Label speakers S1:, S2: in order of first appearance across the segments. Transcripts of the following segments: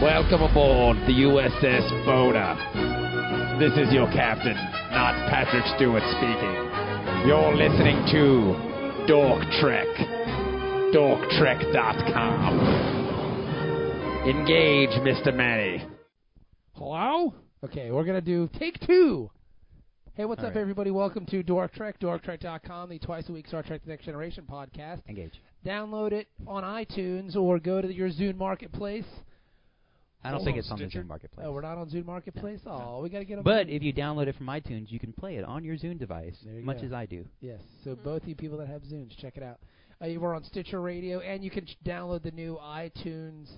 S1: Welcome aboard the USS Boda. This is your captain, not Patrick Stewart speaking. You're listening to Dork Trek. DorkTrek.com. Engage, Mr. Manny.
S2: Hello? Okay, we're going to do take two. Hey, what's
S3: All
S2: up,
S3: right.
S2: everybody? Welcome to Dork Trek, dorktrek.com, the twice a week Star Trek The Next Generation podcast.
S3: Engage.
S2: Download it on iTunes or go to your Zune Marketplace.
S3: I don't think
S2: Oh,
S3: it's on the
S2: Stitcher?
S3: Zune Marketplace.
S2: Oh, we're not on Zune Marketplace? Oh, we got to get them.
S3: But if you download it from iTunes, you can play it on your Zune device,
S2: There you
S3: much
S2: go.
S3: as I do.
S2: Yes. So both you people that have Zunes, check it out. Uh, you were on Stitcher Radio, and you can ch- download the new iTunes.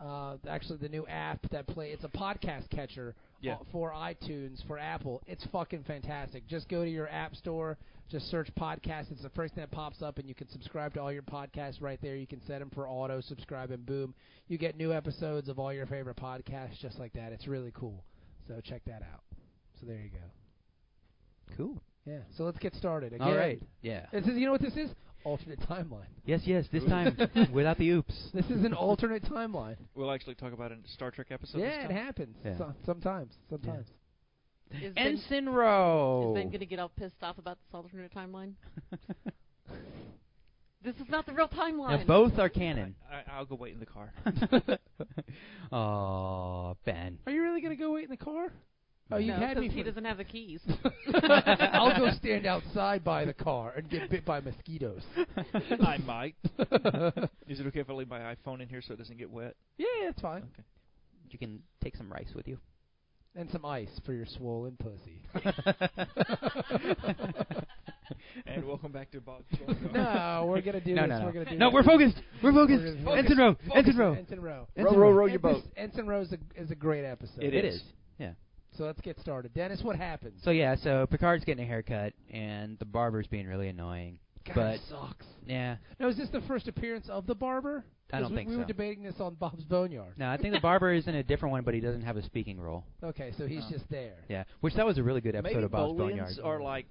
S2: Uh, actually, the new app that play it's a podcast catcher
S1: Yeah.
S2: uh, for iTunes for Apple. It's fucking fantastic. Just go to your app store, just search podcast. It's the first thing that pops up, and you can subscribe to all your podcasts right there. You can set them for auto subscribe, and boom, you get new episodes of all your favorite podcasts just like that. It's really cool. So check that out. So there you go.
S3: Cool.
S2: Yeah. So let's get started. Again,
S3: All right. Yeah.
S2: this is, you know what this is? Alternate timeline.
S3: Yes, yes. This time without the oops.
S2: This is an alternate timeline.
S4: We'll actually talk about it in a Star Trek episode.
S2: yeah,
S4: this
S2: it
S4: time.
S2: happens.
S3: Yeah.
S2: So- sometimes. Sometimes.
S5: Is ben, is
S3: Ensign Row.
S5: ben going to get all pissed off about this alternate timeline? this is not the real
S3: Now
S5: timeline.
S3: both are canon.
S4: I, I'll go wait in the car.
S3: Oh, Ben.
S2: Are you really going to go wait in the car? Oh, you
S5: no,
S2: had
S5: 'cause
S2: me.
S5: he
S2: for-
S5: doesn't have the keys.
S2: I'll go stand outside by the car and get bit by mosquitoes.
S4: I might. Is it okay if I leave my iPhone in here so it doesn't get wet?
S2: Yeah, that's fine.
S3: You can take some rice with you.
S2: And some ice for your swollen pussy.
S4: And welcome back to Bob's.
S2: no, we're going to do
S3: No,
S2: this.
S3: no,
S2: We're going to do
S3: No,
S2: this.
S3: we're focused. We're focused.
S2: We're gonna-
S3: Ensign Row. Ensign Row.
S2: Ensign Row.
S3: Row, row, row
S2: Ensign- Ensign Row is a, is a great episode.
S4: It
S3: It
S4: is.
S3: is. Yeah.
S2: So let's get started. Dennis, what happens?
S3: So yeah, so Picard's getting a haircut, and the barber's being really annoying.
S2: God,
S3: but-
S2: it sucks.
S3: Yeah.
S2: Now, is this the first appearance of the barber?
S3: I
S2: 'Cause
S3: don't
S2: we,
S3: think
S2: we were
S3: so.
S2: debating this on Bob's Boneyard.
S3: No, I think the barber is in a different one, but he doesn't have a speaking role.
S2: Okay, so he's
S4: Oh.
S2: just there.
S3: Yeah, which that was a really good episode
S4: Maybe
S3: of Bob's
S4: Bolians
S3: Boneyard.
S4: are like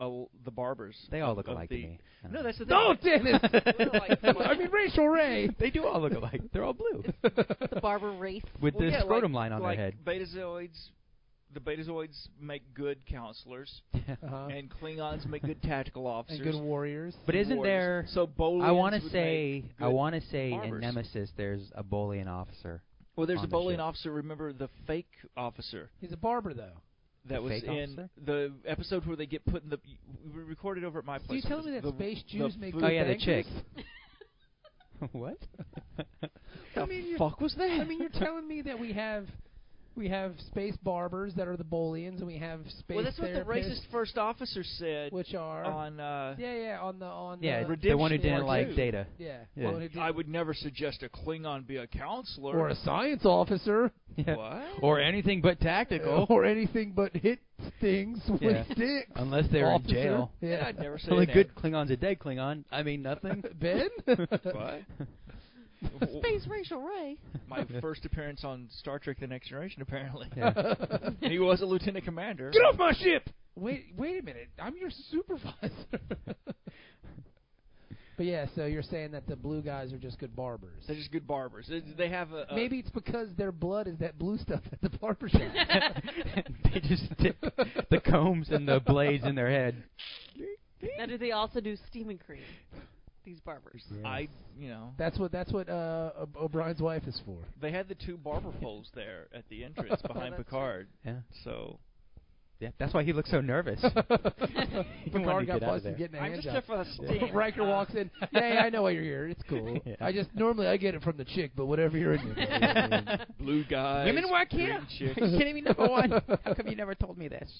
S4: oh, the barbers.
S3: they all look
S4: of
S3: alike
S4: the-
S3: to me. Uh-huh. I don't
S4: No,
S3: know.
S4: that's the thing.
S2: No, Dennis. Oh, I mean, Rachel Ray.
S3: they do all look alike. They're all blue
S5: the barber race.
S3: with
S4: Well,
S3: the
S4: yeah,
S3: scrotum
S4: like,
S3: line on
S4: like
S3: their head.
S4: Betazoids, the Betazoids make good counselors,
S2: Uh-huh.
S4: and Klingons make good tactical officers.
S2: And good warriors.
S3: But isn't there?
S4: Warriors. so? Bolians
S3: I want to
S4: would
S3: say,
S4: make
S3: I
S4: good-
S3: want to say, in
S4: barbers.
S3: Nemesis, there's a Bolian officer.
S4: Well, there's
S3: on
S4: a
S3: the
S4: Bolian
S3: ship.
S4: officer. Remember the fake officer.
S2: He's a barber, though.
S4: that
S3: The
S4: was
S3: fake
S4: in
S3: officer?
S4: the episode where they get put in the. We recorded over at my
S2: So you
S4: place.
S2: telling me
S4: It
S2: that
S4: was the-
S2: space Jews make
S4: food
S2: good
S3: Oh yeah, the
S2: bangers?
S3: chick. what?
S2: I mean,
S4: The
S2: you're-
S4: fuck was that?
S2: I mean, you're telling me that we have we have space barbers that are the Bolians, and we have space
S4: well, that's what the
S2: therapists,
S4: racist first officer said
S2: which are
S4: on. Uh,
S2: yeah, yeah, on the on
S3: Yeah,
S2: the,
S3: the one who
S4: Redemption
S3: didn't
S4: War
S3: like
S4: two.
S3: Data.
S2: yeah,
S3: Yeah.
S2: one who did-
S4: I would never suggest a Klingon be a counselor.
S2: or a science officer.
S3: Yeah.
S4: What?
S3: Or anything but tactical,
S2: or anything but hit things with
S3: Yeah.
S2: sticks.
S3: unless they're
S2: Officer.
S3: in jail.
S2: Yeah.
S4: I'd never say
S3: The only
S4: that.
S3: good Klingon's a dead Klingon. I mean nothing.
S2: Ben?
S4: What? W-
S5: Space racial Ray.
S4: My first appearance on Star Trek: The Next Generation, apparently.
S3: Yeah.
S4: he was a lieutenant commander.
S2: Get off my ship! Wait, wait a minute. I'm your supervisor. but yeah, so you're saying that the blue guys are just good barbers.
S4: They're just uh, good barbers. They- They have a, a
S2: Maybe it's because their blood is that blue stuff at the barber shop.
S3: they just stick the combs and the blades in their head.
S5: Now, do they also do steaming cream? These barbers.
S4: I, you know,
S2: that's what that's what uh, O- O'Brien's wife is for.
S4: they had the two barber poles there at the entrance behind
S5: that's
S4: Picard.
S3: Yeah.
S4: So
S3: Yeah, that's why he looks so nervous.
S2: Picard
S3: get out
S2: got
S3: of
S2: busted
S3: there.
S2: getting a
S4: I'm
S2: hand
S4: just
S2: job.
S4: here for the steam.
S2: Riker
S4: Uh,
S2: walks in. Hey, I know why you're here. It's cool.
S3: Yeah.
S2: I just normally I get it from the chick, but whatever you're in. there.
S4: Blue guys. green chicks.
S3: kidding me, number one? How come you never told me this?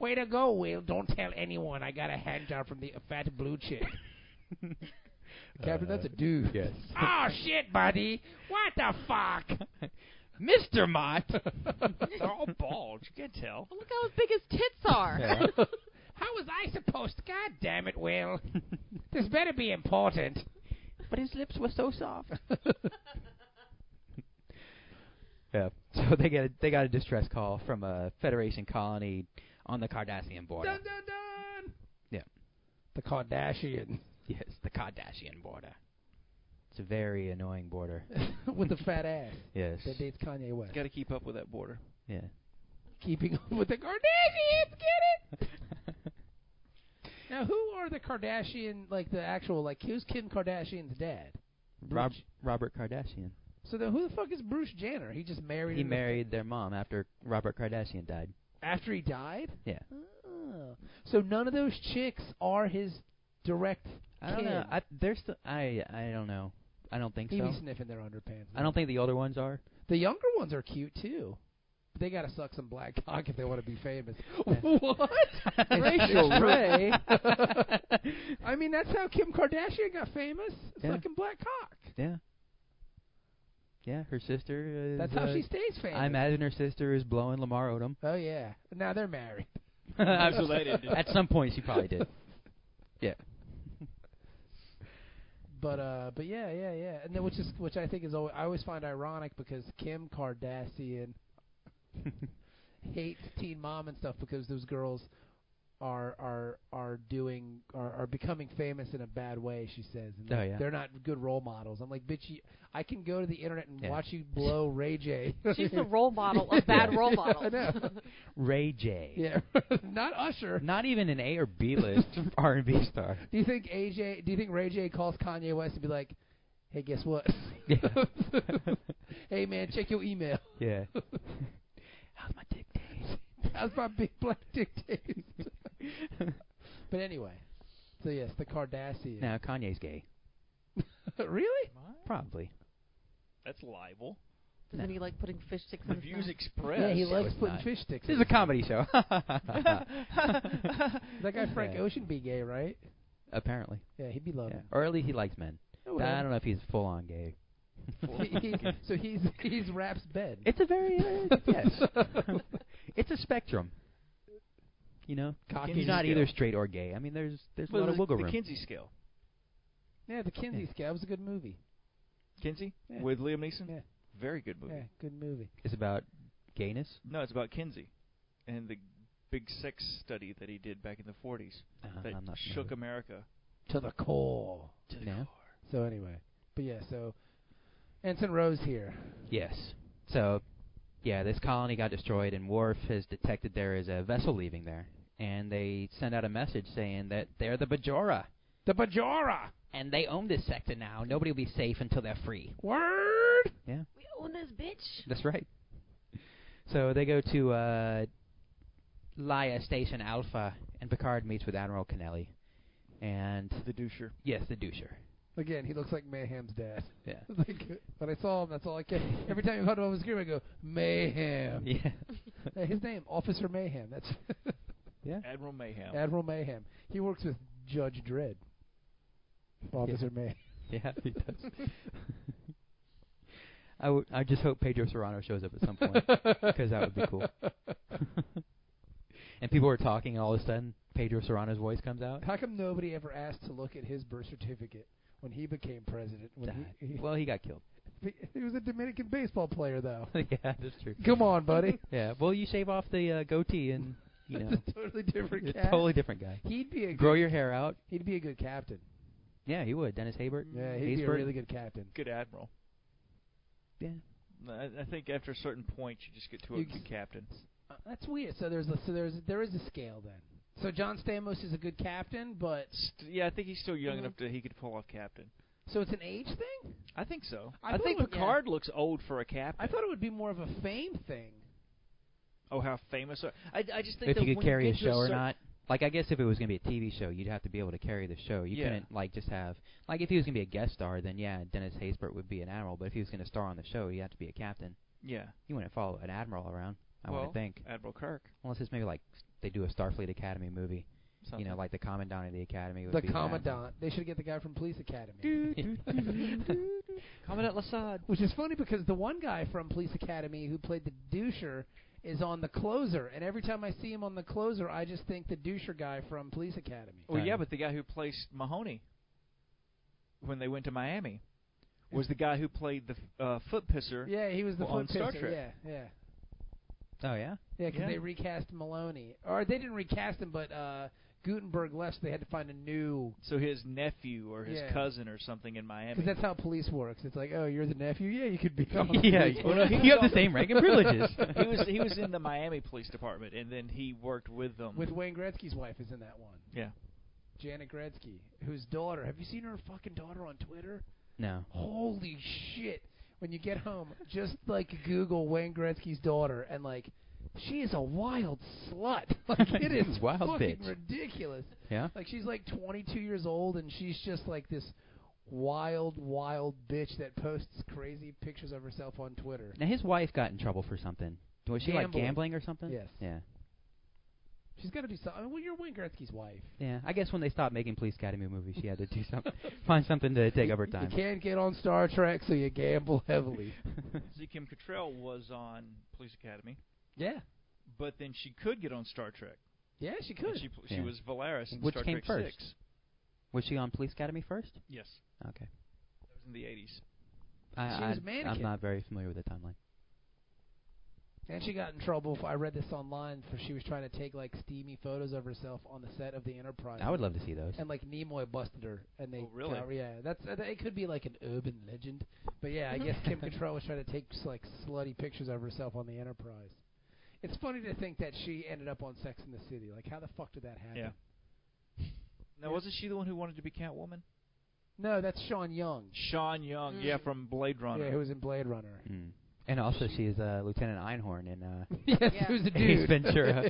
S2: Way to go, Will. Don't tell anyone I got a hand job from the fat blue chick. Captain, that's a dude.
S3: Uh, Yes.
S2: oh shit, buddy. What the fuck?
S3: Mr. Mott!
S4: They're all bald. You can tell.
S5: Oh, look how big his tits are.
S3: Yeah.
S2: How was I supposed to? God damn it, Will. this better be important.
S3: But his lips were so soft. yeah. So they got a, they got a distress call from a Federation colony on the Cardassian border.
S2: Dun dun dun.
S3: Yeah.
S2: The Kardashian.
S3: Yes, the Kardashian border. It's a very annoying border.
S2: with a fat ass
S3: Yes.
S2: that dates Kanye West.
S4: Got to keep up with that border.
S3: Yeah.
S2: Keeping up with the Kardashians, get it? now, who are the Kardashian, like the actual, like who's Kim Kardashian's dad?
S3: Rob,
S2: Bruce-
S3: Robert Kardashian.
S2: So then, who the fuck is Bruce Jenner? He just married.
S3: He
S2: in the-
S3: married their mom after Robert Kardashian died.
S2: after he died.
S3: Yeah.
S2: Oh. So none of those chicks are his direct.
S3: I don't know.
S2: Kim.
S3: I there's th- I I don't know. I don't think
S2: He
S3: so.
S2: be sniffing their underpants.
S3: I don't think the older ones are.
S2: The younger ones are cute too. But They gotta suck some black cock if they want to be famous.
S3: Yeah.
S2: what?
S3: Rachel Ray.
S2: I mean, that's how Kim Kardashian got famous,
S3: Yeah.
S2: sucking black cock.
S3: Yeah. Yeah, her sister is
S2: That's how
S3: uh,
S2: she stays famous.
S3: I imagine her sister is blowing Lamar Odom.
S2: Oh yeah. Now they're married.
S4: That's related.
S3: At some point, she probably did. Yeah.
S2: But uh, but yeah, yeah, yeah. And then which is which I think is always, I always find ironic because Kim Kardashian hates Teen Mom and stuff because those girls are are are doing are, are becoming famous in a bad way. She says, and
S3: Oh,
S2: like,
S3: yeah.
S2: they're not good role models. I'm like, bitch, you, I can go to the internet and
S3: Yeah.
S2: watch you blow Ray J.
S5: She's the role model of bad role
S2: Yeah, I
S5: models.
S2: know.
S3: Ray J.
S2: yeah, not Usher.
S3: Not even an A or B list R and B star.
S2: Do you think AJ? Do you think Ray J calls Kanye West and be like, "Hey, guess what?
S3: Yeah.
S2: hey, man, check your email.
S3: yeah. How's my dick days?
S2: How's my big black dick taste?" but anyway, so yes, the Kardashian.
S3: Now Kanye's gay,
S2: really?
S3: probably.
S4: That's libel.
S5: Doesn't he like putting fish sticks in
S4: The
S5: his
S4: views
S5: mouth?
S4: expressed.
S2: yeah, he
S3: No,
S2: likes
S3: it's
S2: putting
S3: not.
S2: fish sticks.
S3: This
S2: in
S3: is a
S2: his mouth.
S3: comedy show.
S2: That guy Frank
S3: Yeah.
S2: Ocean be gay, right?
S3: Apparently,
S2: Yeah, he'd be
S3: yeah.
S2: loving.
S3: or at least he likes men.
S2: Yeah.
S3: I don't know if he's full on gay.
S2: so he's he's raps Ben.
S3: It's a very uh, yes. it's a spectrum. You know,
S2: Cocky
S3: you're not
S4: scale.
S3: either straight or gay. I mean, there's there's a lot of
S4: the,
S3: wiggle
S4: the
S3: room.
S4: Kinsey scale.
S2: yeah, the Kinsey Scale was a good movie.
S4: Kinsey
S2: Yeah.
S4: with Liam Neeson.
S2: Yeah.
S4: Very good movie.
S2: Yeah, good movie.
S3: It's about gayness.
S4: No, it's about Kinsey and the big sex study that he did back in the 40s
S3: Uh,
S4: that
S3: I'm not
S4: shook America.
S2: To the core.
S4: to the
S3: No.
S4: core.
S2: So anyway, but yeah, so Ensign Rose here.
S3: Yes. So, yeah, this colony got destroyed, and Worf has detected there is a vessel leaving there, and they send out a message saying that they're the Bajora,
S2: The Bajora
S3: and they own this sector now. Nobody will be safe until they're free.
S2: word.
S3: Yeah,
S5: We own this bitch.
S3: that's right. So they go to uh, Laya Station Alpha, and Picard meets with Admiral Kennelly, and
S4: The doucher.
S3: yes, the doucher.
S2: Again, he looks like Mayhem's dad.
S3: Yeah.
S2: like when I saw him, that's all I kept. Every time he called him on the screen, I go Mayhem.
S3: Yeah.
S2: Uh, His name, Officer Mayhem. That's
S3: Yeah.
S4: Admiral Mayhem.
S2: Admiral Mayhem. He works with Judge Dredd. Officer Mayhem.
S3: Yeah, he does. I, w- I just hope Pedro Serrano shows up at some point because that would be cool. and people were talking, and all of a sudden, Pedro Serrano's voice comes out.
S2: How come nobody ever asked to look at his birth certificate when he became president? When he, he,
S3: well, he got killed.
S2: he was a Dominican baseball player, though.
S3: yeah, that's true.
S2: Come on, buddy.
S3: Yeah, well, you shave off the uh, goatee, and you know,
S2: It's a totally different
S3: it's
S2: cat.
S3: totally different guy.
S2: He'd be a good,
S3: Grow your hair out.
S2: he'd be a good captain.
S3: Yeah, he would. Dennis Haybert.
S2: Yeah, he'd be a
S3: Haysbert.
S2: really good captain.
S4: Good admiral.
S3: Yeah.
S4: I, I think after a certain point, you just get to a
S2: You
S4: good
S2: just-
S4: captain.
S2: Uh, that's weird. So there's a, so there's there is a scale then. So John Stamos is a good captain, but
S4: St- yeah, I think he's still young
S2: Mhm.
S4: enough that he could pull off captain.
S2: so it's an age thing.
S4: I think so.
S2: I
S4: I,
S2: thought
S4: think
S2: it would- yeah.
S4: Picard looks old for a captain.
S2: I thought it would be more of a fame thing.
S4: oh, how famous! Are, I I just think
S3: If
S4: that
S3: you could
S4: when
S3: carry a
S4: get to
S3: show or
S4: cer-
S3: not. Like I guess if it was gonna be a TV show, you'd have to be able to carry the show. You
S4: Yeah.
S3: couldn't like just have like if he was gonna be a guest star, then yeah, Dennis Haysbert would be an admiral. But if he was gonna star on the show, he'd have to be a captain.
S4: Yeah,
S3: You wouldn't follow an admiral around. I
S4: well,
S3: wouldn't think.
S4: Admiral Kirk.
S3: Unless it's maybe like s- they do a Starfleet Academy movie.
S4: Something.
S3: You know, like the commandant of the academy. Would
S2: The
S3: be an admiral.
S2: commandant. They should get the guy from Police Academy.
S3: commandant Lassad.
S2: Which is funny because the one guy from Police Academy who played the doucher is on the closer, and every time I see him on the closer, I just think the doucher guy from Police Academy.
S4: Well,
S3: Kinda.
S4: Oh, yeah, but the guy who placed Mahoney when they went to Miami was the guy who played the f- uh, foot pisser.
S2: Yeah, he was the
S4: Well, on
S2: foot
S4: Star
S2: pisser.
S4: Trek.
S2: Yeah, yeah.
S3: Oh yeah.
S2: Yeah, because
S4: Yeah.
S2: they recast Maloney, or they didn't recast him, but uh, Gutenberg left, so they had to find a new.
S4: So his nephew or his
S2: Yeah.
S4: cousin or something in Miami.
S2: Because that's how police works. It's like, oh, you're the nephew. Yeah, you could become. a
S3: yeah,
S2: police
S3: you,
S4: Well, no, he
S3: you
S4: was
S3: have
S4: on-
S3: the same rank and privileges.
S4: he was he was in the Miami police department, and then he worked with them.
S2: With Wayne Gretzky's wife is in that one,
S4: yeah,
S2: Janet Gretzky, whose daughter. Have you seen her fucking daughter on Twitter?
S3: no.
S2: Holy shit! When you get home, just like Google Wayne Gretzky's daughter, and like, she is a wild slut. Like it is
S3: She's a wild
S2: fucking
S3: bitch.
S2: ridiculous.
S3: Yeah.
S2: Like she's like 22 years old, and she's just like this wild, wild bitch that posts crazy pictures of herself on Twitter.
S3: Now his wife got in trouble for something. Was she like
S2: Gambling.
S3: gambling or something?
S2: Yes.
S3: Yeah.
S2: She's got to do something. Well, you're Wayne Gretzky's wife.
S3: Yeah. I guess when they stopped making Police Academy movies, she had to do something, find something to take up her time.
S2: You can't get on Star Trek, so you gamble heavily.
S4: see, Kim Cattrall was on Police Academy,
S2: yeah,
S4: but then she could get on Star Trek.
S2: yeah, she
S4: and
S2: could.
S4: She pl- she
S3: Yeah.
S4: was Valaris in
S3: Which
S4: Star
S3: came
S4: Trek
S3: first?
S4: Six.
S3: Was she on Police Academy first?
S4: Yes,
S3: Okay.
S4: that was in the eighties.
S3: I,
S2: She
S3: I,
S2: was a mannequin.
S3: I'm not very familiar with the timeline.
S2: And she got in trouble. For, I read this online for she was trying to take like steamy photos of herself on the set of the Enterprise.
S3: I would love to see those.
S2: and like Nimoy busted her, and they
S4: Oh, really?
S2: got- yeah, that's uh, it. Could be like an urban legend, but yeah, I guess Kim Cattrall was trying to take s- like slutty pictures of herself on the Enterprise. It's funny to think that she ended up on Sex in the City. Like, how the fuck did that happen?
S4: Yeah. Now, wasn't she the one who wanted to be Catwoman?
S2: No, that's Sean Young,
S4: Sean Young,
S5: Mm.
S4: yeah, from Blade Runner.
S2: yeah, who was in Blade Runner.
S3: Mm. And also, she's uh, Lieutenant Einhorn in uh,
S2: yes,
S5: Yeah.
S2: who's a
S3: Ace
S2: dude?
S3: Ventura.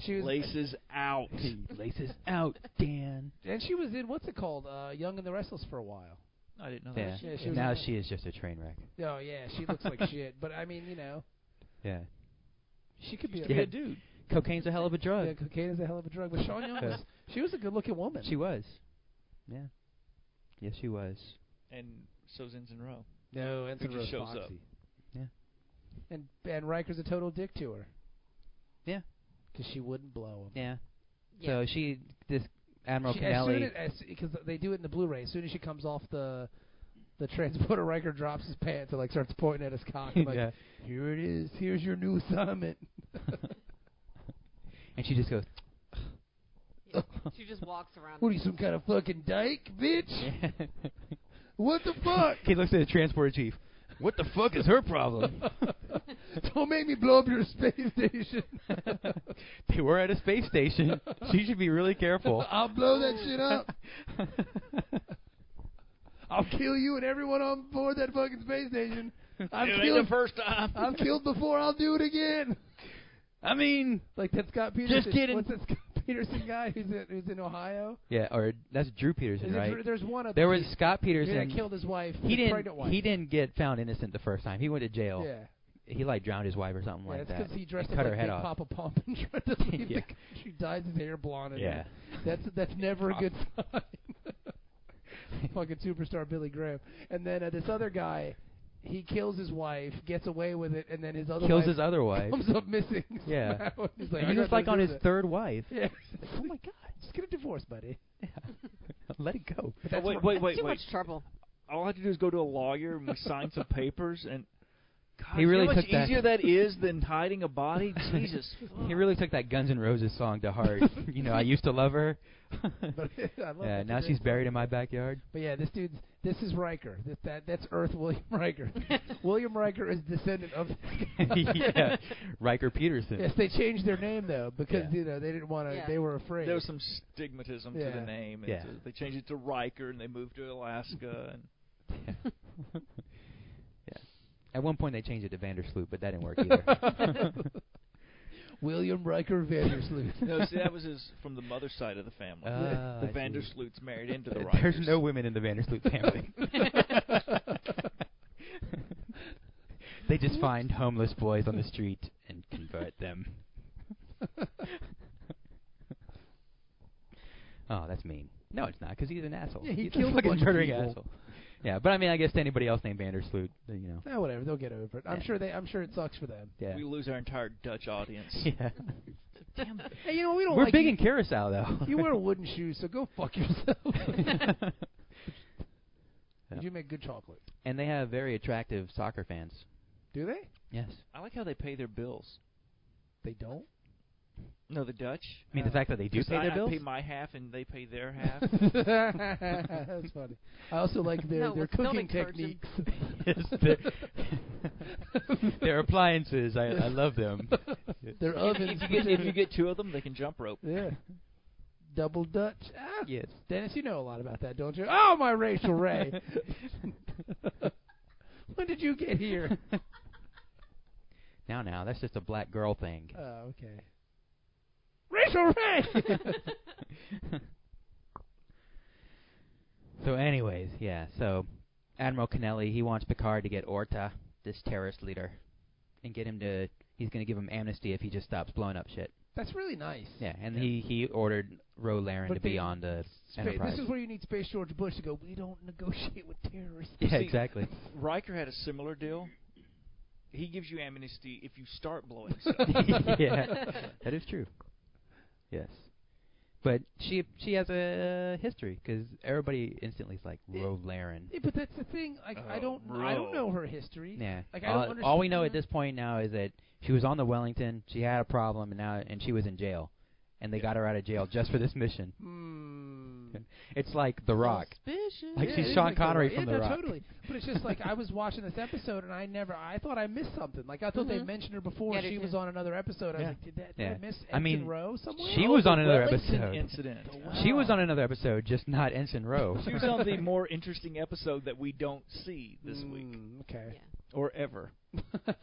S2: She was,
S4: Laces out.
S3: he laces out, Dan.
S2: and she was in what's it called? Uh, Young and the Restless for a while.
S4: I didn't know
S3: Yeah.
S4: that.
S2: Yeah, she was
S3: now
S2: in-
S3: she is just a train wreck.
S2: Oh yeah, she looks like shit. But I mean, you know,
S3: Yeah.
S2: she could be.
S3: She
S2: A,
S3: used to be
S2: yeah,
S3: a
S4: dude.
S3: Cocaine's a hell of a drug.
S2: cocaine is a hell of a drug. But Sean Young
S3: Yeah.
S2: was. She was a good-looking woman.
S3: She was. Yeah. Yes, she was.
S4: And so is Ensign Rowe.
S2: No,
S4: Who
S2: Ensign
S4: just
S2: Rose
S4: shows
S2: Foxy.
S4: up.
S3: Yeah.
S2: And and Riker's a total dick to her.
S3: Yeah.
S2: Because she wouldn't blow him.
S3: Yeah.
S5: Yeah.
S3: So she, this Admiral
S2: She- as soon
S3: Connelly.
S2: as because they do it in the Blu-ray. As soon as she comes off the the transporter, Riker drops his pants and like starts pointing at his cock. and, like,
S3: yeah.
S2: here it is. Here's your new assignment.
S3: And she just goes.
S5: Yeah. She just walks around.
S2: What are you, some kind of fucking dyke, bitch? What the fuck?
S3: he looks at the transport chief. What the fuck is her problem?
S2: Don't make me blow up your space station.
S3: they were at a space station. She should be really careful.
S2: I'll blow that shit up. I'll kill you and everyone on board that fucking space station. I've killed
S4: first time.
S2: I've killed before. I'll do it again.
S3: I mean,
S2: Like that Scott Peterson.
S3: kidding.
S2: What's that Scott Peterson guy who's in, who's in Ohio?
S3: yeah, or that's Drew Peterson,
S2: Is it
S3: right?
S2: Drew- there's one. Up
S3: There was Scott
S2: yeah,
S3: Peterson.
S2: that killed his wife.
S3: he
S2: his
S3: didn't.
S2: Pregnant wife.
S3: He didn't get found innocent the first time. He went to
S2: Yeah.
S3: jail.
S2: yeah
S3: He like drowned his wife or something like
S2: that's
S3: that.
S2: because he dressed
S3: cut
S2: up
S3: her
S2: like
S3: head
S2: Big
S3: off.
S2: Papa Pump and tried to leave
S3: Yeah.
S2: the country. Dyed his hair blonde. And
S3: yeah.
S2: That's that's never a good sign. Fucking superstar Billy Graham. And then uh, this other guy, he kills his wife, gets away with it, and then his other
S3: Kills
S2: wife
S3: his other wife.
S2: comes up missing.
S3: Yeah.
S2: somehow. He's like,
S3: he
S2: "I
S3: was
S2: got
S3: like
S2: nothing
S3: on
S2: to
S3: his
S2: do with it."
S3: third wife.
S2: Yeah.
S3: Like, oh my god,
S2: Just get a divorce, buddy.
S3: let it go.
S4: Oh, wait,
S5: That's
S4: wait, wait, wait.
S5: too much trouble.
S4: All I have to do is go to a lawyer and we sign some papers and. God,
S3: He
S4: you know
S3: really
S4: how much
S3: took that-
S4: easier that is than hiding a body. Jesus,
S3: He really took that Guns N' Roses song to heart. you know, I used to love her.
S2: But I love
S3: yeah,
S2: that
S3: now
S2: today.
S3: she's buried in my backyard.
S2: But yeah, this dude's this is Riker. This, that that's Earth William Riker. William Riker is descendant of.
S3: yeah, Riker Peterson.
S2: Yes, they changed their name though because
S3: Yeah.
S2: you know they didn't want to.
S5: Yeah.
S2: They were afraid.
S4: there was some stigmatism to
S2: Yeah.
S4: the name. And
S3: Yeah.
S4: so they changed it to Riker and they moved to Alaska. And
S3: Yeah. At one point they changed it to Vandersloot, but that didn't work either.
S2: William Riker Vandersloot.
S4: no, see, that was his from the mother side of the family.
S3: Ah,
S4: the
S3: I see.
S4: Vandersloots married into the Rikers.
S3: There's no women in the Vandersloot family. they just find homeless boys on the street and convert them. oh, that's mean. No, it's not, because he's an asshole.
S2: Yeah, he
S3: he's
S2: killed a
S3: a fucking
S2: bunch of
S3: murdering
S2: people.
S3: asshole. Yeah, but I mean, I guess to anybody else named Vandersloot, you know.
S2: Eh, whatever, they'll get over it. I'm
S3: Yeah.
S2: sure they. I'm sure it sucks for them.
S3: Yeah.
S4: We lose our entire Dutch audience.
S3: yeah.
S2: Hey, you know we don't.
S3: We're
S2: like
S3: big
S2: you.
S3: in Curacao, though.
S2: You wear wooden shoes, so go fuck yourself.
S3: Yeah.
S2: You do make good chocolate.
S3: and they have very attractive soccer fans.
S2: Do they?
S3: Yes.
S4: I like how they pay their bills.
S2: They don't.
S4: No, the Dutch.
S3: I mean, the
S2: Oh.
S3: fact that they do
S4: 'Cause
S3: pay
S4: I,
S3: their bills.
S4: I pay my half and they pay their half.
S2: That's funny. I also like their
S5: No,
S2: their
S5: it's building
S2: cooking techniques.
S3: Yes, they're- their appliances, I, I love them.
S2: their ovens.
S4: if, you get, if you get two of them, they can jump rope.
S2: yeah. Double Dutch. Ah,
S3: Yes.
S2: Dennis, you know a lot about that, don't you? Oh, my Rachel Ray. when did you get here?
S3: Now, now, that's just a black girl thing.
S2: Oh, okay. Rachel Ray.
S3: so, anyways, yeah. So, Admiral Kennelly, he wants Picard to get Orta, this terrorist leader, and get him to. He's going to give him amnesty if he just stops blowing up shit.
S2: That's really nice.
S3: Yeah, and he he ordered Ro Laren
S2: But
S3: to be
S2: they-
S3: on the.
S2: Spa-
S3: Enterprise.
S2: this is where you need Space George Bush to go. We don't negotiate with terrorists.
S3: Yeah,
S4: See,
S3: exactly.
S4: Riker had a similar deal. He gives you amnesty if you start blowing stuff.
S3: yeah, that is true. Yes, but she she has a history because everybody instantly is like Ro Laren.
S2: Yeah, but that's the thing. Like, I
S4: Oh,
S2: don't, I don't
S4: bro.
S2: know her history.
S3: Yeah.
S2: Like, I
S3: all,
S2: don't
S3: all we know at
S2: understand-
S3: this point now is that she was on the Wellington, she had a problem, and now and she was in jail, and they got her out of jail just for this mission.
S2: Hmm.
S3: It's like The Rock.
S5: Suspicious.
S3: Like
S2: Yeah,
S3: she's
S2: it is
S3: Sean
S2: like The
S3: Connery
S2: Rock.
S3: from
S2: yeah,
S3: The
S2: no,
S3: Rock.
S2: Totally. But it's just like I was watching this episode and I never, I thought I missed something. Like I thought they
S5: Mhm.
S2: mentioned her before.
S5: Yeah, I did
S2: she was
S5: too.
S2: on another episode. I was
S4: Yeah.
S2: like, did, that, did
S3: Mm-hmm. Yeah.
S2: I miss
S3: I
S2: Ensign
S3: mean,
S2: Rowe somewhere?
S3: She
S4: Oh,
S3: was
S4: the
S3: on another
S4: Wellington
S3: episode.
S4: Incident.
S3: She was on another episode, just not Ensign Rowe.
S4: She was on the more interesting episode that we don't see this week
S2: Mm, Okay.
S5: Yeah.
S4: or ever.
S5: But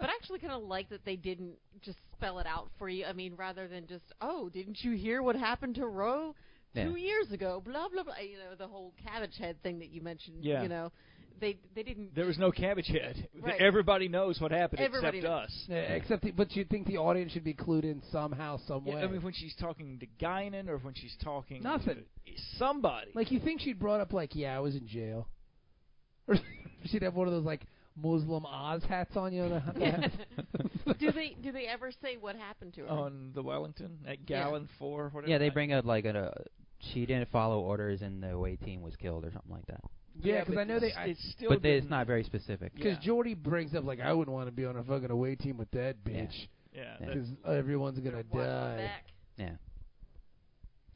S5: I actually kind of like that they didn't just spell it out for you. I mean, rather than just, oh, didn't you hear what happened to Roe
S3: Yeah.
S5: two years ago? Blah blah blah. You know, the whole cabbage head thing that you mentioned.
S4: Yeah.
S5: You know, they they didn't.
S4: There was no cabbage head.
S5: Right.
S4: Everybody knows what happened
S5: Everybody
S4: except
S5: knows.
S4: us.
S2: Yeah, except, the, but you'd think the audience should be clued in somehow, some
S4: Yeah,
S2: way.
S4: I mean, when she's talking to Guinan or when she's talking
S2: Nothing.
S4: to somebody.
S2: Like you think she'd brought up like, yeah, I was in jail, or she'd have one of those like Muslim Oz hats on, you know? the-
S5: do they do they ever say what happened to her?
S4: on the Wellington at
S5: Yeah.
S4: Gallon Four, whatever.
S3: yeah, they
S4: that-
S3: bring up like a. She didn't follow orders, and the away team was killed or something like that.
S2: yeah, because
S4: but
S2: I know they.
S4: it's- It's still.
S3: But they, it's
S4: didn't-
S3: not very specific.
S4: Yeah.
S2: Because Jordy brings up like, I wouldn't want to be on a fucking away team with that bitch,
S3: Yeah.
S4: Yeah. that-
S2: because everyone's
S5: They're
S2: gonna
S5: watching
S2: die.
S5: back.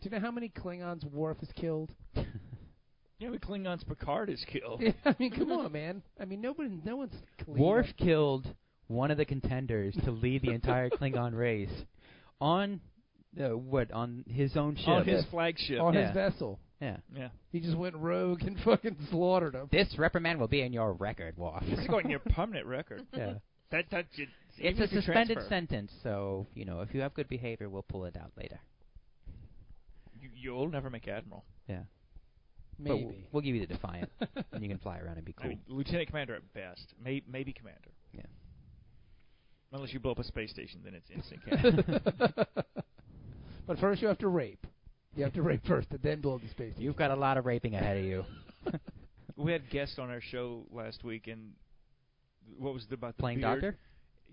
S2: Do you know how many Klingons Worf has killed?
S4: yeah. We Klingons Picard is
S3: Oh.
S4: killed.
S2: Yeah, I mean, come on, man. I mean, nobody, no one's. Klingon.
S3: Worf killed one of the contenders to lead the entire Klingon race on uh, what on his own ship.
S4: on his flagship.
S2: on
S3: Yeah.
S2: his vessel.
S3: yeah.
S4: yeah.
S2: He just went rogue and fucking slaughtered him.
S3: This reprimand will be in your record, Worf.
S4: This is going in your permanent record.
S3: yeah.
S4: That, that, you,
S3: It's
S4: even
S3: a
S4: if you
S3: suspended
S4: transfer,
S3: sentence, so you know if you have good behavior, we'll pull it out later.
S4: you- You'll never make admiral.
S3: Yeah, But
S2: Maybe.
S3: we'll, we'll give you the defiant, and you can fly around and be
S4: I
S3: cool.
S4: mean, lieutenant commander at best. May, maybe commander.
S3: Yeah.
S4: Unless you blow up a space station, then it's instant cannon.
S2: but first, you have to rape. You have to rape first, and then build the space.
S3: You've got a lot of raping ahead of you.
S4: we had guests on our show last week, and what was the, about the
S3: Playing
S4: beard?
S3: doctor?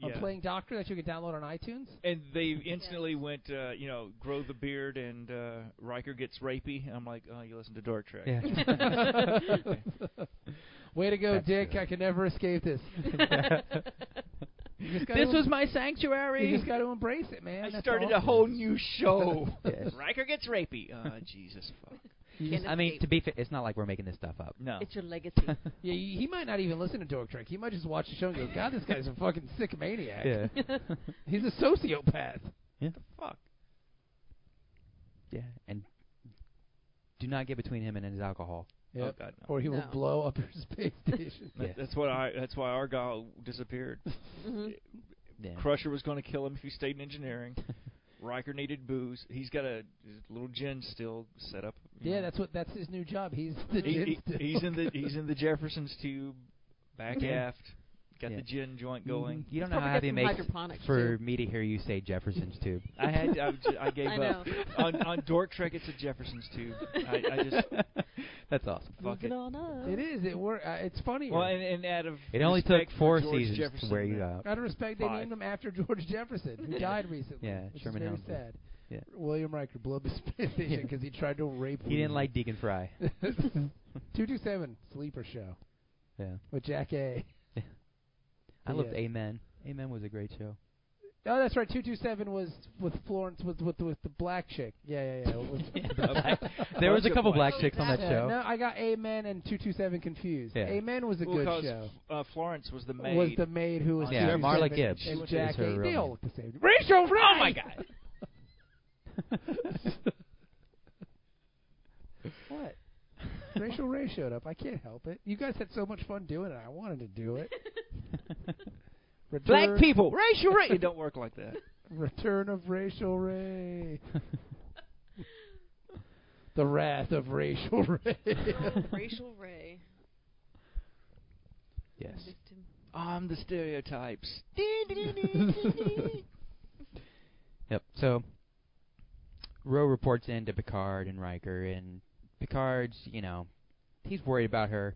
S2: on
S4: Yeah.
S2: Oh, playing Doctor that you can download on iTunes.
S4: And they instantly went, uh, you know, grow the beard, and uh, Riker gets rapey. I'm like, oh, you listen to Dark Trek.
S2: Way to go,
S3: That's
S2: Dick!
S3: good.
S2: I can never escape this. You just gotta
S3: this was
S2: em-
S3: my
S2: You
S3: sanctuary.
S2: just got to embrace it, man.
S4: I
S2: That's
S4: started
S2: awesome.
S4: a whole new show.
S3: Yes.
S4: Riker gets rapey. Oh, Jesus fuck.
S2: You
S5: Can
S2: just-
S3: I mean, to be fair, it's not like we're making this stuff up.
S4: No.
S5: It's your legacy.
S2: yeah, he he might not even listen to Dork Trek. He might just watch the show and go, "God, this guy's a fucking sick maniac. He's a sociopath."
S4: fuck.
S3: Yeah, and do not get between him and his alcohol.
S4: Oh
S2: Yep.
S4: God, no.
S2: Or he will
S5: No.
S2: blow up your space station.
S4: That-
S3: Yeah.
S4: That's what I. That's why Argyle disappeared.
S5: Mhm.
S3: Yeah.
S4: Crusher was going to kill him if he stayed in engineering. Riker needed booze. He's got a little gin still set up. you
S2: yeah,
S4: know.
S2: that's what. That's his new job. He's the
S4: He-
S2: gin
S4: he-
S2: still.
S4: he's in the he's in the Jefferson's tube, back
S3: Yeah.
S4: aft. Got
S3: Yeah.
S4: the gin joint
S2: Mm-hmm.
S4: going.
S3: You don't know
S5: Probably
S3: how
S5: got
S3: happy it
S5: some
S3: makes
S5: hydroponics,
S3: for me to hear you say Jefferson's tube.
S4: I had I, was ju- I gave
S5: I
S4: up.
S5: know.
S4: On, on Dork Trek, it's a Jefferson's tube. I, I just
S3: That's awesome.
S4: fuck
S5: Moving
S4: it.
S5: on up.
S2: It is. It work. Uh, it's funny.
S4: Well, and, and out of
S3: It only took
S4: respect for
S3: four
S4: George
S3: seasons
S4: Jefferson,
S3: to wear you
S4: uh,
S3: out.
S2: Out of respect, they
S4: Five.
S2: named him after George Jefferson, who
S4: Yeah.
S2: died recently.
S3: Yeah,
S2: which
S3: Sherman
S2: is very
S3: Hounslow.
S2: sad.
S3: Yeah.
S2: William Riker blew up his space station because he tried to rape.
S3: He didn't
S2: women.
S3: like Deacon Fry.
S2: 227 sleeper show
S3: Yeah.
S2: with Jack A.
S3: I
S2: Yeah.
S3: loved Amen. Amen was a great show.
S2: No, Oh, that's right. Two two seven was with Florence with with with the black chick. Yeah, yeah, yeah. with-
S3: Yeah, the black- there was a
S4: Good
S3: couple
S4: point.
S3: black chicks on that
S2: Yeah,
S3: show.
S2: No, I got Amen and two two seven confused.
S3: Yeah.
S2: Amen was a
S4: Well,
S2: good
S4: 'cause
S2: show.
S4: F- Uh, Florence was the maid.
S2: Was the maid who was
S4: Yeah,
S2: 227
S4: Marla
S2: and-
S3: Gibbs
S2: and
S4: was
S2: Jack
S3: her
S2: A.
S3: real
S2: They
S3: name.
S2: all look the same. Rachel, right?
S3: Oh my god.
S2: What? Rachel Ray showed up. I can't help it. You guys had so much fun doing it. I wanted to do it.
S4: Black
S2: Return-
S4: people, racial ra- It don't work like that.
S2: Return of Rachel Ray. the wrath of Rachel Ray.
S5: Racial Ray.
S3: Yes.
S5: Victim.
S4: I'm the stereotypes.
S3: Yep. So Roe reports in to Picard and Riker, and Picard's, you know, he's worried about her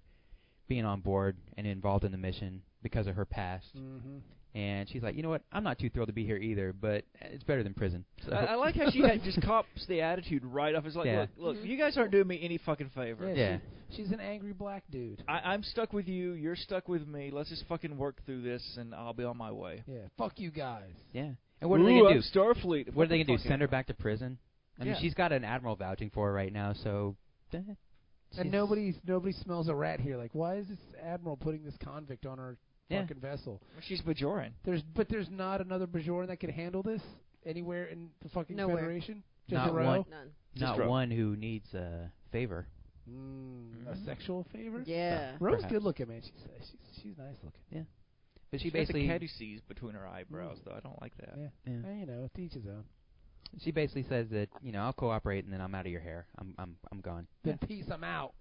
S3: being on board and involved in the mission because of her past.
S2: mm-hmm.
S3: And she's like, you know what? I'm not too thrilled to be here either, but it's better than prison.
S2: Uh,
S3: So
S4: I, I like how she had just cops the attitude right off. It's like,
S3: Yeah.
S4: look, look,
S5: Mhm.
S4: you guys aren't doing me any fucking favor.
S2: Yeah.
S3: yeah,
S2: She's an angry black dude.
S4: I, I'm stuck with you. You're stuck with me. Let's just fucking work through this, and I'll be on my way.
S2: Yeah. Fuck you guys.
S3: yeah. And what are they
S4: Ooh,
S3: gonna
S4: I'm
S3: do?
S4: Starfleet.
S3: What are they
S4: Fucking
S3: gonna do? Send her back to prison? I mean,
S4: Yeah.
S3: she's got an admiral vouching for her right now, so. eh, she's-
S2: And nobody nobody smells a rat here. Like, why is this admiral putting this convict on our
S3: Yeah.
S2: fucking vessel?
S4: She's Bajoran.
S2: There's but there's not another Bajoran that could handle this anywhere in the fucking
S5: Nowhere.
S2: Federation. Just
S3: Not
S2: a row.
S3: one.
S5: None.
S3: Not
S4: Just-
S3: one who needs a favor.
S2: Mm,
S4: Mhm.
S2: A sexual favor.
S5: Yeah.
S2: Rose's
S3: Perhaps.
S2: good looking, man. She's she's, she's nice looking.
S3: But she
S4: She
S3: basically
S4: has the cadices between her eyebrows, though. I don't like that.
S2: Yeah.
S3: Yeah.
S2: Eh, you know, to each his own.
S3: She basically says that you know I'll cooperate and then I'm out of your hair. I'm I'm I'm gone.
S2: Then peace, I'm out.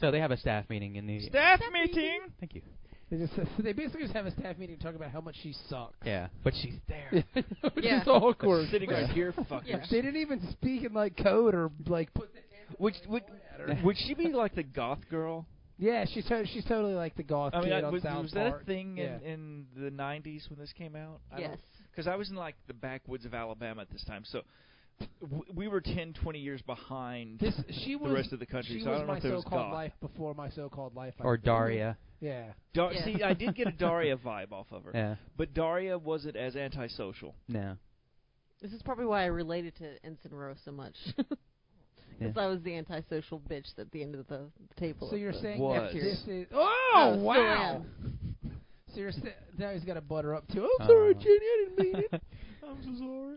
S3: So they have a staff meeting in the.
S4: Staff
S5: Staff
S4: meeting.
S3: Thank you.
S2: They just they basically just have a staff meeting to talk about how much she sucks.
S3: Yeah, but she's there.
S2: Which
S5: Yeah.
S2: is awkward.
S4: Sitting right
S2: Yeah.
S4: here, fuckers.
S5: Yeah.
S2: They didn't even speak in like code or like put. The
S4: Would would would she be like the goth girl?
S2: yeah, she's to- she's totally like the goth
S4: I mean,
S2: kid
S4: I-
S2: on
S4: was,
S2: South
S4: was that
S2: Park.
S4: a thing
S2: Yeah.
S4: in, in the '90s when this came out? I don't-
S5: Yes.
S4: because I was in like the backwoods of Alabama at this time, so w- we were 10, 20 years behind
S2: This she
S4: the
S2: was
S4: rest of the country.
S2: she
S4: so I
S2: was
S4: don't know
S2: my
S4: if there was
S2: so-called
S4: God.
S2: life before my so-called life. I
S3: or
S2: think.
S3: Daria.
S2: Yeah.
S4: Dar-
S5: Yeah.
S4: See, I did get a Daria vibe off of her,
S3: Yeah.
S4: but Daria wasn't as antisocial.
S3: No.
S5: This is probably why I related to Ensign Rowe so much. Because I was the antisocial bitch at the end of the table.
S2: So
S5: at
S2: you're
S5: the
S2: saying
S4: Was.
S2: that
S5: cafeteria.
S2: this is
S5: Oh,
S2: oh
S5: still
S2: wow.
S5: am.
S2: So you're sa- now he's got to butter up too. I'm
S3: Oh.
S2: sorry, Jenny, I didn't mean it.
S4: I'm so sorry.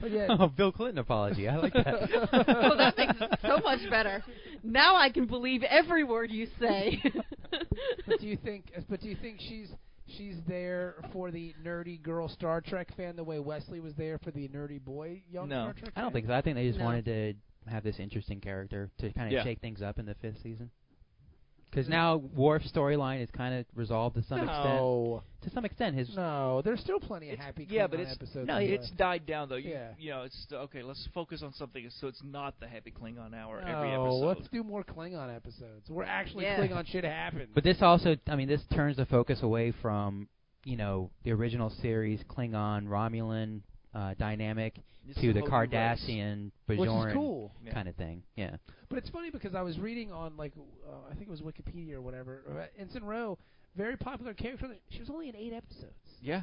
S2: But yeah,
S3: Oh, Bill Clinton apology. I like that.
S5: oh, that makes it so much better. Now I can believe every word you say.
S2: But do you think? But do you think she's she's there for the nerdy girl Star Trek fan the way Wesley was there for the nerdy boy young
S4: No.
S2: Star Trek?
S3: I don't
S2: fan?
S3: think so. I think they just
S5: No.
S3: wanted to have this interesting character to kind of
S4: Yeah.
S3: shake things up in the fifth season. Because now Worf's storyline is kind of resolved to some
S2: No,
S3: extent. To some extent, his
S2: no. There's still plenty of
S4: It's-
S2: happy.
S4: yeah,
S2: Klingon
S4: but it's-
S2: episodes
S3: no,
S2: in
S4: It's
S2: there.
S4: died down though. You,
S2: Yeah.
S4: you know, it's okay. Let's focus on something so it's not the happy Klingon hour every
S2: no.
S4: episode.
S2: Let's do more Klingon episodes where actually
S5: Yeah.
S2: Klingon shit happens.
S3: But this also, I mean, this turns the focus away from you know the original series Klingon Romulan uh, dynamic
S4: This is
S3: to
S4: a
S3: the
S4: whole new race.
S3: Kardashian
S2: which
S3: Bajoran
S2: is cool.
S4: Yeah.
S3: kind of thing. Yeah,
S2: But it's funny because I was reading on like uh, I think it was Wikipedia or whatever. uh, Ensign Rowe, very popular character. She was only in eight episodes.
S4: Yeah,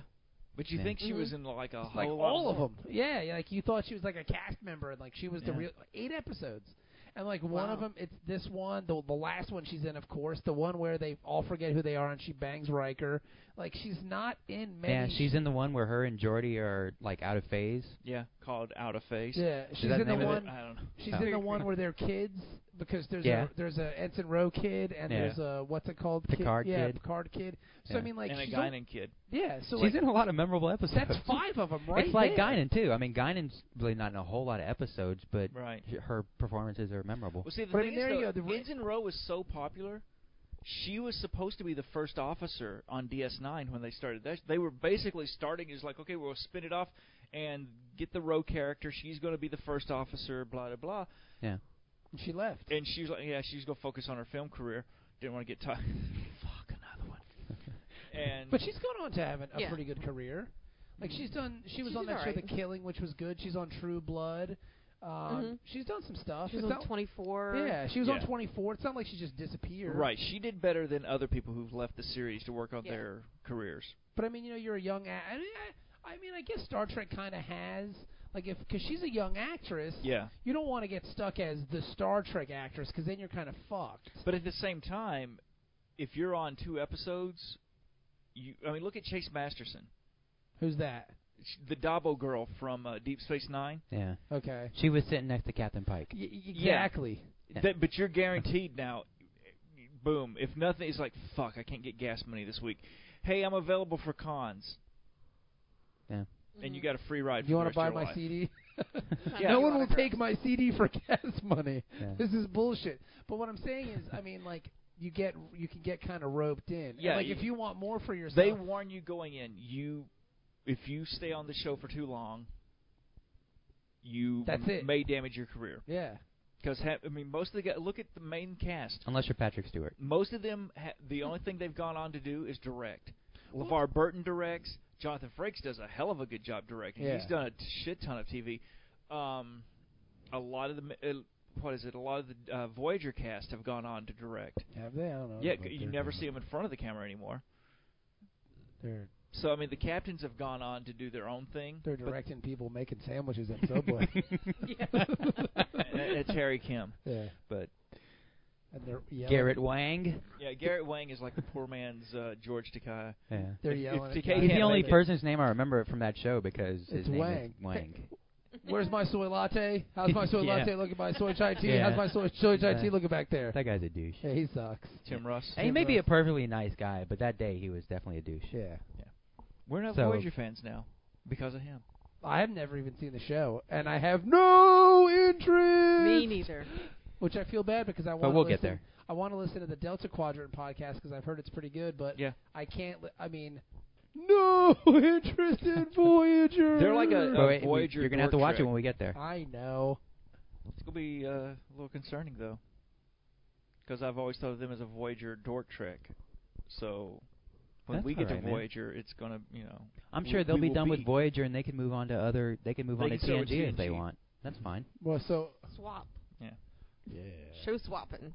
S4: but you
S3: Yeah.
S4: think she
S5: Mhm.
S4: was in like a
S2: Mm-hmm. It's
S4: whole
S2: like
S4: lot
S2: all of
S4: more.
S2: them. Yeah, yeah, like you thought she was like a cast member, and like she was the
S4: Yeah.
S2: real eight episodes, and like one of
S5: Wow.
S2: them, it's this one, the the last one she's in, of course, the one where they all forget who they are and she bangs Riker. Like she's not in many.
S3: yeah. She's in the one where her and Jordy are like out of phase.
S4: Yeah, called out of phase.
S2: Yeah, she's
S3: that
S2: in the
S3: name of it?
S2: one.
S4: I don't know.
S2: She's
S3: Oh.
S2: in the one where they're kids because there's
S3: Yeah.
S2: a there's a Ensign Rowe kid and
S3: Yeah.
S2: there's a what's it called
S3: Picard
S2: kid? Yeah,
S3: kid.
S2: Picard kid. So
S3: Yeah.
S2: I mean, like
S4: and a
S2: she's al-
S4: Guinan kid.
S2: yeah, so
S3: She's
S2: like,
S3: in a lot of memorable episodes.
S2: that's five of them, right?
S3: It's like
S2: there.
S3: Guinan too. I mean, Guinan's really not in a whole lot of episodes, but
S4: Right.
S3: h- her performances are memorable.
S4: Well, see, the
S2: But I
S4: thing
S2: mean, there
S4: is,
S2: you
S4: though,
S2: go, the re-
S4: Ensign Rowe was so popular. She was supposed to be the first officer on DS9 when they started that. They were basically starting as like, okay, we'll spin it off and get the Rowe character. She's going to be the first officer, blah blah blah.
S3: Yeah.
S2: And she left.
S4: And she was like, yeah, she's going to focus on her film career. Didn't want to get tired. Fuck another one. And
S2: But she's gone on to have an, a
S5: Yeah.
S2: pretty good career. Like she's done. She was
S5: She
S2: on
S5: did
S2: that show,
S5: alright.
S2: The Killing, which was good. She's on True Blood. Um,
S5: Mhm.
S2: She's done some stuff.
S5: She was
S2: It's
S5: on
S2: not-
S5: 24.
S2: yeah, she was on
S4: Yeah.
S2: 24. It's not like she just disappeared.
S4: Right. She did better than other people who've left the series to work on
S5: Yeah.
S4: their careers.
S2: But I mean, you know, you're a young. A- I mean, I, I mean, I guess Star Trek kind of has like if because she's a young actress.
S4: Yeah.
S2: You don't want to get stuck as the Star Trek actress because then you're kind of fucked.
S4: But at the same time, if you're on two episodes, you I mean, look at Chase Masterson,
S2: Who's that?
S4: Sh- the Dabo girl from uh, Deep Space Nine.
S3: Yeah.
S2: Okay.
S3: She was sitting next to Captain Pike.
S2: Y- y-
S4: Yeah.
S2: exactly.
S3: Yeah.
S4: That, but you're guaranteed now. Boom! If nothing, it's like fuck. I can't get gas money this week. Hey, I'm available for cons, and you
S5: Mhm.
S4: got a free ride.
S2: You
S4: want to
S2: buy my
S4: life.
S2: CD?
S5: Sometimes
S4: Yeah.
S5: you
S2: no one will
S5: autograph.
S2: take my CD for gas money.
S3: Yeah.
S2: This is bullshit. But what I'm saying is, I mean, like you get you can get kind of roped in. And,
S4: Yeah,
S2: like
S4: you-
S2: if you want more for yourself,
S4: They warn you going in. You, if you stay on the show for too long, you
S2: That's it.
S4: may damage your career.
S2: yeah.
S4: Because ha- I mean, most of the guys, look at the main cast.
S3: Unless you're Patrick Stewart.
S4: Most of them, ha- the only thing they've gone on to do is direct. LeVar Burton directs. Jonathan Frakes does a hell of a good job directing.
S2: Yeah.
S4: He's done a t- shit ton of TV. Um, a lot of the ma- uh, what is it? A lot of the uh, Voyager cast have gone on to direct.
S2: Have they? I don't know.
S4: Yeah,
S3: about
S4: c- you
S3: their
S4: never
S3: job.
S4: see them in front of the camera anymore.
S2: They're
S4: So I mean, the captains have gone on to do their own thing.
S2: they're
S4: but-
S2: directing people making sandwiches at Subway.
S4: Uh, It's Harry Kim,
S2: yeah.
S4: but
S2: And they're yelling.
S3: Garrett Wang.
S4: yeah, Garrett Wang is like the poor man's uh, George Takei.
S3: Yeah.
S2: They're
S4: If- if
S2: yelling. at
S4: TK
S2: guys.
S4: can't
S3: He's the only
S4: make it.
S3: person's name I remember from that show because his
S2: It's
S3: name
S2: Wang.
S3: is Wang.
S2: Where's my soy latte? How's my soy
S3: Yeah.
S2: latte? Look at my soy chai tea.
S3: Yeah.
S2: How's my soy soy chai
S3: Yeah.
S2: tea? Looking back there.
S3: That guy's a douche.
S2: Yeah, he sucks.
S4: Tim Russ.
S3: And he may be a perfectly nice guy, but that day he was definitely a douche.
S2: Yeah.
S4: We're not
S3: So-
S4: Voyager fans now because of him.
S2: I have never even seen the show, and I have no interest.
S5: Me neither.
S2: Which I feel bad because I want.
S3: But
S2: to
S3: we'll
S2: listen,
S3: get there.
S2: I want to listen to the Delta Quadrant podcast because I've heard it's pretty good, but
S4: Yeah.
S2: I can't. Li- I mean, no interest in Voyager.
S4: They're like a-
S3: But wait, we-
S4: Voyager
S3: you're gonna have to
S4: dork
S3: watch it
S4: trick.
S3: when we get there.
S2: I know.
S4: It's gonna be uh, a little concerning though, because I've always thought of them as a Voyager dork trick. So when
S3: That's
S4: we get
S3: alright,
S4: to
S3: man.
S4: Voyager, it's gonna you know
S3: I'm
S4: we-
S3: sure they'll
S4: we
S3: be
S4: will
S3: done with
S4: be-
S3: Voyager and they can move on to other. They can move
S4: They
S3: on
S4: can
S3: to
S4: start with
S3: TNG if they
S4: TNG.
S3: want. That's fine.
S2: Well, so
S5: Swap.
S2: yeah,
S5: Show swapping.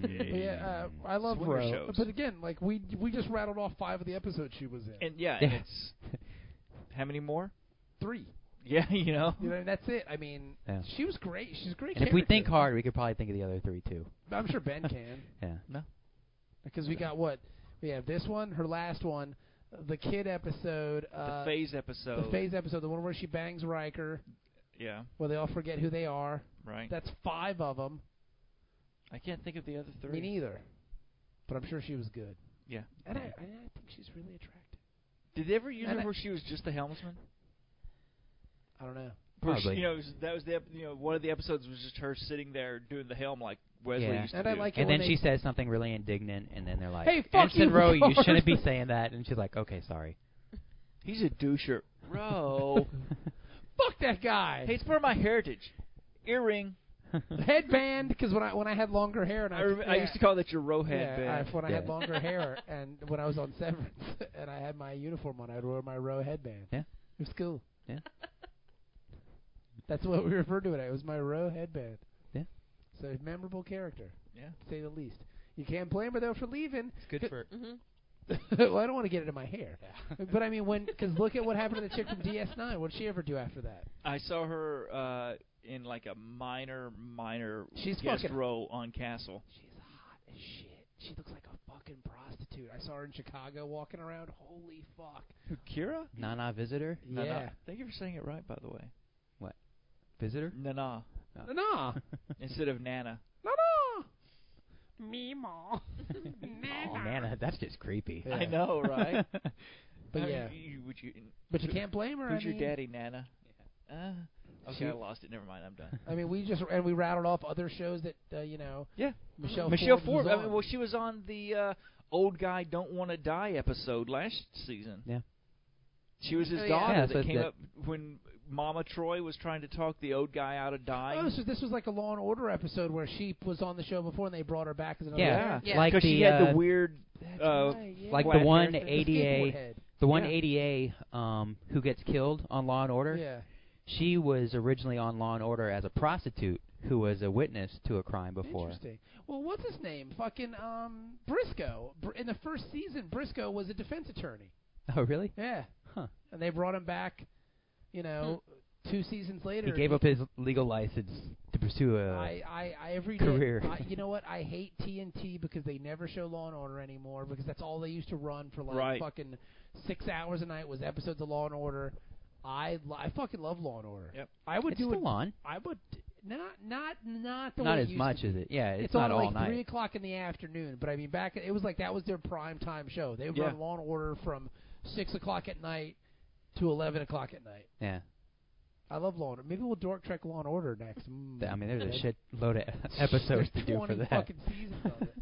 S2: But yeah, uh, I love
S4: Swinger
S2: Ro.
S4: shows.
S2: But again, like we we just rattled off five of the episodes she was in.
S4: and yeah, and
S3: Yeah.
S4: it's how many more?
S2: Three.
S4: Yeah, you know.
S2: You know, and that's it. I mean,
S3: Yeah.
S2: she was great. She's a great.
S3: And if we
S2: character.
S3: think hard, we could probably think of the other three too.
S2: I'm sure Ben can
S3: Yeah.
S2: because we got what we have this one, her last one, the kid episode, uh,
S4: the phase
S2: the
S4: episode.
S2: phase episode, the one where she bangs Riker,
S4: Yeah,
S2: where they all forget who they are.
S4: right.
S2: That's five of them.
S4: I can't think of the other three.
S2: Me neither. But I'm sure she was good.
S4: Yeah.
S2: And I, I, I think she's really attractive.
S4: Did they ever use
S2: And
S4: her
S2: I-
S4: where she was just the helmsman?
S2: I don't know.
S4: Where she-
S3: Probably.
S4: you know, that was the ep- you know one of the episodes was just her sitting there doing the helm like Wesley
S3: Yeah.
S4: used to
S2: And I
S4: do.
S2: like it
S3: And
S2: when
S3: then
S2: they
S3: she says something really indignant, and then they're like,
S2: Hey, fuck
S3: Ensign
S2: you,
S3: Rowe, you
S2: Picard."
S3: shouldn't be saying that." And she's like, "Okay, sorry."
S4: He's a doucher.
S2: Oh.
S4: Bro.
S2: Fuck that guy.
S4: hey, it's part of my heritage. Earring.
S2: headband because when I when I had longer hair and I,
S4: I, rem- I
S2: yeah,
S4: used to call that your row
S2: yeah,
S4: headband.
S2: I, when I had
S3: Yeah.
S2: longer hair and when I was on severance and I had my uniform on, I'd wear my row headband.
S3: Yeah.
S2: it was cool.
S3: Yeah.
S2: that's what we referred to it. as. It was my row headband.
S3: Yeah.
S2: so a memorable character
S4: yeah.
S2: to say the least. You can't blame her though for leaving.
S3: It's good for.
S5: hmm
S2: well, I don't want to get it in my hair. but I mean, when because look at what happened to the chick from DS9. What did she ever do after that?
S4: I saw her uh, in like a minor, minor
S2: She's
S4: guest
S2: fucking-
S4: role on Castle.
S2: She's hot as shit. She looks like a fucking prostitute. I saw her in Chicago walking around. Holy fuck.
S4: Kira?
S3: Nana visitor,
S2: Yeah.
S4: Nana. Thank you for saying it right, by the way.
S3: visitor.
S4: Nana
S2: No, no.
S4: instead of Nana.
S2: No, no. Me, ma.
S3: Oh Nana, that's just creepy.
S2: Yeah.
S4: I know, right?
S2: But
S4: How
S2: yeah.
S4: You, you- would you,
S2: But you can't blame her.
S4: who's
S2: I
S4: your
S2: mean,
S4: daddy, Nana? Uh, okay,
S2: She-
S4: I lost it. Never mind. I'm done.
S2: I mean, we just and we rattled off other shows that uh, you know.
S4: Yeah.
S2: Michelle.
S4: Michelle
S2: Ford.
S4: Ford.
S2: was
S4: I mean,
S2: on.
S4: well, she was on the uh, old guy don't want to die episode last season.
S3: Yeah.
S4: She was his
S5: Oh, yeah.
S4: daughter
S3: Yeah, so
S4: that
S3: it's
S4: came
S3: that-
S4: up when Mama Troy was trying to talk the old guy out of dying.
S2: Oh, so this was like a Law and Order episode where she was on the show before, and they brought her back as another.
S3: Yeah.
S2: character.
S5: Yeah.
S3: Like the
S4: Because she had
S3: uh,
S4: the weird.
S2: That's
S4: Uh,
S2: right, yeah.
S3: like
S4: Black
S3: the one
S4: hair thing.
S2: The skateboard head.
S3: ADA, the
S2: Yeah.
S3: one ADA um, who gets killed on Law and Order.
S2: Yeah.
S3: She was originally on Law and Order as a prostitute who was a witness to a crime before.
S2: Interesting. Well, what's his name? Fucking um, Briscoe. Br- in the first season, Briscoe was a defense attorney.
S3: Oh, really?
S2: Yeah.
S3: Huh.
S2: And they brought him back, you know, two seasons later.
S3: Hmm. He gave up his legal license to pursue a.
S2: I, I, I every day-
S3: career.
S2: I, you know what? I hate TNT because they never show Law and Order anymore because that's all they used to run for like
S4: Right.
S2: fucking six hours a night was episodes of Law and Order. I li- I fucking love Law and Order.
S4: Yep.
S2: I would
S3: it's
S2: do
S3: still
S2: it.
S3: on.
S2: I would not not not the
S3: Not
S2: way it
S3: as
S2: used
S3: much
S2: to
S3: as
S2: be.
S3: it. Yeah, it's,
S2: It's, on
S3: not all
S2: like
S3: night.
S2: three o'clock in the afternoon, but I mean back it was like that was their prime time show. They would
S4: Yeah.
S2: run Law and Order from six o'clock at night to eleven o'clock at night.
S3: yeah.
S2: I love Law and Order. Maybe we'll dork trek Law and Order next. Mm.
S3: Th- I mean, there's a
S2: That's-
S3: shit load of episodes to
S2: There's
S3: do for
S2: 20
S3: that.
S2: fucking seasons of it.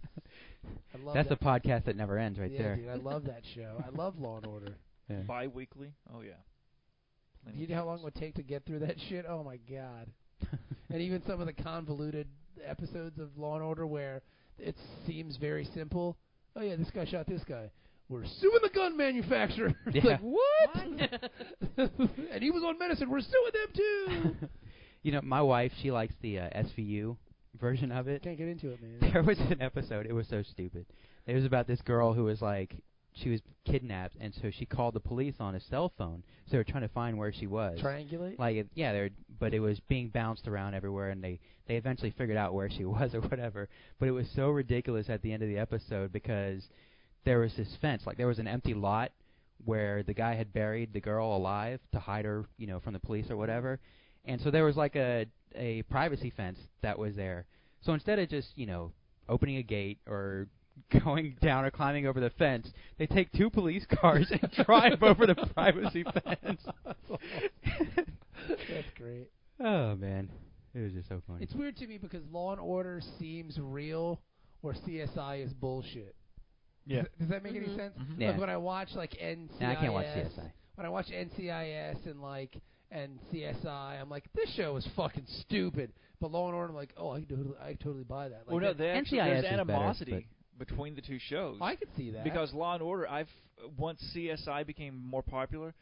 S2: I love
S3: That's
S2: that.
S3: a podcast that never ends, right
S2: yeah,
S3: there.
S2: dude. I love that show. I love Law and Order.
S3: Yeah.
S4: Bi-weekly? Oh, yeah.
S2: Do
S4: Plenty
S2: you
S4: of
S2: know how long
S4: shows.
S2: it would take to get through that shit? Oh my god. and even some of the convoluted episodes of Law and Order where it seems very simple. Oh yeah, this guy shot this guy. We're suing the gun manufacturer. It's
S3: Yeah.
S2: like what?
S5: What?
S2: and he was on medicine. We're suing them too.
S3: you know, my wife, she likes the uh, SVU version of it.
S2: Can't get into it, man.
S3: There was an episode. It was so stupid. It was about this girl who was like, she was kidnapped, and so she called the police on a cell phone. So they were trying to find where she was.
S2: Triangulate.
S3: Like, it- yeah, they're but it was being bounced around everywhere, and they they eventually figured out where she was or whatever. But it was so ridiculous at the end of the episode because there was this fence, like there was an empty lot where the guy had buried the girl alive to hide her, you know, from the police or whatever. And so there was like a a privacy fence that was there. So instead of just you know opening a gate or going down or climbing over the fence, they take two police cars and drive over the privacy fence.
S2: That's great.
S3: Oh man, it was just so funny.
S2: It's weird to me because Law and Order seems real, where CSI is bullshit.
S4: Yeah.
S2: Does, does that make any
S5: Mhm.
S2: sense?
S4: Mhm.
S3: Mm-hmm. Yeah.
S2: Like when I watch like NCIS,
S3: Nah, I can't watch CSI.
S2: When I watch NCIS and like and CSI, I'm like, this show is fucking stupid. But Law and Order, I'm like, oh, I totally, I totally buy that. Like,
S4: well, no,
S2: that-
S4: they actually,
S3: NCIS
S4: there's
S3: is better,
S4: animosity between the two shows.
S2: I could see that
S4: Because Law and Order, I've once CSI became more popular,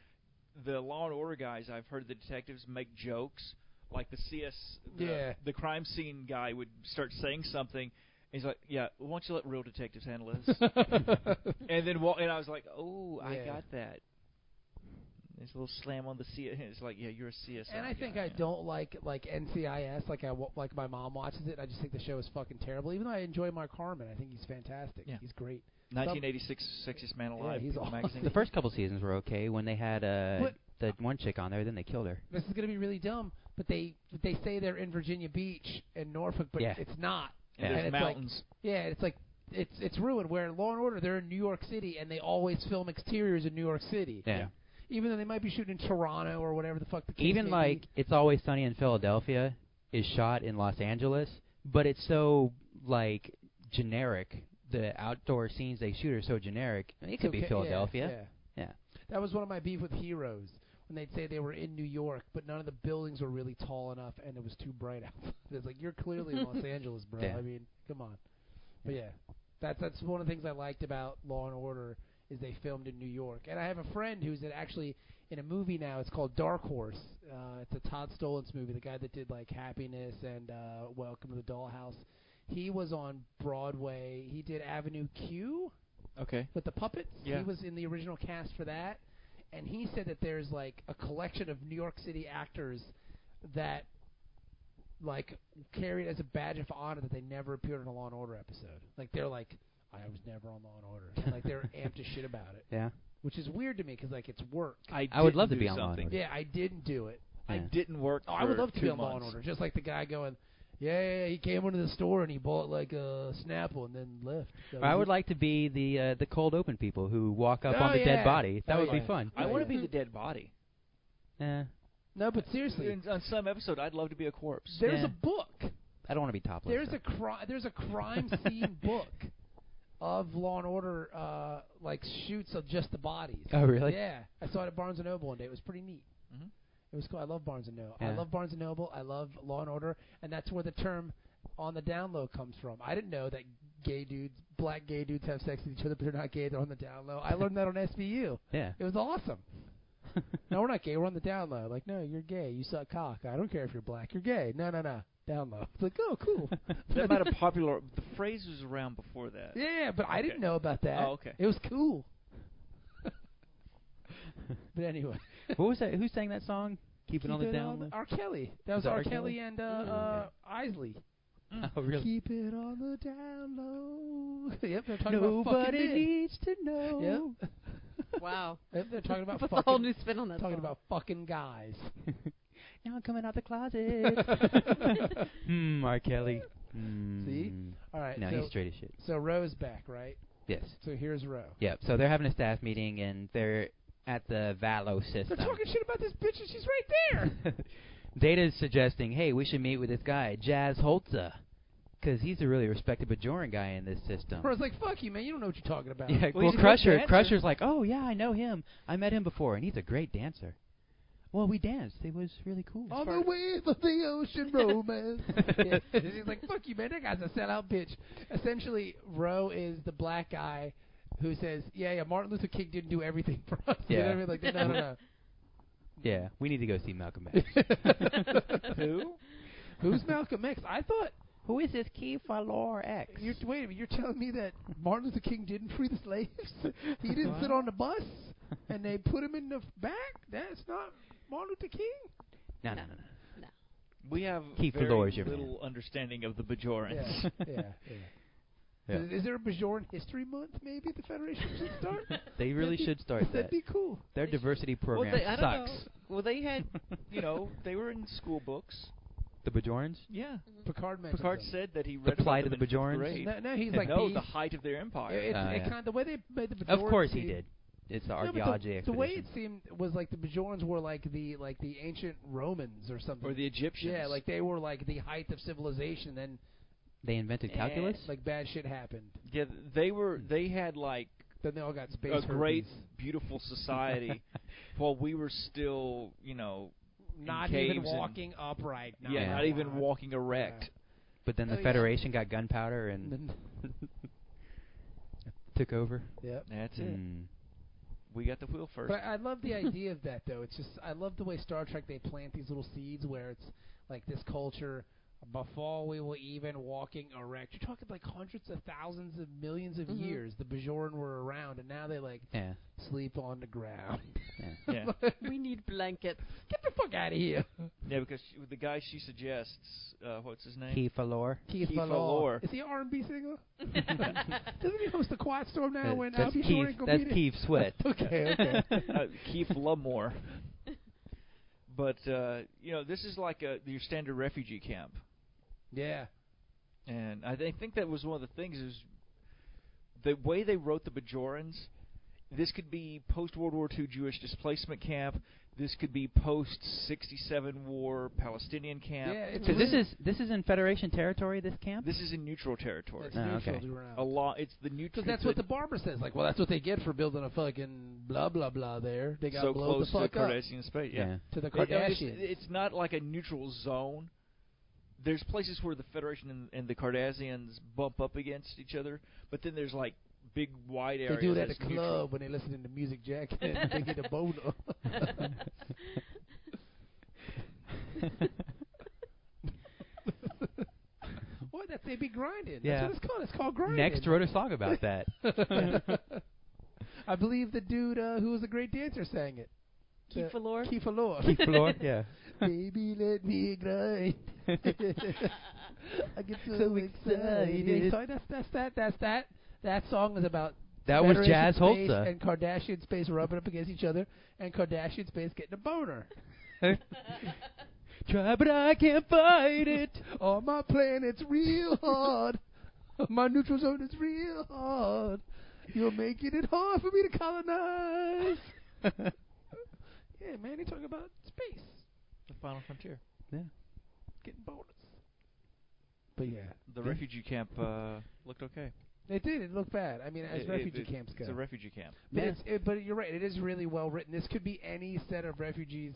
S4: the Law and Order guys, I've heard the detectives make jokes like the CS, the,
S2: Yeah.
S4: the crime scene guy would start saying something. and He's like, yeah, why don't you let real detectives handle this? and then, wa- and I was like, oh, I
S2: Yeah.
S4: got that. There's a little slam on the CS. It's like, yeah, you're a CSI.
S2: And I think I
S4: guy, yeah.
S2: don't like like NCIS. Like I wa- like my mom watches it. I just think the show is fucking terrible. Even though I enjoy Mark Harmon, I think he's fantastic.
S4: Yeah.
S2: He's great.
S4: 1986 Sexiest Man Alive.
S2: he's
S4: People
S2: awesome.
S4: magazine.
S3: the first couple seasons were okay when they had uh
S2: What-
S3: the one chick on there, then they killed her.
S2: This is gonna be really dumb, but they but they say they're in Virginia Beach and Norfolk, but
S3: Yeah.
S2: it's not.
S4: And
S3: Yeah.
S4: there's
S2: And it's like-
S4: mountains.
S2: Yeah, it's like it's it's ruined. Where Law and Order, they're in New York City, and they always film exteriors in New York City.
S3: Yeah.
S2: Even though they might be shooting in Toronto or whatever the fuck the case may
S3: Even
S2: be.
S3: like It's Always Sunny in Philadelphia is shot in Los Angeles, but it's so like generic. The outdoor scenes they shoot are so generic. I mean, it
S2: It's
S3: could
S2: okay-
S3: be
S2: yeah,
S3: Philadelphia.
S2: Yeah,
S3: Yeah.
S2: That was one of my beef with Heroes when they'd say they were in New York, but none of the buildings were really tall enough, and it was too bright out. it's like you're clearly in Los Angeles, bro.
S3: Yeah.
S2: I mean, come on. But yeah, that's that's one of the things I liked about Law and Order is they filmed in New York, and I have a friend who's in- actually in a movie now. It's called Dark Horse. Uh, it's a Todd Stolentz movie, the guy that did like Happiness and uh, Welcome to the Dollhouse. He was on Broadway. He did Avenue Q
S4: Okay.
S2: with the puppets.
S4: Yeah.
S2: He was in the original cast for that, and he said that there's like a collection of New York City actors that like carried as a badge of honor that they never appeared in a Law and Order episode. Like they're like, I was never on Law and Order. And, like they're amped as shit about it,
S3: Yeah.
S2: which is weird to me because like it's work.
S4: I,
S3: I would
S4: didn't
S3: love to
S4: do
S3: be on Law and
S4: something.
S3: Order.
S2: Yeah, I didn't do it.
S4: I
S3: Yeah.
S4: didn't work.
S2: Oh, I would
S4: for
S2: love to
S4: two
S2: be on Law and
S4: months.
S2: Order, just like the guy going. Yeah, yeah, yeah, he came into the store and he bought like a Snapple and then left. That
S3: I
S2: was
S3: would
S2: it.
S3: like to be the uh, the cold open people who walk up
S2: Oh,
S3: on the
S2: yeah.
S3: dead body. That
S2: Oh,
S3: would
S2: yeah.
S3: be fun.
S4: I
S2: Yeah,
S4: want to
S2: yeah.
S4: be the dead body.
S3: Eh,
S2: no, but seriously,
S4: In, on some episode, I'd love to be a corpse.
S2: there's
S3: Yeah.
S2: a book
S3: I don't want to be topless.
S2: There's
S3: though.
S2: a cri- there's a crime scene book of Law and Order, uh, like shoots of just the bodies.
S3: Oh, really? Mm-hmm.
S2: Yeah, I saw it at Barnes and Noble one day. It was pretty neat.
S4: Mhm.
S2: It was cool. I love Barnes and Noble. I
S3: Yeah.
S2: love Barnes and Noble. I love Law and Order, and that's where the term "on the down low" comes from. I didn't know that gay dudes, black gay dudes, have sex with each other, but they're not gay. They're on the down low. I learned that on SVU.
S3: yeah.
S2: It was awesome. no, we're not gay. We're on the down low. Like, no, you're gay. You suck cock. I don't care if you're black. You're gay. No, no, no. Down low. It's like, oh, cool.
S4: That might have popular. The phrase was around before that.
S2: yeah, yeah, but I didn't
S4: Okay.
S2: know about that.
S4: Oh, okay.
S2: It was cool. but anyway,
S3: what was that? Who sang that song? Keep, it on the down.
S2: R. Kelly. That was
S3: it
S2: R.
S3: R.
S2: Kelly
S3: Kelly?
S2: and uh,
S3: Mm.
S2: uh, Isley.
S3: low? Oh, really?
S2: Keep it on the down low. yep, they're talking about fucking
S3: Nobody
S2: men.
S3: needs to know.
S5: Wow.
S2: Yep, they're talking about
S5: Puts
S2: fucking.
S5: a whole new spin on that.
S2: talking
S5: song.
S2: about fucking guys.
S3: Now I'm coming out the closet. hmm, R. Kelly. Hmm.
S2: All right.
S3: No,
S2: so,
S3: he's straight as shit.
S2: so Roe's back, right?
S3: Yes.
S2: So here's Roe.
S3: Yep. So they're having a staff meeting and they're at the Valo
S2: They're
S3: system.
S2: talking shit about this bitch, and she's right there.
S3: Data's suggesting, hey, we should meet with this guy, Jazz Holza, because he's a really respected Bajoran guy in this system.
S2: Roe's like, "Fuck you, man. You don't know what you're talking about."
S3: Yeah,
S4: Well,
S3: well,
S4: he's a great
S3: Crusher,
S4: dancer.
S3: Crusher's like, oh yeah, I know him. I met him before, and he's a great dancer. Well, we danced. It was really cool.
S2: On the wave of the ocean romance. yeah. She's like, fuck you, man. That guy's a sellout bitch. Essentially, Roe is the black guy who says, yeah, yeah, Martin Luther King didn't do everything for us. You know what I
S3: Yeah.
S2: mean? Like, no, no, no.
S3: Yeah, we need to go see Malcolm X.
S4: Who?
S2: Who's Malcolm X? I thought,
S3: Who is this Kefalor X?
S2: you're, wait a minute, you're telling me that Martin Luther King didn't free the slaves? he didn't sit on the bus and they put him in the f- back? That's not Martin Luther King?
S3: No, no, no, no.
S4: We have
S3: Keith
S4: very
S3: Lord is your
S4: little understanding of the Bajorans.
S2: Yeah, yeah, yeah.
S3: Yeah.
S2: Is, is there a Bajoran History Month? Maybe the Federation should start.
S3: They really
S2: That'd be-
S3: should start
S2: That'd
S3: that.
S2: be cool.
S3: Their
S4: They should-
S3: diversity
S4: well,
S3: program
S4: they, I don't
S3: sucks.
S4: know. Well, they had, you know, they were in school books.
S3: The Bajorans?
S4: Yeah.
S2: Picard mentioned
S4: Picard
S2: them.
S4: said that he read
S3: plight
S4: about
S3: of
S4: them
S3: the
S4: in fifth
S3: Bajorans?
S4: grade.
S2: No, no, he's like
S4: no,
S2: these-
S4: the height of their
S2: It,
S4: empire.
S2: it,
S3: Oh,
S2: it
S3: yeah.
S2: kind of the way they made the Bajorans
S3: Of course he
S2: seem-
S3: did. It's the
S2: No, but the-
S3: archaeology
S2: the,
S3: expedition.
S2: way it seemed was like the Bajorans were like the like the ancient Romans or something.
S4: or the Egyptians.
S2: yeah, like they were like the height of civilization. Then
S3: they invented
S4: Eh,
S3: calculus.
S2: like bad shit happened.
S4: yeah, they were. They had like
S2: Then they all got space.
S4: a great,
S2: herpes.
S4: beautiful society, while we were still, you know, in
S2: not even
S4: caves and-
S2: walking upright. No,
S4: yeah,
S3: Yeah.
S4: not even
S2: walking.
S4: walking erect.
S3: but then
S2: Oh,
S3: the
S2: yeah.
S3: Federation got gunpowder and took over.
S2: Yep.
S4: That's it.
S3: Mm.
S4: We got the wheel first.
S2: But I love the idea of that though. It's just I love the way Star Trek they plant these little seeds where it's like this culture. Before we were even walking erect, you're talking like hundreds of thousands of millions of
S5: Mhm.
S2: years. The Bajoran were around, and now they like
S3: Yeah.
S2: sleep on the ground.
S3: yeah.
S4: yeah.
S5: We need blankets.
S2: Get the fuck out of here,
S4: yeah, because she, the guy she suggests, uh, what's his name?
S3: Kefalor.
S2: Keith
S4: Keith
S2: Valor.
S4: Valor.
S2: Is he R and B singer? Doesn't he host the Quiet Storm now?
S3: That-
S2: when uh,
S3: that's
S2: Albie Shore
S3: Keith.
S2: ain't gonna be
S3: That's
S2: there?
S3: Keith Sweat.
S2: Okay, okay.
S4: uh, Keith Lumore. But uh, you know, this is like a, your standard refugee camp,
S2: yeah.
S4: and I thi- think that was one of the things is the way they wrote the Bajorans. This could be post World War II Jewish displacement camp. This could be post '67 war Palestinian camp.
S2: Yeah, it's
S3: So this
S2: really-
S3: is this is in Federation territory. This camp.
S4: This is in neutral territory.
S2: That's
S3: Oh,
S2: neutral
S3: okay.
S2: to around.
S4: A law. It's the neutral.
S2: Because that's what the barber says. Like, well, that's what they get for building a fucking blah blah blah. There, they got
S4: so
S2: blown
S4: close
S2: the fuck
S4: to the
S2: up
S4: Kardashian space. Yeah.
S2: to the
S4: It- no, it's-
S2: Kardashians.
S4: It's, not like a neutral zone. There's places where the Federation and, and the Kardashians bump up against each other, but then there's like big wide
S2: they
S4: areas.
S2: do that at
S4: that's
S2: the
S4: neutral.
S2: club when they listen to music jack and they get a boner. what? That's they be grinding. That's
S3: Yeah.
S2: what it's called. It's called grinding.
S3: Next wrote a song about that.
S2: I believe the dude uh, who was a great dancer sang it.
S5: Keep Valor.
S2: Keith Valor.
S3: Kefalor. Yeah.
S2: Baby, let me grind. I get so, excited. Sorry, that's, that's that. That's that. That song was about
S3: That was
S2: Federation
S3: Jazz
S2: space
S3: Holza.
S2: and Kardashian space rubbing up against each other, and Kardashian space getting a boner.
S3: Try, but I can't fight it.
S2: Oh, my planet's real hard. my neutral zone is real hard. You're making it hard for me to colonize. yeah, man, they talking about space
S4: The Final Frontier.
S2: getting boners. But yeah,
S4: The
S3: Yeah.
S4: refugee camp uh, looked okay.
S2: They did. It looked bad. I mean, as
S4: It- it-
S2: refugee
S4: it-
S2: camps go.
S4: It's a refugee camp.
S2: but,
S3: Yeah.
S2: it's, it, but you're right. It is really well written. This could be any set of refugees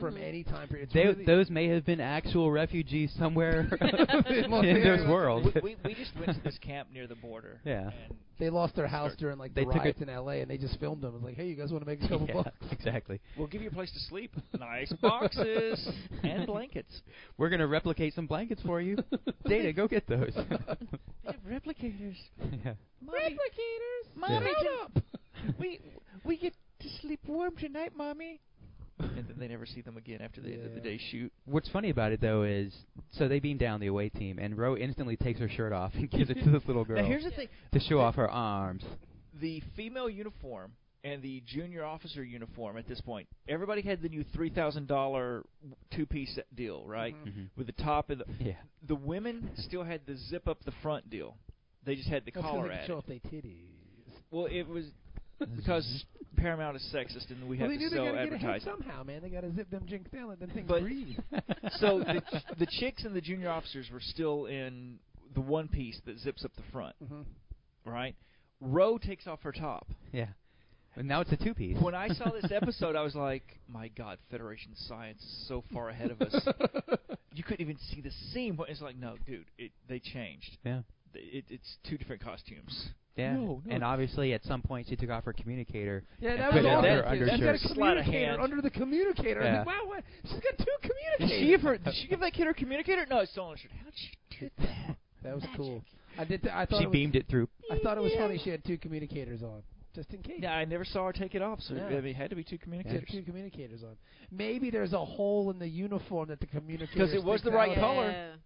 S2: from
S5: Mhm.
S2: any time period. It's
S3: They,
S2: really-
S3: those may have been actual refugees somewhere
S2: They lost
S3: in
S2: their-
S3: this world.
S4: We, we, we just went to this camp near the border.
S3: Yeah.
S4: And
S2: they lost their house
S4: Start-
S2: during like
S3: they
S2: the
S3: took
S2: riots in L.A. and they just filmed them. It was like, hey, you guys want to make a couple
S3: Yeah,
S2: bucks?
S3: exactly.
S4: we'll give you a place to sleep, nice boxes and blankets.
S3: We're gonna replicate some blankets for you. Data, go get those.
S4: replicators.
S3: yeah.
S4: Mommy,
S2: Replicators.
S4: mommy
S3: Yeah.
S4: can- we we get to sleep warm tonight, mommy. And then they never see them again after the end of the
S2: Yeah.
S4: day shoot.
S3: What's funny about it though is, so they beam down the away team, and Ro instantly takes her shirt off and gives it to this little girl
S4: Now here's the thing:
S3: to show off her arms.
S4: the female uniform and the junior officer uniform. At this point, everybody had the new three thousand dollar two piece deal, right?
S2: Mhm.
S3: Mhm.
S4: With the top and the
S3: Yeah.
S4: the women still had the zip up the front deal. They just had the
S2: That's 'cause
S4: collar
S2: they can
S4: at
S2: show
S4: it.
S2: off they titties.
S4: Well, it was because Paramount is sexist and we
S2: well,
S4: have
S2: they
S4: to
S2: knew they
S4: sell
S2: gotta get ahead
S4: advertising.
S2: somehow, man. They gotta zip them jinx down and then things
S4: But-
S2: breathe.
S4: so the, ch- the chicks and the junior officers were still in the one piece that zips up the front,
S2: Mhm.
S4: right? Roe takes off her top.
S3: Yeah. And now it's a two piece.
S4: When I saw this episode, I was like, "My God, Federation science is so far ahead of us. you couldn't even see the seam." But It's like, no, dude, it they changed.
S3: yeah.
S4: It, it's two different costumes.
S3: Yeah.
S4: No, no.
S3: And obviously, at some point, she took off her communicator.
S2: Yeah,
S3: and
S2: that
S3: put
S2: was
S3: it
S2: all
S3: under
S2: that
S3: her
S2: She's
S3: undershirt.
S2: got a
S4: Sleight of
S2: communicator
S4: hand.
S2: under the communicator. I was
S3: Yeah.
S2: like, wow, what? She's got two
S4: Did
S2: communicators.
S4: she give her? Did she give that kid her communicator? No, it's still on her shirt. How'd she do that?
S2: that was
S4: Magic.
S2: cool. I did. Th- I thought
S3: She
S2: it was,
S3: beamed it through.
S2: I thought it was
S4: Yeah.
S2: funny she had two communicators on, just in case.
S4: Yeah, I never saw her take it off, so
S2: Yeah.
S4: I mean, it had to be
S2: She
S4: two
S2: had
S4: communicators.
S2: two communicators on. Maybe there's a hole in the uniform that the communicator.
S4: it was
S2: sticks
S4: the
S2: out
S4: right
S2: of.
S4: color.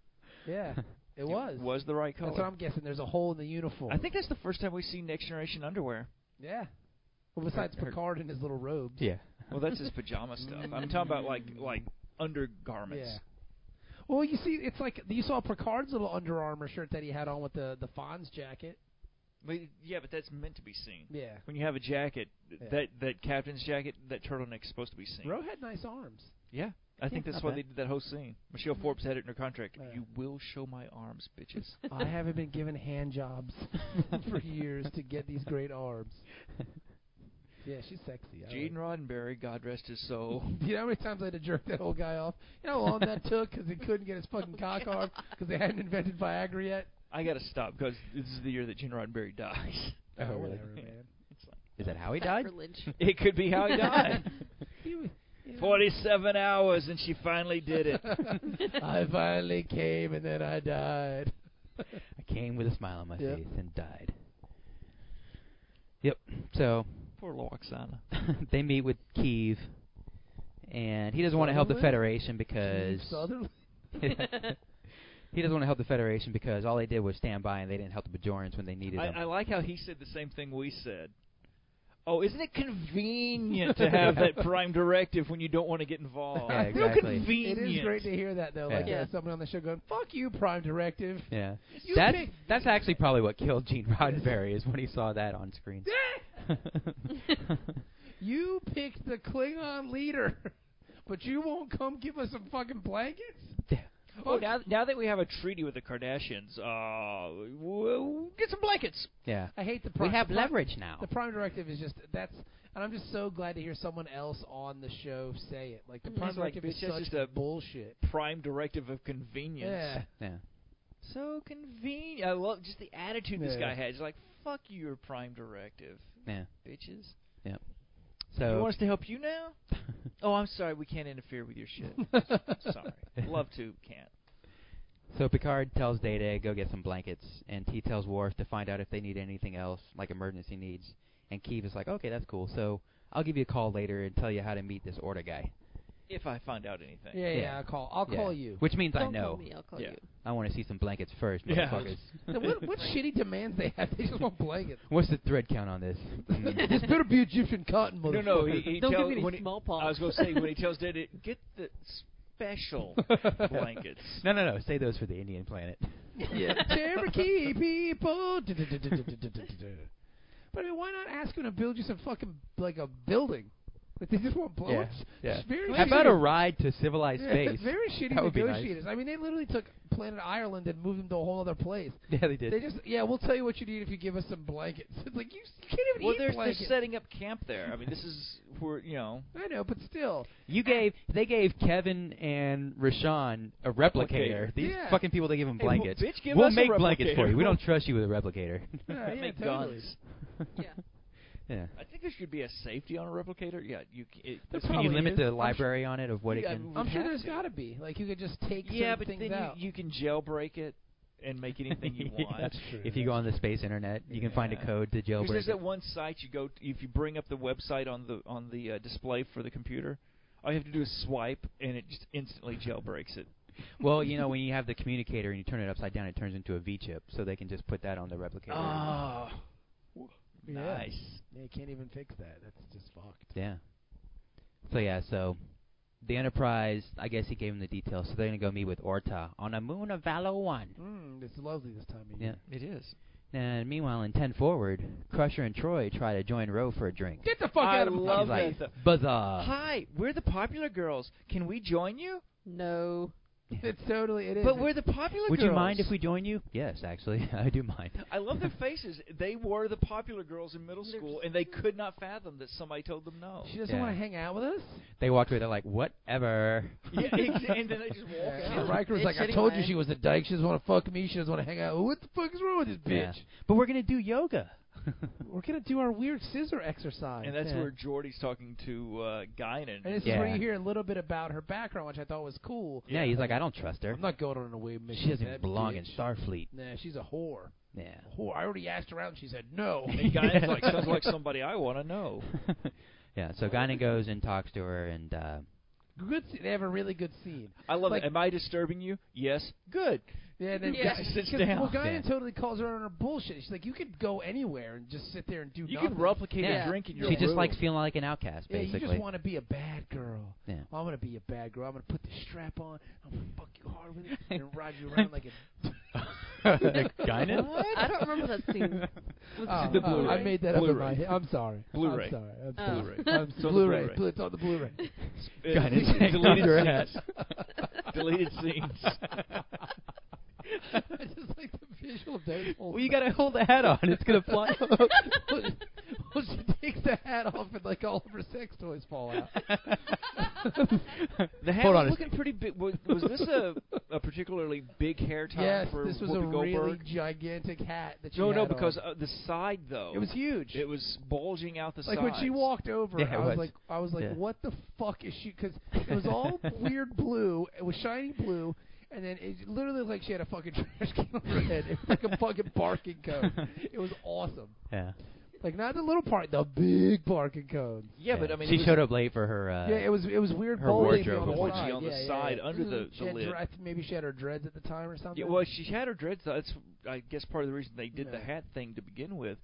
S5: Yeah.
S2: Yeah, it was.
S4: Was the right color.
S2: That's what I'm guessing. There's a hole in the uniform.
S4: I think that's the first time we see next generation underwear.
S2: Yeah. Well, besides
S3: Her- her-
S2: Picard in his little robes.
S3: Yeah.
S4: Well, that's his pajama stuff. I'm talking about like like undergarments.
S2: Yeah. Well, you see, it's like you saw Picard's little Under Armour shirt that he had on with the the Fonz jacket.
S4: But, yeah, but that's meant to be seen.
S2: Yeah.
S4: When you have a jacket,
S2: Yeah.
S4: that that captain's jacket, that turtleneck's supposed to be seen.
S2: Roe had nice arms.
S4: Yeah. I think
S3: Yeah,
S4: that's
S3: not
S4: why
S3: bad.
S4: they did that whole scene. Michelle Forbes had it in her contract.
S2: Yeah.
S4: You will show my arms, bitches.
S2: I haven't been given hand jobs for years to get these great arms. Yeah, she's sexy. I
S4: Gene
S2: like-
S4: Roddenberry, God rest his soul.
S2: Do you know how many times I had to jerk that old guy off? You know how long that took because he couldn't get his fucking
S3: Oh
S2: cock hard because they hadn't invented Viagra yet.
S4: I got to stop because this is the year that Gene Roddenberry dies.
S3: Oh, really?
S2: whatever, man.
S3: Is that how he died?
S5: Sacrilege.
S4: It could be how he died.
S2: He was, you know.
S4: 47 hours, and she finally did it.
S2: I finally came and then I died.
S3: I came with a smile on my
S2: Yeah.
S3: face and died. Yep. So
S4: Poor Loxana.
S3: they meet with Kiev, and he doesn't want to help the
S2: Sutherland?
S3: Federation because
S2: Sutherland.
S3: he doesn't want to help the Federation because all they did was stand by and they didn't help the Bajorans when they needed them.
S4: I, I like how he said the same thing we said. Oh, isn't it convenient to have that prime directive when you don't want to get involved?
S3: Yeah,
S4: How
S3: exactly.
S4: convenient.
S2: It is great to hear that though. Like
S3: Yeah.
S2: yeah. someone on the show going, "Fuck you, Prime Directive."
S3: yeah,
S2: You
S3: that's
S2: pick-
S3: that's actually probably what killed Gene Roddenberry is when he saw that on screen.
S2: You picked the Klingon leader, but you won't come give us some fucking blankets.
S3: Yeah.
S4: Oh, now, now that we have a treaty with the Kardashians, uh, we'll get some blankets.
S3: yeah,
S2: I hate the.
S3: we
S2: Prime.
S3: have
S2: the Prime-
S3: leverage now.
S2: The Prime Directive is just that's, and I'm just so glad to hear someone else on the show say it. Like the
S5: Mhm.
S2: Prime
S4: Mm-hmm. It's like,
S2: Directive
S4: bitch,
S2: is
S4: that's
S2: such
S4: just a-
S2: bullshit.
S4: Prime directive of convenience.
S2: Yeah.
S3: Yeah,
S4: So convenient. I love just the attitude this
S2: Yeah.
S4: guy has. He's like, fuck your prime directive,
S3: yeah.
S4: bitches.
S3: So
S4: you want us to help you now? oh, I'm sorry. We can't interfere with your shit. sorry. Love to, can't.
S3: So Picard tells Data go get some blankets, and he tells Worf to find out if they need anything else, like emergency needs. And Keeve is like, "Okay, that's cool. So I'll give you a call later and tell you how to meet this order guy."
S4: If I find out anything.
S2: Yeah, yeah,
S3: Yeah.
S2: I'll call. I'll
S3: Yeah.
S2: call you.
S3: Which means I
S5: Don't
S3: know.
S5: call me. I'll call
S4: Yeah.
S5: you.
S3: I want to see some blankets first,
S4: Yeah.
S3: motherfuckers.
S2: Now, what what shitty demands they have? They just want blankets.
S3: What's the thread count on this? Mm.
S2: this better be Egyptian cotton,
S4: Mm-hmm. No,
S2: motherfucker.
S4: no. He, he
S5: Don't
S4: tell-
S5: give me
S4: when
S5: any
S4: he-
S5: smallpox.
S4: I was going to say when he tells Data, get the special blankets.
S3: no, no, no. Say those for the Indian planet.
S2: yeah. Cherokee people. Du-du-du-du-du-du-du-du-du. But I mean, why not ask him to build you some fucking like a building? Like they just want blowups.
S3: yeah.
S2: It's Very
S3: How about a
S2: shitty-
S3: ride to civilized
S2: Yeah,
S3: space?
S2: Very shitty
S3: That would be nice.
S2: negotiators. I mean, they literally took Planet Ireland and moved them to a whole other place.
S3: Yeah, they did.
S2: They just, yeah, we'll tell you what you need if you give us some blankets. It's like you, s- you can't even
S4: Well,
S2: eat
S4: they're, they're
S2: blankets.
S4: setting up camp there. I mean, this is where you know.
S2: I know, but still,
S3: you gave they gave Kevin and Rashawn a replicator.
S4: Replicator.
S3: These
S2: Yeah.
S3: fucking people they give them
S4: Hey, well,
S3: blankets.
S4: bitch, give
S3: we'll
S4: us a
S3: make blankets for
S4: replicator.
S3: you. We don't trust you with a replicator.
S2: uh, yeah,
S4: make
S2: totally.
S4: guns.
S5: Yeah.
S3: yeah.
S4: I think there should be a safety on a replicator. Yeah, you. c- It,
S2: There
S4: it's-
S3: Can
S2: Probably
S3: you limit
S2: is.
S3: the
S2: I'm su-
S3: library on it of what
S4: Yeah,
S3: it can?
S4: Would
S2: I'm sure
S4: have
S2: there's
S4: to.
S2: got to be like you could just take
S4: yeah,
S2: certain
S4: but
S2: things
S4: then
S2: out.
S4: you, you can jailbreak it and make anything you
S3: Yeah.
S4: want.
S3: That's
S2: true.
S3: if you go on the space internet, you can find a
S4: Yeah.
S3: code to
S4: Because
S3: jailbreak.
S4: there's that
S3: it.
S4: one site you go to, if you bring up the website on the on the uh, display for the computer, all you have to do is swipe and it just instantly jailbreaks it.
S3: Well, you know when you have the communicator and you turn it upside down, it turns into a V chip, so they can just put that on the replicator.
S2: Ah. Yeah.
S4: nice.
S2: Yeah, you can't even fix that. That's just fucked.
S3: Yeah. So yeah, so the Enterprise, I guess he gave him the details. So they're gonna go meet with Orta on a moon of Valo One.
S2: Mm, it's lovely this time of
S3: Yeah.
S2: year.
S4: It is.
S3: And meanwhile, in Ten Forward, Crusher and Troy try to join Roe for a drink.
S2: Get the fuck
S4: I
S2: out of my
S4: love
S3: He's like,
S4: that though.
S3: Buzza.
S4: Hi, we're the popular girls. Can we join you?
S5: No.
S2: It's totally it is.
S4: But we're the popular
S3: Would
S4: girls.
S3: you mind if we join you? Yes, actually, I do mind.
S4: I love their faces. They were the popular girls in middle
S5: They're
S4: school,
S5: just-
S4: and they could not fathom that somebody told them no.
S2: she doesn't
S3: Yeah.
S2: want to hang out with us.
S3: They walked away. They're like, whatever.
S4: yeah, ex- and then they just walk
S2: Yeah.
S4: out.
S2: Riker was
S5: Bitch
S2: like, I told you
S5: anyway.
S2: she was a dyke. She doesn't want to fuck me. She doesn't want to hang out. What the fuck is wrong with this
S3: Yeah.
S2: bitch?
S3: But we're gonna do yoga.
S2: We're gonna do our weird scissor exercise.
S4: And that's
S3: Yeah.
S4: where Geordy's talking to uh, Guinan.
S2: And this is
S3: Yeah.
S2: where you hear a little bit about her background, which I thought was cool.
S3: yeah, he's like, I don't trust her.
S2: I'm not going on a way mission.
S3: She doesn't
S2: with
S3: even
S2: that
S3: belong in
S2: bitch.
S3: Starfleet.
S2: Nah, she's a whore.
S3: Yeah.
S2: A whore. I already asked her out, and she said no.
S4: And Guinan's like, sounds like somebody I want to know.
S3: yeah, so Guinan goes and talks to her, and uh,
S2: good. Scene. They have a really good scene.
S4: I love
S2: Like-
S4: it. Am I disturbing you? Yes. Good.
S2: Yeah, and then
S5: Yeah.
S2: Guy-
S4: She sits
S2: 'cause-
S4: down.
S2: Well, Guinan
S3: Yeah.
S2: totally calls her on her bullshit. She's like, you could go anywhere and just sit there and do
S4: You
S2: nothing.
S4: can replicate
S3: Yeah.
S4: a drink in your
S3: she just
S4: room.
S3: likes feeling like an outcast,
S2: yeah,
S3: basically.
S2: you just want to be a bad girl.
S3: Yeah.
S2: I'm gonna be a bad girl. I'm gonna put the strap on. I'm gonna fuck you hard with it and ride you around like a.
S4: uh,
S3: Guinan?
S5: I don't remember that scene. Was
S2: Oh,
S5: it-
S4: the Blu-ray.
S2: I made that up in
S4: Blu-ray.
S2: my head. I'm sorry.
S4: Blu-ray. Uh.
S2: I'm sorry. I'm
S5: Oh.
S2: sorry.
S4: Blu-ray.
S2: I'm Blu-ray. Bl-
S4: It's on the Blu-ray.
S2: It's on the Blu-ray.
S3: Guinan's hanging onto
S4: deleted
S3: her
S4: scenes. deleted scenes.
S2: I just like the visual date.
S3: well, you gotta hold the hat on. It's gonna fly.
S2: well, she takes the hat off and like all of her sex toys fall out.
S4: The hat
S3: Hold
S4: was
S3: on a
S4: looking pretty big. Was, was this a, a particularly big hair tie
S2: yes,
S4: for
S2: this was
S4: Whoopi
S2: a
S4: Goldberg?
S2: really gigantic hat that she
S4: no,
S2: had
S4: no,
S2: on.
S4: because uh, the side though.
S2: it was huge.
S4: It was bulging out the
S2: like
S4: sides.
S2: when she walked over,
S3: Yeah,
S2: I
S3: it
S2: was,
S3: was.
S2: like, I was like,
S3: Yeah.
S2: what the fuck is she? Because it was all weird blue. It was shiny blue, and then it literally looked like she had a fucking trash can on her head. It was like a fucking barking cone. It was awesome.
S3: yeah.
S2: Like not the little part, the big barking cones.
S4: Yeah, but I mean,
S3: she
S4: it was,
S3: showed up late for her. Uh,
S2: yeah, it was it was weird.
S3: her
S2: bulging on
S3: wardrobe
S2: the
S3: was-
S2: side,
S4: on the
S2: yeah, yeah,
S4: side
S2: yeah.
S4: under the-
S2: She
S4: the
S2: had
S4: lid.
S2: dre- I think maybe she had her dreads at the time or something.
S4: Yeah, well, she had her dreads. That's I guess part of the reason they did the
S2: Yeah.
S4: hat thing to begin with.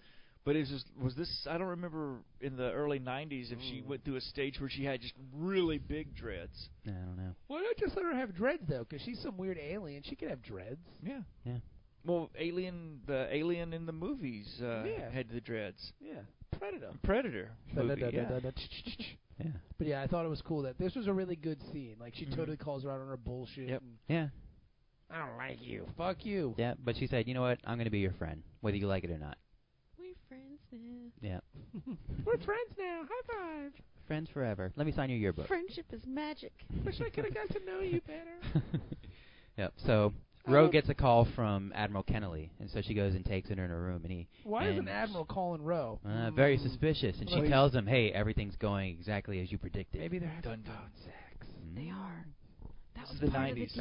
S4: But it was just, was this? I don't remember in the early '90s if she
S2: Mm.
S4: went through a stage where she had just really big dreads.
S3: I don't know.
S2: Why not just let her have dreads though? Because she's some weird alien. She could have dreads.
S4: Yeah.
S3: Yeah.
S4: Well, Alien, the Alien in the movies uh,
S2: Yeah.
S4: had the dreads.
S2: Yeah, predator.
S4: Predator. Movie, yeah.
S2: Da-da-da-da-da-da-ch-ch-ch-ch.
S3: Yeah.
S2: But yeah, I thought it was cool that this was a really good scene. Like she
S4: Mhm.
S2: totally calls her out on her bullshit.
S4: Yep.
S2: and,
S3: Yeah.
S2: I don't like you. Fuck you.
S3: Yeah. But she said, you know what? I'm gonna be your friend, whether you like it or not.
S5: We friends now.
S3: Yeah.
S2: We're friends now. High five.
S3: Friends forever. Let me sign your yearbook.
S5: Friendship is magic.
S2: Wish I could have got to know you better.
S3: yep. So Roe gets a call from Admiral Kennelly, and so she goes and takes it in her room, and he
S2: Why is an
S3: And-
S2: admiral calling Roe?
S3: uh, very
S2: Mm,
S3: suspicious, and
S2: Well,
S3: she
S2: he's-
S3: tells him, "Hey, everything's going exactly as you predicted."
S2: Maybe they're having
S4: Dun, dun.
S2: phone sex.
S5: They
S3: Mm.
S5: are. That
S4: This
S5: was
S4: is the
S5: part of
S4: 90s.
S5: the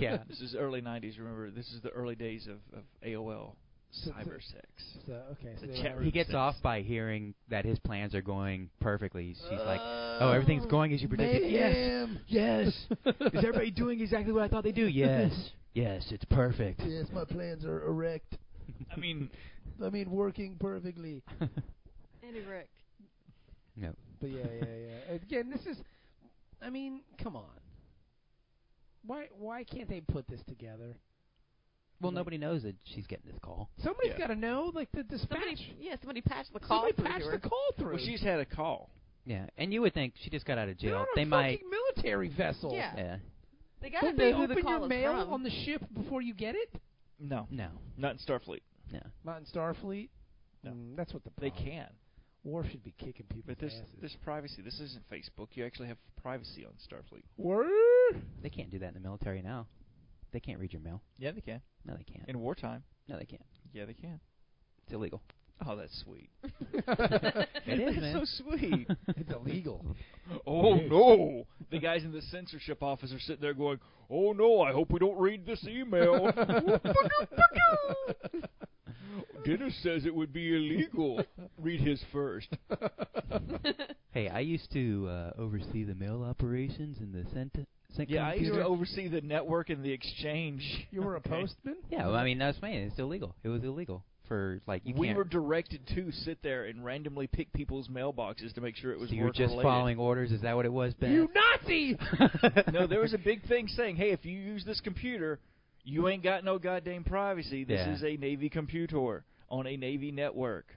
S3: yeah.
S4: This is early '90s. Remember, this is the early days of, of AOL cyber sex.
S2: So, okay, so
S4: The
S2: they
S4: chat
S2: were-
S3: He gets
S4: Six.
S3: off by hearing that his plans are going perfectly. She's like, "Oh, everything's going as you predicted."
S2: Mayhem.
S3: Yes. Yes. is everybody doing exactly what I thought they do? Yes. Yes, it's perfect.
S2: Yes, my plans are erect.
S4: I mean,
S2: I mean, working perfectly.
S5: And erect.
S2: But yeah, yeah, yeah. Again, this is. I mean, come on. Why why can't they put this together?
S3: Well, nobody knows that she's getting this call.
S2: Somebody's got
S4: Yeah.
S2: to know, like the dispatch.
S5: Somebody, yeah, somebody patched the call
S2: Somebody
S5: through
S2: patched
S5: to her.
S2: the call through.
S4: well, she's had a call.
S3: Yeah, and you would think she just got out of
S2: They're
S3: jail.
S2: on a
S3: They
S2: fucking
S3: might.
S2: military vessel.
S5: Yeah.
S3: Yeah.
S5: They gotta
S2: Don't
S5: know
S2: they
S5: who the
S2: open
S5: call
S2: your
S5: is
S2: mail
S5: from.
S2: on the ship before you get it?
S4: No,
S3: No.
S4: not in Starfleet.
S3: No.
S2: Not in Starfleet.
S4: No.
S2: Mm, that's what the
S4: They
S2: problem.
S4: can,
S2: War should be kicking people's
S4: but there's
S2: asses.
S4: there's privacy. This isn't Facebook. You actually have privacy on Starfleet.
S2: War?
S3: They can't do that in the military now. They can't read your mail.
S4: Yeah, they can.
S3: No, they can't.
S4: In wartime.
S3: No, they can't.
S4: Yeah, they can.
S3: It's illegal.
S4: Oh, that's sweet.
S3: It is,
S4: that's
S3: man.
S4: so sweet.
S2: It's illegal.
S4: oh
S2: It is.
S4: no! The guys in the censorship office are sitting there going, "Oh no! I hope we don't read this email." Dennis says it would be illegal. Read his first.
S3: Hey, I used to uh, oversee the mail operations in the cent. cent
S4: Yeah, I used to
S3: computer.
S4: oversee the network and the exchange.
S2: You were a
S4: Okay.
S2: postman?
S3: Yeah, well, I mean that's me. It's illegal. It was illegal for like you
S4: we
S3: can't.
S4: were directed to sit there and randomly pick people's mailboxes to make sure it was
S3: so you were
S4: work
S3: just
S4: related.
S3: following orders. Is that what it was, Ben?
S2: You Nazi!
S4: no, there was a big thing saying, "Hey, if you use this computer, you ain't got no goddamn privacy. This
S3: Yeah.
S4: is a Navy computer on a Navy network.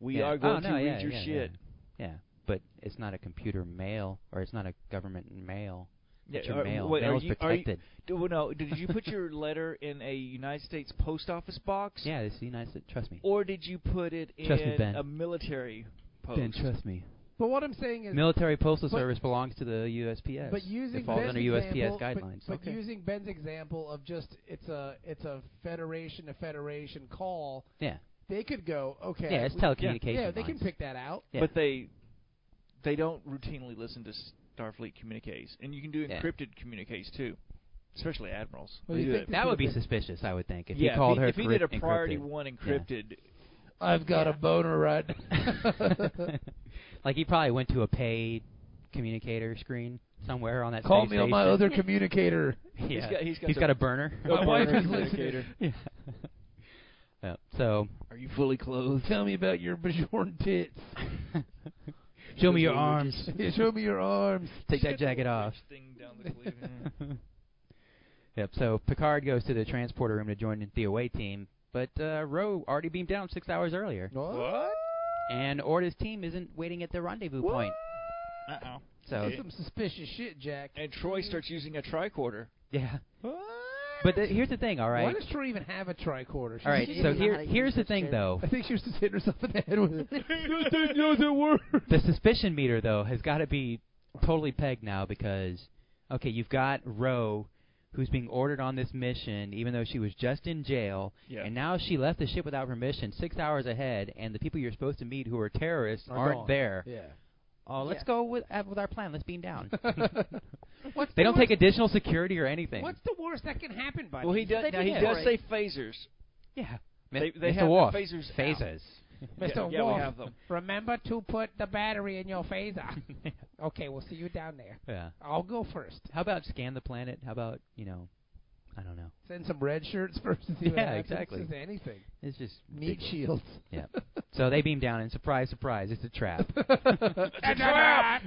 S4: We
S3: Yeah.
S4: are going
S3: Oh,
S4: to
S3: no,
S4: read
S3: yeah,
S4: your
S3: yeah, yeah.
S4: shit.
S3: Yeah, but it's not a computer mail, or it's not a government mail. It's your
S4: are-
S3: mail.
S4: uh, wait, are
S3: Mail's
S4: you- are you-
S3: protected.
S4: do- well, no, did you put your letter in a United States post office box?
S3: yeah, it's the United States. Trust me.
S4: Or did you put it
S3: Trust me,
S4: in
S3: Ben.
S4: a military post?
S3: Ben, trust me.
S2: But what I'm saying is.
S3: Military Postal
S2: but-
S3: Service belongs to the USPS.
S2: But using
S3: it falls
S2: Ben's
S3: under USPS
S2: example, but-
S3: guidelines.
S2: But,
S3: okay.
S2: using Ben's example of just it's a it's a federation to federation call,
S3: yeah,
S2: they could go okay.
S3: yeah, it's
S2: we-
S3: telecommunications.
S2: yeah, they can
S3: lines.
S2: pick that out.
S3: Yeah.
S4: But they they don't routinely listen to Starfleet communiques, and you can do
S3: Yeah.
S4: encrypted communiques too, especially admirals.
S2: Well,
S4: They
S2: you
S4: do
S2: think
S4: it.
S2: that
S3: that would be
S2: could've been-
S3: suspicious, I would think, if
S4: yeah,
S3: he called
S4: if
S3: her.
S4: if he did a
S3: encrypt-
S4: priority
S3: encrypted.
S4: one encrypted,
S2: I've got a boner right.
S3: like he probably went to a paid communicator screen somewhere on that.
S2: Call
S3: space
S2: me on my
S3: station.
S2: other communicator.
S3: Yeah.
S4: He's got- he's got the-
S3: a burner.
S4: My
S2: My wife is listening.
S3: yeah. Yeah, So
S4: Are you fully clothed?
S2: Tell me about your Bajorn tits.
S3: show me your
S4: Those are
S3: arms.
S2: Yeah, show me your arms.
S3: Take that jacket off.
S4: Thing down the sleeve. yeah.
S3: Yep. So Picard goes to the transporter room to join the away team, but uh, Roe already beamed down six hours earlier,
S2: What?
S3: and Orta's team isn't waiting at the rendezvous
S2: What?
S3: point.
S4: Uh-oh.
S3: So
S2: That's some suspicious shit, Jack.
S4: And Troy starts using a tricorder.
S3: yeah.
S2: What?
S3: But th- here's the thing. All
S2: Why
S3: right.
S2: does Troy even have a tricorder? She's
S3: All right.
S5: She
S3: So
S5: didn't know how
S3: here,
S5: to use
S3: here's the
S5: this
S3: thing,
S5: shit.
S3: though.
S2: I think she was just hitting herself in the head with it.
S3: the suspicion meter though has got to be totally pegged now because okay, you've got Roe who's being ordered on this mission even though she was just in jail
S4: Yeah.
S3: and now she left the ship without permission 6 hours ahead and the people you're supposed to meet who are terrorists
S2: Are
S3: aren't
S2: gone.
S3: there.
S2: Yeah.
S3: Oh, let's
S2: Yeah.
S3: go with uh, with our plan. Let's beam down.
S2: What's
S3: they
S2: the
S3: don't take
S2: worst-
S3: additional security or anything.
S2: What's the worst that can happen, buddy?
S4: Well, he does.
S5: They
S4: Now,
S5: do
S4: he
S5: that.
S4: does say
S5: Right.
S4: phasers.
S3: yeah.
S4: They- they
S3: Mr.
S4: have the
S3: Worf.
S4: phasers out.
S3: Phasers.
S2: Mr.
S4: yeah, we
S2: Wolf,
S4: have them.
S2: remember to put the battery in your phaser. okay, we'll see you down there.
S3: yeah.
S2: I'll go first.
S3: How about scan the planet? How about, you know, I don't know.
S2: Send some red shirts first to see what
S3: Yeah,
S2: happens.
S3: exactly.
S2: Just anything.
S3: It's just
S2: Meat
S3: ridiculous.
S2: shields.
S3: Yeah. So they beam down, and surprise, surprise, it's a trap.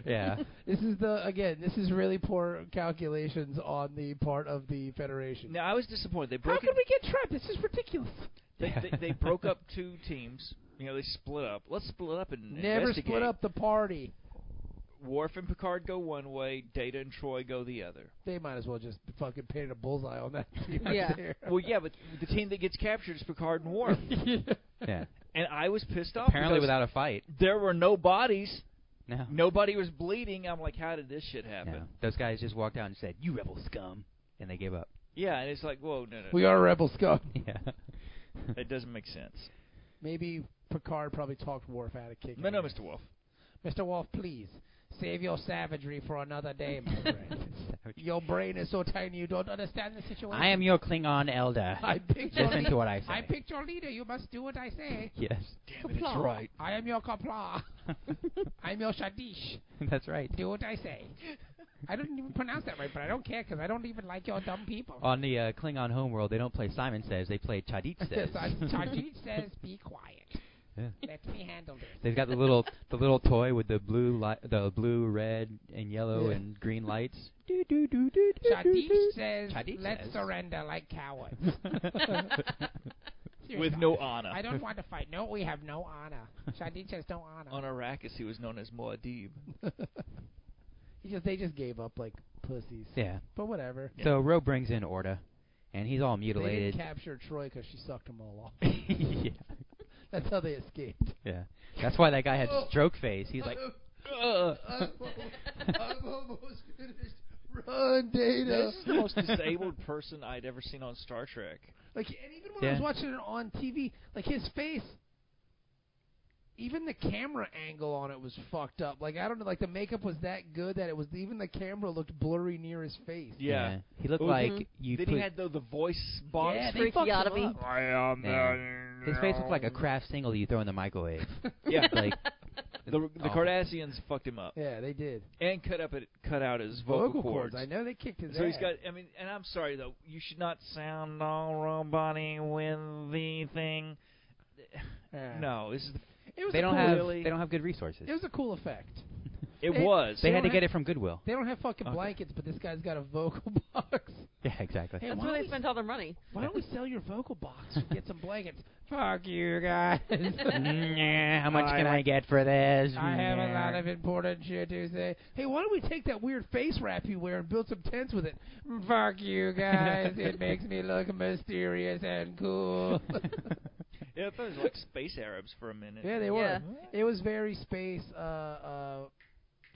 S3: yeah.
S2: This is the again. This is really poor calculations on the part of the Federation.
S4: Now, I was disappointed. They
S2: How
S4: broke.
S2: could
S4: it-
S2: we get trapped? This is ridiculous.
S4: they,
S3: Yeah.
S4: they, they broke up two teams. You know, they split up. Let's split up and
S2: Never
S4: investigate.
S2: split up the party.
S4: Worf and Picard go one way. Data and Troy go the other.
S2: They might as well just fucking paint a bullseye on that. team right
S5: Yeah.
S2: there.
S4: Well, yeah, but the team that gets captured is Picard and Worf.
S3: Yeah.
S4: and I was pissed off.
S3: Apparently
S4: because
S3: without a fight.
S4: there were no bodies.
S3: No.
S4: Nobody was bleeding. I'm like, how did this shit happen?
S3: No. Those guys just walked out and said, "You rebel scum," and they gave up.
S4: Yeah, and it's like, whoa, no, no,
S2: We are rebel scum.
S3: Yeah.
S4: no. that doesn't make sense.
S2: Maybe Picard probably talked Worf out of kicking.
S4: No, no,
S2: ass.
S4: Mr. Wolf.
S2: Mr. Wolf, please save your savagery for another day, my friend. Your brain is so tiny you don't understand the situation.
S3: I am your Klingon elder.
S2: I picked your
S3: Listen
S2: lead-
S3: to what I say.
S2: I picked your leader. You must do what I say.
S3: Yes.
S4: Damn it, it's
S5: Kaplan.
S4: right.
S2: I am your Kapla. I'm your Shadish.
S3: That's right.
S2: Do what I say. I didn't even pronounce that right, but I don't care because I don't even like your dumb people.
S3: On the uh, Klingon homeworld, they don't play Simon Says; they play Chadit Says.
S2: Yes, I- Tajid says, be quiet.
S3: Yeah.
S2: Let me handle this.
S3: They've got the little the little toy with the blue li- the blue, red, and yellow
S2: Yeah.
S3: and green lights. Do do do do do do, do.
S2: Shadish says,
S3: Shadish
S2: let's
S3: says."
S2: surrender like cowards. serious
S4: with no honor.
S2: I don't want to fight. No, we have no honor. Shadichas don't honor.
S4: On Arrakis, he was known as Muad'Dib.
S2: He just, they just gave up like pussies.
S3: Yeah.
S2: But whatever.
S4: Yeah.
S3: So Ro brings in Orta, and he's all
S2: They didn't
S3: mutilated.
S2: capture Troy because she sucked them all off.
S3: yeah.
S2: That's how they escaped.
S3: Yeah. That's why that guy had
S2: Oh.
S3: stroke face. He's like, "Ugh."
S2: almost finished. Run, Data.
S4: This is the most disabled person I'd ever seen on Star Trek.
S2: Like, and even when I
S3: Yeah.
S2: was watching it on TV, like his face, even the camera angle on it was fucked up. Like I don't know, like the makeup was that good that it was even the camera looked blurry near his face.
S4: Yeah.
S3: He looked
S4: Ooh.
S3: like you
S4: Then
S3: put
S4: he had though the voice box.
S2: Yeah,
S5: Freak
S2: fucked
S5: you
S2: him
S5: oughta be.
S2: up.
S1: I am.
S3: Yeah. his face looked like a Kraft single you throw in the microwave.
S4: Yeah.
S3: like
S4: the the
S3: Oh.
S4: Cardassians fucked him up
S2: Yeah, they did.
S4: and cut up it, cut out his vocal, cords.
S2: I know they kicked his
S4: So
S2: ass.
S4: he's got. I mean, and I'm sorry though. You should not sound all roboty with the thing.
S2: Yeah.
S4: No, this is. The,
S2: It was
S3: they
S2: a
S3: don't
S2: cool,
S3: have
S4: Really?
S3: they don't have good resources.
S2: It was a cool effect.
S4: it
S2: They-
S4: was.
S3: They had to
S2: don't
S3: get it from Goodwill.
S2: They don't have fucking
S4: Okay.
S2: blankets, but this guy's got a vocal box.
S3: Yeah, exactly.
S2: Hey,
S5: That's
S2: why
S5: where
S2: don't
S5: they
S2: we-
S5: spent all their money.
S2: Why don't we sell your vocal box and get some blankets? Fuck you guys.
S3: Nah, how much
S2: I
S3: can I get for this?
S2: I
S4: Mm,
S2: have a
S3: Nah.
S2: lot of important shit to say. Hey, why don't we take that weird face wrap you wear and build some tents with it? Mm, Fuck you guys. it makes me look mysterious and cool.
S4: Yeah, I thought it was like space Arabs for a minute.
S2: yeah, they were.
S5: Yeah.
S2: It was very space. Uh, uh,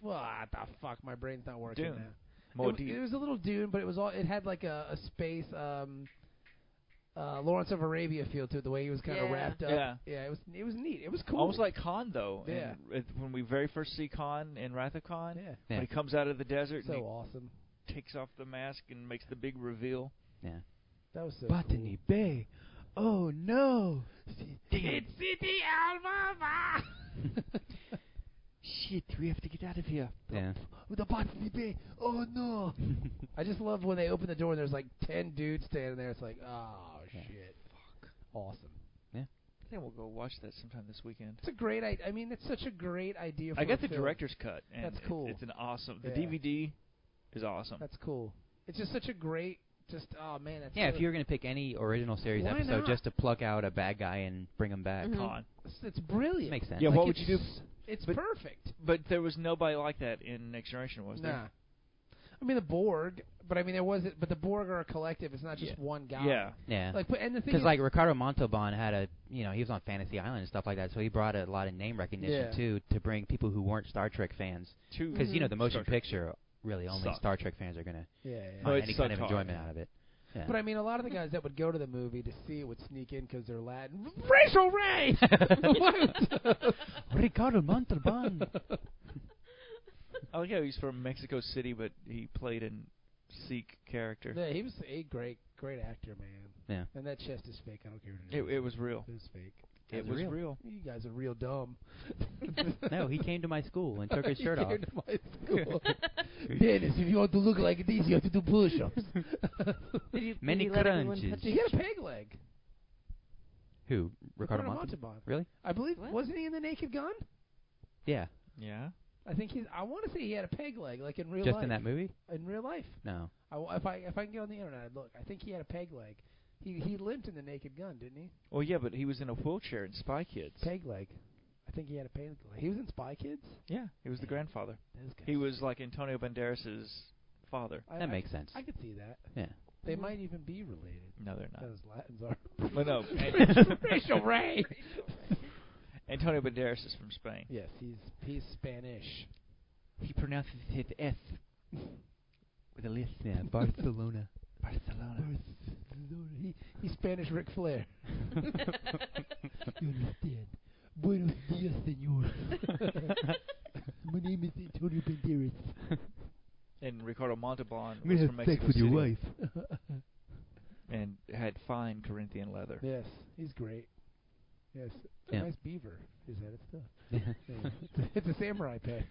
S2: what the fuck? My brain's not working
S4: Dune.
S2: now.
S4: More
S2: it,
S4: deep.
S2: w- it was a little Dune, but it was all. It had like a, a space. Um, uh, Lawrence of Arabia feel to it, the way he was kind of
S5: Yeah.
S2: wrapped up.
S4: Yeah.
S2: it was. It was neat. It was cool.
S4: Almost like Khan though. in-
S2: Yeah.
S4: it- when we very first see Khan in Wrath of Khan,
S2: yeah,
S3: Yeah.
S4: when he comes out of the desert
S2: so
S4: and he
S2: awesome.
S4: takes off the mask and makes the big reveal.
S3: Yeah.
S2: That was so.
S3: Botany
S2: Bay. Oh no! It's City Almava.
S4: Shit, we have to get out of here.
S3: Yeah.
S2: The Botany Bay. Oh no! I just love when they open the door and there's like ten dudes standing there. It's like, oh
S3: Yeah.
S2: shit, fuck, awesome.
S4: I think we'll go watch that sometime this weekend.
S2: It's a great. I, I mean, it's such a great idea. For
S4: I
S2: a
S4: got the
S2: film.
S4: director's cut. And
S2: That's
S4: it-
S2: cool.
S4: It's an awesome. The
S2: Yeah.
S4: DVD is awesome.
S2: That's cool. It's just such a great. Just oh man, that's
S3: Yeah,
S2: so-
S3: if you were gonna pick any original series
S2: Why
S3: episode
S2: not?
S3: just to pluck out a bad guy and bring him back,
S5: Mhm.
S4: Khan.
S2: it's, it's brilliant.
S3: makes sense.
S4: Yeah,
S2: Like,
S4: what would you do?
S2: it's- It's
S4: but-
S2: perfect.
S4: But there was nobody like that in Next Generation, was
S2: nah.
S4: there?
S2: I mean the Borg, but I mean there wasn't. But the Borg are a collective. It's not just
S4: Yeah.
S2: one guy.
S4: Yeah.
S3: Yeah.
S2: Like, but and the thing
S3: Because
S2: is,
S3: like Ricardo Montalban had a, you know, he was on Fantasy Island and stuff like that, so he brought a lot of name recognition
S2: Yeah. Mm-hmm.
S3: too to bring people who weren't Star Trek fans.
S4: Two.
S3: Because you know the motion
S4: Star Trek.
S3: picture, really only
S4: Sucked.
S3: Star Trek fans are gonna
S2: yeah, yeah.
S4: Oh,
S3: find
S4: it
S3: any kind
S4: sucked
S3: of
S4: hard.
S3: enjoyment out of it. Yeah.
S2: But I mean, a lot of the guys that would go to the movie to see it would sneak in because they're Latin. Racial race. What?
S3: Ricardo Montalban. Mm-hmm.
S4: I like how oh, he's from Mexico City, but he played an Sikh character.
S2: yeah, he was a great, great actor, man.
S3: Yeah.
S2: And that chest is fake. I don't care. What
S4: It, it was real.
S2: It was fake.
S4: It
S3: That's
S4: was
S3: real.
S4: real.
S2: You guys are real dumb.
S3: no, he came to my school and took his
S2: He
S3: shirt off.
S2: came to my school. Dennis, if you want to look like this, you have to do push-ups.
S5: Did you,
S3: Many
S5: did you let everyone
S3: crunches.
S5: touch
S2: he
S5: you?
S2: had a pig leg.
S3: Who?
S2: Ricardo
S3: Ricardo Montalban.
S2: Montalban.
S3: Really?
S2: I believe
S5: What?
S2: wasn't he in the Naked Gun?
S3: Yeah.
S4: Yeah.
S2: I think he's. I want to say he had a peg leg, like in real
S3: Just
S2: life.
S3: in that movie?
S2: In real life,
S3: No.
S2: I w if I if I can get on the internet, I'd look. I think he had a peg leg. He he limped in the Naked Gun, didn't he?
S4: Well, yeah, but he was in a wheelchair in Spy Kids.
S2: Peg leg. I think he had a peg leg. He was in Spy Kids.
S4: Yeah, he was the grandfather.
S2: Those guys.
S4: He was like Antonio Banderas's father.
S2: I,
S3: that
S2: I-
S3: makes sense.
S2: I could see that.
S3: yeah. Uh.
S2: They might even be related.
S4: No, they're not.
S2: Those Latins are.
S4: But no, An-
S2: Racial Ray.
S4: Antonio Banderas is from Spain.
S2: Yes, he's he's Spanish.
S4: He pronounces his S with a list.
S3: Yeah. Barcelona.
S4: Barcelona.
S2: He, he's Spanish Ric Flair. you understand? Buenos dias, senor. My name is Antonio Banderas.
S4: And Ricardo Montalban was from Mexico City and had fine Corinthian leather.
S2: Yes, he's great. Yes, a
S3: Yeah.
S2: nice beaver. Is that its stuff? Anyway, it's a samurai pet.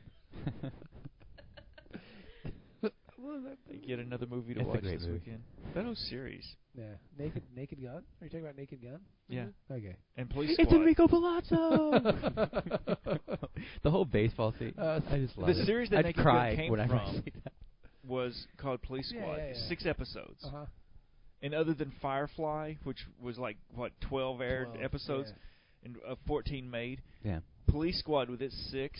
S2: well, that,
S4: I Get another movie to
S3: It's a
S4: watch
S3: great
S4: this
S3: movie.
S4: weekend. That whole series.
S2: yeah, naked, naked gun. Are you talking about naked gun?
S4: Yeah.
S2: Okay.
S4: And Police
S3: it's
S4: Squad.
S3: Enrico Palazzo. Oh, the whole baseball scene.
S2: Uh,
S3: I just love
S4: the
S3: it.
S4: series that
S3: I'd
S4: Naked Gun
S3: cry
S4: came
S3: whenever I
S4: from.
S3: see that.
S4: was called Police
S2: Yeah,
S4: Squad.
S2: yeah, yeah.
S4: Six episodes.
S2: Uh huh.
S4: and other than Firefly, which was like what twelve aired
S2: 12,
S4: episodes
S2: yeah.
S4: and uh, fourteen made,
S3: Yeah.
S4: Police Squad with its six,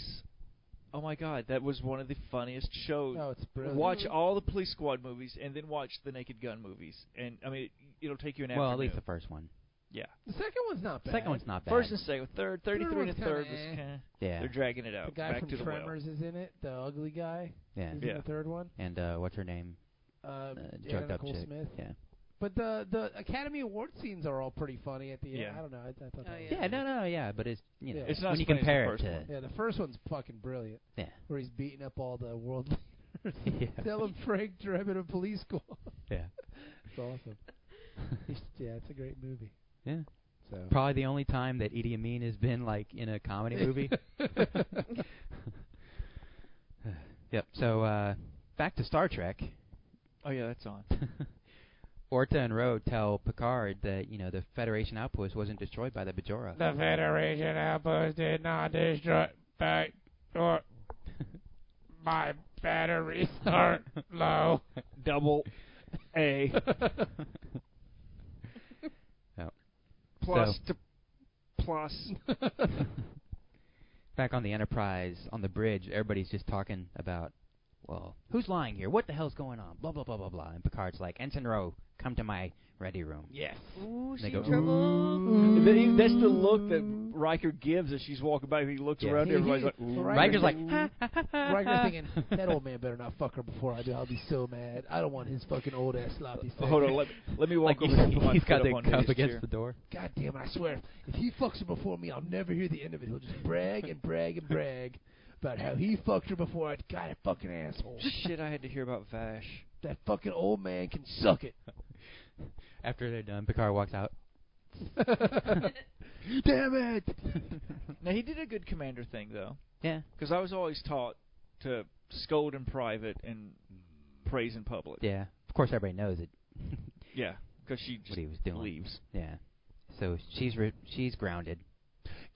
S4: oh my God, that was one of the funniest shows.
S2: Oh, it's brilliant.
S4: Watch
S5: Mhm.
S4: all the Police Squad movies and then watch the Naked Gun movies, and I mean it, will take you an
S3: Well,
S4: afternoon.
S3: at least the first one.
S4: yeah.
S2: The second one's not bad.
S3: Second one's not bad.
S4: First and second, third, thirty-three and
S2: one's
S4: a third
S2: kinda
S4: was
S2: eh.
S4: kinda,
S3: yeah.
S4: they're dragging it out.
S2: The guy
S4: back
S2: from
S4: to the well.
S2: Tremors is in it. The ugly guy.
S3: Yeah.
S2: He's
S4: Yeah.
S2: in the third one.
S3: And uh, what's her name?
S2: Uh,
S3: Uh,
S2: Anna
S3: drugged up
S2: Nicole
S3: chick.
S2: Smith.
S3: Yeah.
S2: But the the Academy Award scenes are all pretty funny at the end.
S4: Yeah.
S2: I don't know. I, I thought that
S5: Oh,
S2: was
S5: yeah.
S3: Yeah. No. No. Yeah. But it's you know
S2: Yeah. It's
S4: not
S3: when
S4: as
S3: you
S4: funny as the
S3: compare it
S4: first
S3: to
S4: one.
S2: Yeah, the first one's fucking brilliant.
S3: yeah.
S2: Where he's beating up all the world leaders.
S3: Yeah.
S2: Tell him Frank Drebin of police school.
S3: Yeah.
S2: it's awesome. He's- yeah, it's a great movie.
S3: Yeah.
S2: So
S3: Probably the only time that Idi Amin has been like in a comedy movie. yep. So uh, back to Star Trek.
S4: Oh yeah, that's on.
S3: Orta and Rowe tell Picard that you know the Federation outpost wasn't destroyed by the Bajora.
S1: The Federation outpost did not destroy back or my batteries are low.
S4: Double A plus to plus.
S3: Back on the Enterprise, on the bridge, everybody's just talking about, well, who's lying here? What the hell's going on? Blah blah blah blah blah. And Picard's like, Ensign Rowe, come to my ready room.
S1: Yes.
S5: Ooh,
S3: They
S5: she
S3: go,
S5: in trouble.
S4: Th- That's the look that Riker gives as she's walking by. He looks
S3: Yeah.
S4: around.
S2: He-
S4: everybody's
S2: he-
S4: like, "Ooh."
S2: Riker-
S3: Riker's like, ha, ha, ha, ha.
S2: Riker's thinking that old man better not fuck her before I do. I'll be so mad. I don't want his fucking old ass sloppy.
S4: Oh, hold on, let, let me
S3: like
S4: walk over here. and
S3: he's,
S4: put my
S3: he's got
S4: foot
S3: the
S4: up on
S3: cup
S4: Hideous
S3: against
S4: chair.
S3: the door.
S2: God damn it, I swear, if he fucks her before me, I'll never hear the end of it. He'll just brag and brag and brag about how he fucked her before. I got a fucking asshole.
S4: Shit, I had to hear about Vash.
S2: That fucking old man can suck it.
S3: After they're done, Picard walks out.
S2: Damn it!
S4: Now he did a good commander thing though,
S3: Yeah,
S4: because I was always taught to scold in private and praise in public.
S3: yeah. Of course, everybody knows it.
S4: Yeah, because she
S3: what
S4: just
S3: he was doing.
S4: leaves.
S3: Yeah. So she's re- she's grounded.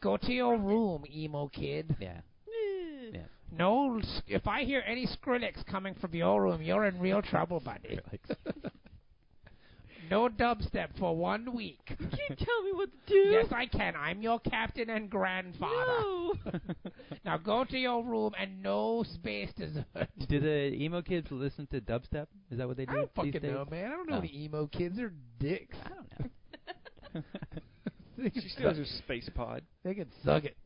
S2: Go to your room, emo kid.
S3: Yeah.
S5: Eh.
S1: No, s- if I hear any Skrillex coming from your room, you're in real trouble, buddy. No dubstep for one week.
S5: You can't tell me what to do.
S1: Yes, I can. I'm your captain and grandfather.
S5: No.
S1: Now go to your room and no space dessert.
S3: do the emo kids listen to dubstep? Is that what they do
S2: I don't
S3: these
S2: fucking
S3: days?
S2: know, man. I don't know
S3: Oh.
S2: the emo kids. They're dicks.
S3: I don't know.
S2: They can,
S4: She still has
S2: suck,
S4: her space pod.
S2: they can suck it.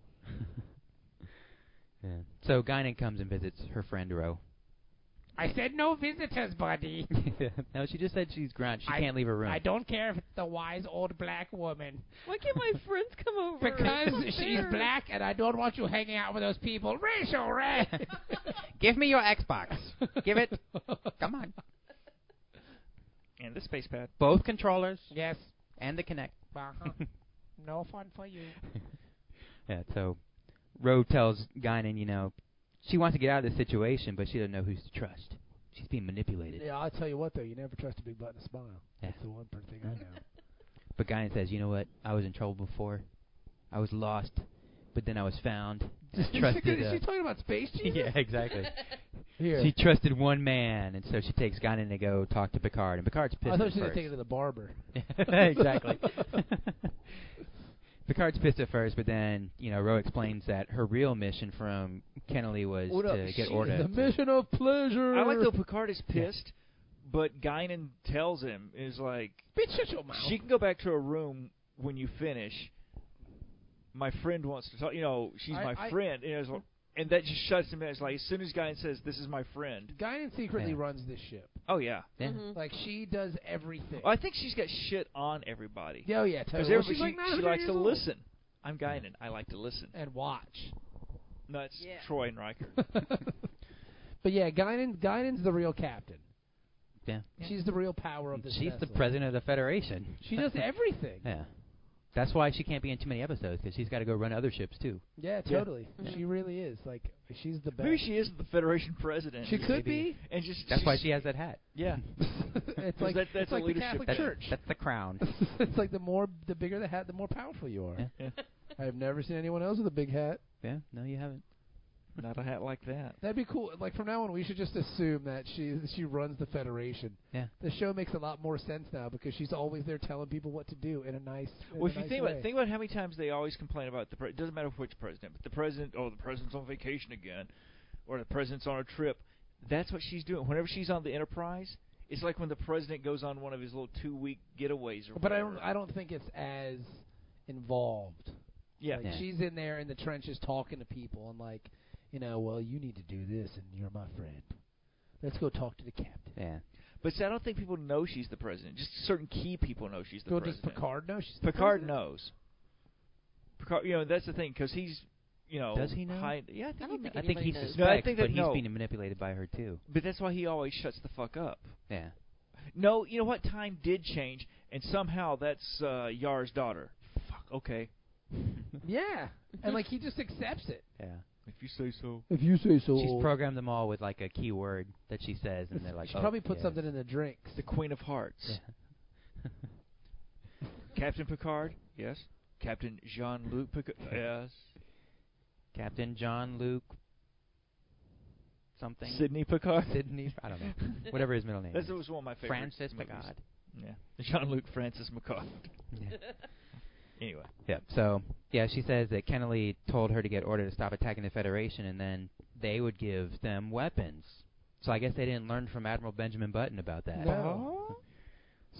S3: yeah. So Guinan comes and visits her friend Ro.
S1: I said no visitors, buddy.
S3: no, she just said she's grounded. She
S1: I-
S3: can't leave her room.
S1: I don't care if it's the wise old black woman.
S5: Why can't my friends come over?
S1: Because
S5: I'm
S1: she's
S5: embarrassed.
S1: black and I don't want you hanging out with those people. Racial red.
S3: Give me your Xbox. Give it. Come on.
S4: And the space pad.
S3: Both controllers
S1: yes.
S3: and the Kinect.
S1: Uh-huh. No fun for you.
S3: Yeah. So Ro tells Guinan, you know, she wants to get out of this situation, but she doesn't know who's to trust. She's being manipulated.
S2: Yeah, I'll tell you what though. You never trust a big button to smile.
S3: Yeah.
S2: That's the one per thing I know.
S3: But Guinan says, you know what? I was in trouble before. I was lost, but then I was found. Trusted,
S2: Is
S3: uh,
S2: she talking about space? Jesus?
S3: yeah, exactly.
S2: Here.
S3: She trusted one man, and so she takes Guinan to go talk to Picard, and Picard's pissed
S2: I thought
S3: at
S2: she was
S3: first.
S2: taking it to the barber.
S3: exactly. Picard's pissed at first, but then you know Ro explains that her real mission from Kennelly was
S4: What up?
S3: to get
S4: She-
S3: Orta.
S2: The
S3: to-
S2: mission of pleasure.
S4: I like though Picard is pissed, but Guinan tells him is like
S2: Bitch, shut your mouth.
S4: she can go back to her room when you finish. My friend wants to talk. You know, she's
S2: I-
S4: my
S2: I-
S4: friend, and, it's like- and that just shuts him down. It's like as soon as Guinan says, "This is my friend,"
S2: Guinan secretly
S3: Yeah.
S2: runs this ship.
S4: oh yeah.
S3: Yeah.
S5: Mhm.
S2: Like she does everything.
S4: Well, I think she's got shit on everybody
S2: Oh yeah, totally. Well,
S4: everybody-
S2: she's like
S4: she,
S2: 900
S4: likes
S2: years
S4: to
S2: old.
S4: listen. I'm Guinan. I like to listen.
S2: and watch.
S4: No, it's
S5: Yeah.
S4: Troy and Riker.
S2: But yeah, Guinan Guinan's the real captain.
S3: Yeah.
S2: She's the real power of this.
S3: She's the
S2: vessel.
S3: president of the Federation.
S2: She does everything.
S3: yeah. That's why she can't be in too many episodes because she's got to go run other ships too.
S2: Yeah,
S4: Yeah.
S2: totally.
S5: Mhm.
S2: She really is. Like she's the best.
S4: Maybe she isn't the Federation president.
S2: She could
S3: Maybe.
S2: be.
S4: And just
S3: That's why
S4: she's-
S3: she has that hat.
S4: Yeah.
S2: it's
S4: Is
S2: like
S4: that- that's
S2: it's
S4: a
S2: like the
S4: leadership
S2: Catholic
S4: thing.
S2: Church.
S3: That's the crown.
S2: it's like the more the bigger the hat, the more powerful you are.
S3: Yeah.
S4: Yeah.
S2: I've never seen anyone else with a big hat.
S3: yeah. No, you haven't.
S4: Not a hat like that.
S2: That'd be cool. Like from now on, we should just assume that she she runs the federation.
S3: Yeah.
S2: The show makes a lot more sense now because she's always there telling people what to do in a nice. in
S4: Well,
S2: a
S4: if you
S2: nice
S4: think
S2: way.
S4: about think about how many times they always complain about the pre- it doesn't matter which president, but the president, oh, the president's on vacation again, or the president's on a trip. That's what she's doing. Whenever she's on the Enterprise, it's like when the president goes on one of his little two week getaways. Or
S2: but I
S4: whatever.
S2: don't I don't think it's as involved.
S4: Yeah,
S2: Like,
S3: Yeah.
S2: she's in there in the trenches talking to people and like, you know, well, you need to do this and you're my friend. Let's go talk to the captain.
S3: Yeah.
S4: but see, I don't think people know she's the president. Just certain key people know she's the
S2: Well, does
S4: president.
S2: Picard know she's the
S4: Picard
S2: president?
S4: knows. Picard, you know, that's the thing because he's, you know,
S3: Does he know?
S4: High, yeah, I think
S5: I
S4: he
S5: don't
S3: I
S4: knows.
S5: think
S3: think
S5: anybody
S3: he
S5: knows.
S3: suspects,
S4: No, I think that-
S3: but he's
S4: no.
S3: being manipulated by her too.
S4: But that's why he always shuts the fuck up.
S3: Yeah.
S4: No, you know what? Time did change, and somehow that's uh, Yar's daughter. Fuck. Okay.
S2: Yeah, and like he just accepts it.
S3: Yeah.
S4: If you say so.
S2: If you say so.
S3: She's programmed them all with like a key word that she says, and they're like,
S2: she
S3: oh,
S2: probably put
S3: yeah.
S2: something in the drinks.
S4: The Queen of Hearts.
S3: Yeah.
S4: Captain Picard. Yes. Captain uh, Jean Luc Picard. yes.
S3: Captain John Luke. Something.
S4: Sidney Picard.
S3: Sydney. I don't know. Whatever his middle name
S4: That
S3: is.
S4: was one of my favorite.
S3: Francis
S4: movies.
S3: Picard.
S4: Yeah. Jean Luc Francis Picard.
S3: Yeah.
S4: Anyway.
S3: Yep. So yeah, she says that Kennelly told her to get order to stop attacking the Federation, and then they would give them weapons. So I guess they didn't learn from Admiral Benjamin Button about that.
S2: No.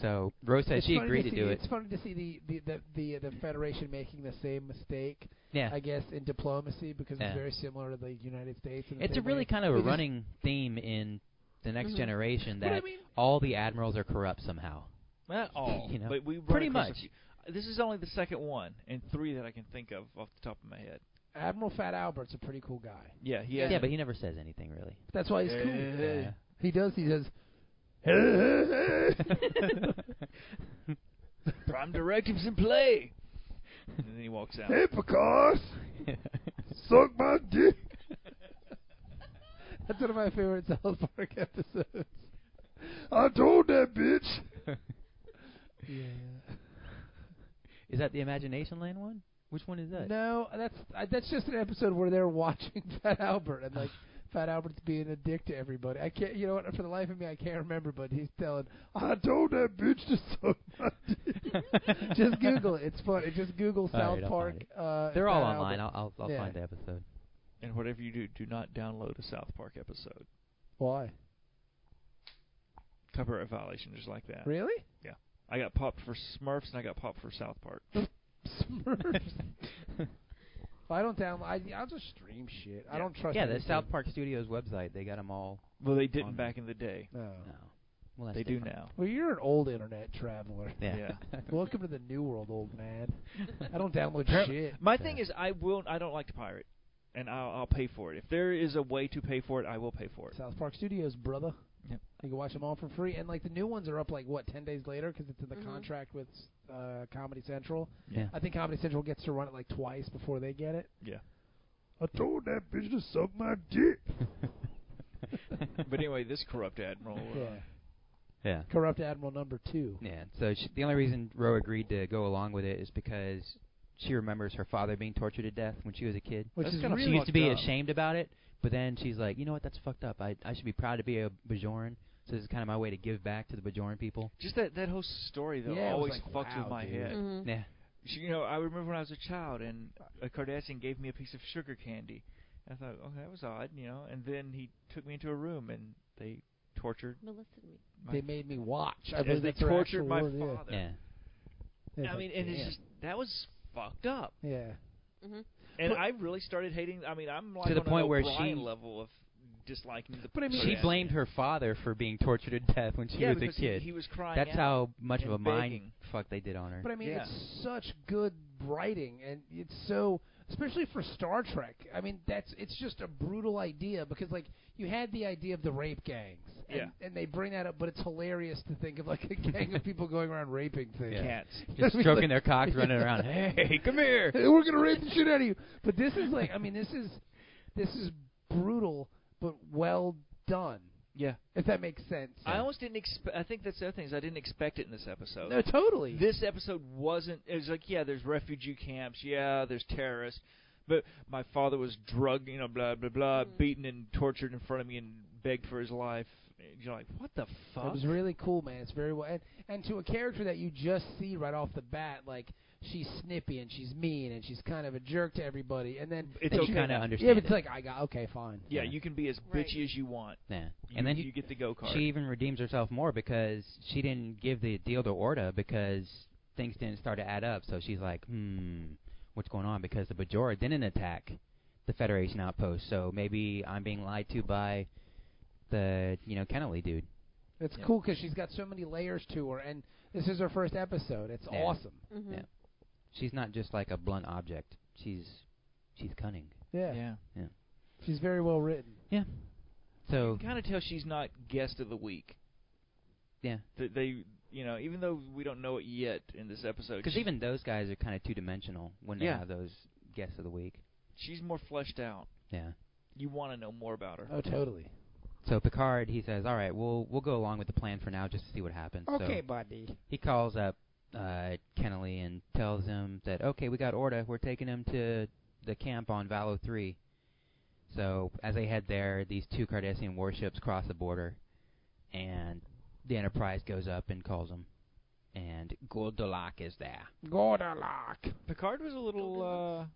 S3: So Rose said
S2: It's
S3: she
S2: funny
S3: agreed to
S2: see,
S3: do it.
S2: It's funny to see the the the, the, uh, the Federation making the same mistake,
S3: Yeah.
S2: I guess, in diplomacy because
S3: Yeah.
S2: it's very similar to the United States. in the
S3: It's a
S2: same
S3: really
S2: way.
S3: kind of
S2: They
S3: a
S2: just- Mm-hmm.
S3: running theme in the next
S5: Mhm.
S3: generation
S2: But
S3: that
S2: I mean,
S3: all the admirals are corrupt somehow.
S4: Not all,
S3: You know,
S4: but we run
S3: pretty
S4: across a
S3: much.
S4: few. This is only the second one and three that I can think of off the top of my head.
S2: Admiral Fat Albert's a pretty cool guy.
S4: Yeah, he
S3: Yeah,
S4: has.
S3: but he never says anything really.
S2: That's why he's cool.
S4: Hey.
S3: Yeah.
S2: He does. He does.
S4: prime directives in play. And then he walks out.
S2: Picard, suck my dick. That's one of my favorite South Park episodes. I told that bitch. Yeah.
S3: is that the Imagination Land one? Which one is that?
S2: No, that's I, that's just an episode where they're watching Fat Albert and like Fat Albert's being a dick to everybody. I can't, you know what? For the life of me, I can't remember. But he's telling, I told that bitch to suck my dick. just Google it. It's fun. Just Google
S3: All right,
S2: South
S3: I'll
S2: Park.
S3: find it.
S2: Uh,
S3: They're all
S2: Fat
S3: online.
S2: Albert.
S3: I'll I'll, I'll
S2: Yeah.
S3: find the episode.
S4: And whatever you do, do not download a South Park episode.
S2: Why?
S4: Copyright violation, just like that.
S2: Really?
S4: I got popped for Smurfs and I got popped for South Park.
S2: Smurfs. if I don't download, I, I'll just stream shit. I
S4: Yeah.
S2: don't trust.
S3: Yeah, the
S2: anything.
S3: South Park Studios website. They got them all.
S4: Well, they didn't
S3: On-
S4: back in the day.
S2: No.
S3: No. Well, that's
S4: They do
S3: different.
S4: now.
S2: Well, you're an old internet traveler.
S3: Yeah.
S2: Welcome to the new world, old man. I don't download
S4: Apparently-
S2: shit.
S4: My
S3: Yeah.
S4: thing is, I will. I don't like to pirate, and I'll, I'll pay for it. If there is a way to pay for it, I will pay for it.
S2: South Park Studios, brother.
S4: Yep.
S2: You can watch them all for free, and like the new ones are up like what ten days later because it's in the
S4: Mm-hmm.
S5: Mhm.
S2: contract with uh, Comedy Central.
S3: Yeah.
S2: I think Comedy Central gets to run it like twice before they get it.
S4: Yeah.
S2: I told that bitch to suck my dick.
S4: But anyway, this corrupt admiral. Uh,
S2: Yeah.
S3: Yeah.
S2: Corrupt Admiral Number Two.
S3: Yeah. So she, the only reason Roe agreed to go along with it is because she remembers her father being tortured to death when she was a kid.
S2: Which
S4: That's
S2: is
S4: kinda
S2: really
S3: she used to be
S4: fucked up.
S3: ashamed about it, but then she's like, you know what? That's fucked up. I I should be proud to be a Bajoran. So this is kind of my way to give back to the Bajoran people.
S4: Just that that whole story though
S2: Yeah, it was
S4: always
S2: like,
S4: fucks
S2: wow,
S4: with my
S2: dude.
S4: head.
S5: hmm
S3: Yeah.
S4: She, you know, I remember when I was a child, and a Cardassian gave me a piece of sugar candy. I thought, oh, that was odd, you know. And then he took me into a room, and they tortured.
S5: Molested me.
S4: My
S2: They made me watch. I
S4: as
S2: believe
S4: they
S2: that's their
S4: tortured
S2: actual
S4: my
S2: word, yeah.
S4: father.
S3: Yeah.
S2: It's
S4: I
S2: like,
S4: mean, and
S3: yeah.
S4: it's just that was fucked up,
S2: yeah.
S5: hmm
S4: and
S2: But-
S4: I really started hating. I mean, I'm like
S3: the
S4: on an
S3: point where
S4: O'Brien
S3: she-
S4: level of disliking the.
S2: But I mean-
S3: She
S4: Cardassian.
S3: blamed her father for being tortured to death when she
S4: Oh, yeah,
S3: was a
S4: because he-
S3: kid.
S4: He, was crying.
S3: That's
S4: out.
S3: how much of
S4: and
S3: a mind
S4: begging.
S3: fuck they did on her.
S2: But I mean,
S4: Yeah.
S2: it's such good writing, and it's so especially for Star Trek. I mean, that's it's just a brutal idea because like you had the idea of the rape gangs, and,
S4: Yeah.
S2: and they bring that up, but it's hilarious to think of like a gang of people going around raping things.
S3: Yeah.
S4: Cats.
S3: Just stroking their cocks, running around. Hey, come here.
S2: Hey, we're gonna rape the shit out of you. But this is like, I mean, this is this is brutal, but well done.
S4: Yeah.
S2: If that makes sense.
S4: I almost didn't expect. I think that's the other thing is I didn't expect it in this episode.
S2: no, totally.
S4: This episode wasn't. It was like, yeah, there's refugee camps, yeah, there's terrorists, but my father was drugged, you know, blah blah blah,
S5: Mhm.
S4: beaten and tortured in front of me and begged for his life. And you're like, what the fuck?
S2: It was really cool, man. It's very well, and, and to a character that you just see right off the bat, like she's snippy and she's mean and she's kind of a jerk to everybody, and then
S4: It's
S2: and
S3: you
S4: okay.
S3: kind of
S2: yeah,
S3: understand.
S2: but it's
S3: it.
S2: like I got okay, fine.
S4: yeah,
S3: yeah.
S4: you can be as
S5: Right.
S4: bitchy as you want.
S3: yeah.
S4: You,
S3: And then
S4: you,
S3: you-
S4: get the go kart.
S3: she even redeems herself more because she didn't give the deal to Orta because things didn't start to add up. So she's like, hmm, what's going on? Because the Bajora didn't attack the Federation outpost, so maybe I'm being lied to by the you know Kennelly dude.
S2: It's
S4: Yeah.
S2: cool because she's got so many layers to her, and this is her first episode. It's
S3: Yeah.
S2: awesome.
S5: hmm
S3: Yeah. She's not just like a blunt object. She's she's cunning.
S2: Yeah.
S4: yeah.
S2: she's very well written.
S3: Yeah.
S4: You
S3: So
S4: can kind of tell she's not guest of the week.
S3: yeah,
S4: That they, you know, even though we don't know it yet in this episode,
S3: because
S4: she-
S3: even those guys are kind of two dimensional when they
S4: Yeah.
S3: have those guests of the week.
S4: she's more fleshed out.
S3: Yeah.
S4: You want to know more about
S3: Uh,
S4: her.
S2: Oh, totally.
S3: So Picard, he says, "All right, we'll we'll go along with the plan for now, just to see what happens." So
S2: buddy.
S3: he calls up uh, Kennelly and tells him that, "Okay, we got Orta. We're taking him to the camp on Valo Three." So as they head there, these two Cardassian warships cross the border, and the Enterprise goes up and calls them, and Goldilak is there.
S2: Gordalock.
S4: Picard was a little
S5: Golden
S4: uh,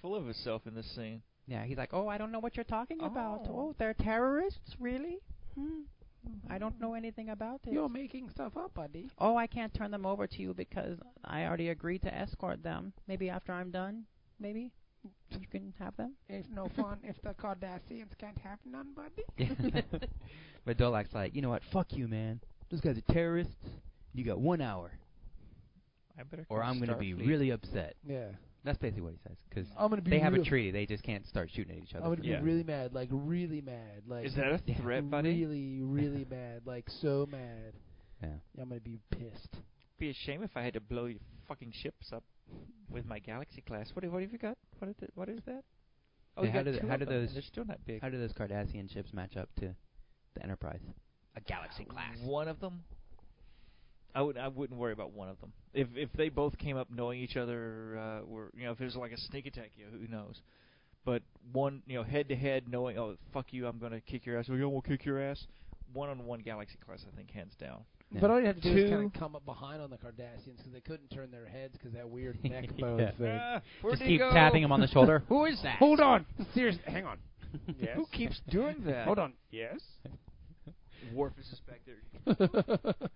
S4: full of himself in this scene.
S3: Yeah, he's like, "Oh, I don't know what you're talking about.
S4: Oh.
S3: Oh, they're terrorists, really? Hmm. I don't know anything about it."
S2: Mm-hmm. You're making stuff up, buddy.
S3: Oh, I can't turn them over to you because I already agreed to escort them. Maybe after I'm done, maybe you can have them.
S2: Mm. It's no fun if the Cardassians can't have none, buddy.
S3: but Dolak's like, you know what? Fuck you, man. Those guys are terrorists. You got one hour,
S4: I better.
S3: or I'm gonna be really upset.
S2: Yeah.
S3: That's basically what he says because
S2: I'm gonna be.
S3: they have a
S2: real-
S3: treaty. They just can't start shooting at each other.
S2: I'm gonna
S3: for
S2: be
S4: Yeah.
S2: really mad, like really mad, like
S4: Is that a
S3: Yeah.
S4: threat, buddy?
S2: really, really mad, like so mad.
S3: Yeah.
S2: I'm gonna be pissed.
S4: Be a shame if I had to blow your fucking ships up with my galaxy class. What, what have you got? What is, what is that? Oh,
S3: Yeah,
S4: you
S3: how
S4: got
S3: do the-
S4: two
S3: how
S4: of
S3: do
S4: them, and
S3: those-
S4: They're still not big.
S3: How do those Cardassian ships match up to the Enterprise? A galaxy
S4: One of them. I would. I wouldn't worry about one of them. If if they both came up knowing each other, uh, were you know, if it was like a sneak attack, you who knows? But one, you know, head to head, knowing, oh fuck you, I'm gonna kick your ass. Or you will kick your ass. One on one galaxy class, I think, hands down.
S3: Yeah.
S2: But all you have to do is kind
S4: Two.
S2: of come up behind on the Cardassians because they couldn't turn their heads because that weird neckbone
S3: Yeah.
S2: thing.
S4: Ah, where'd
S3: Just
S4: he
S3: keep
S4: go?
S3: tapping him on the shoulder. Who is that?
S2: Hold on, seriously, hang on. Yes.
S4: Who keeps doing that?
S2: Hold on. Yes.
S4: Worf is just back there.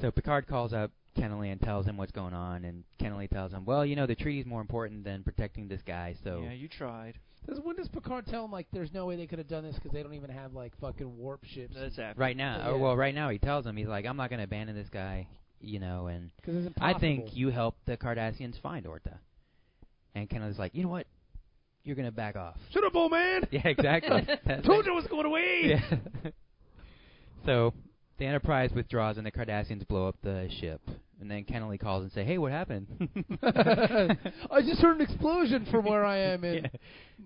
S3: So Picard calls up Kennelly and tells him what's going on, and Kennelly tells him, "Well, you know, the treaty's more important than protecting this guy." So
S4: Yeah, you tried.
S2: Does when does Picard tell him like there's no way they could have done this because they don't even have like fucking warp ships?
S4: That's after.
S3: right now, or
S2: Yeah.
S3: well, right now he tells him he's like, "I'm not going to abandon this guy," you know, and
S2: 'Cause it's impossible.
S3: I think you helped the Cardassians find Orta. And Kennelly's like, "You know what? You're going to back off."
S2: Shut up, old man.
S3: yeah, exactly. That's
S2: Told you it was going away.
S3: Yeah. so the Enterprise withdraws and the Cardassians blow up the ship. And then Kennelly calls and say, "Hey, what happened?"
S2: I just heard an explosion from where I am in
S3: Yeah.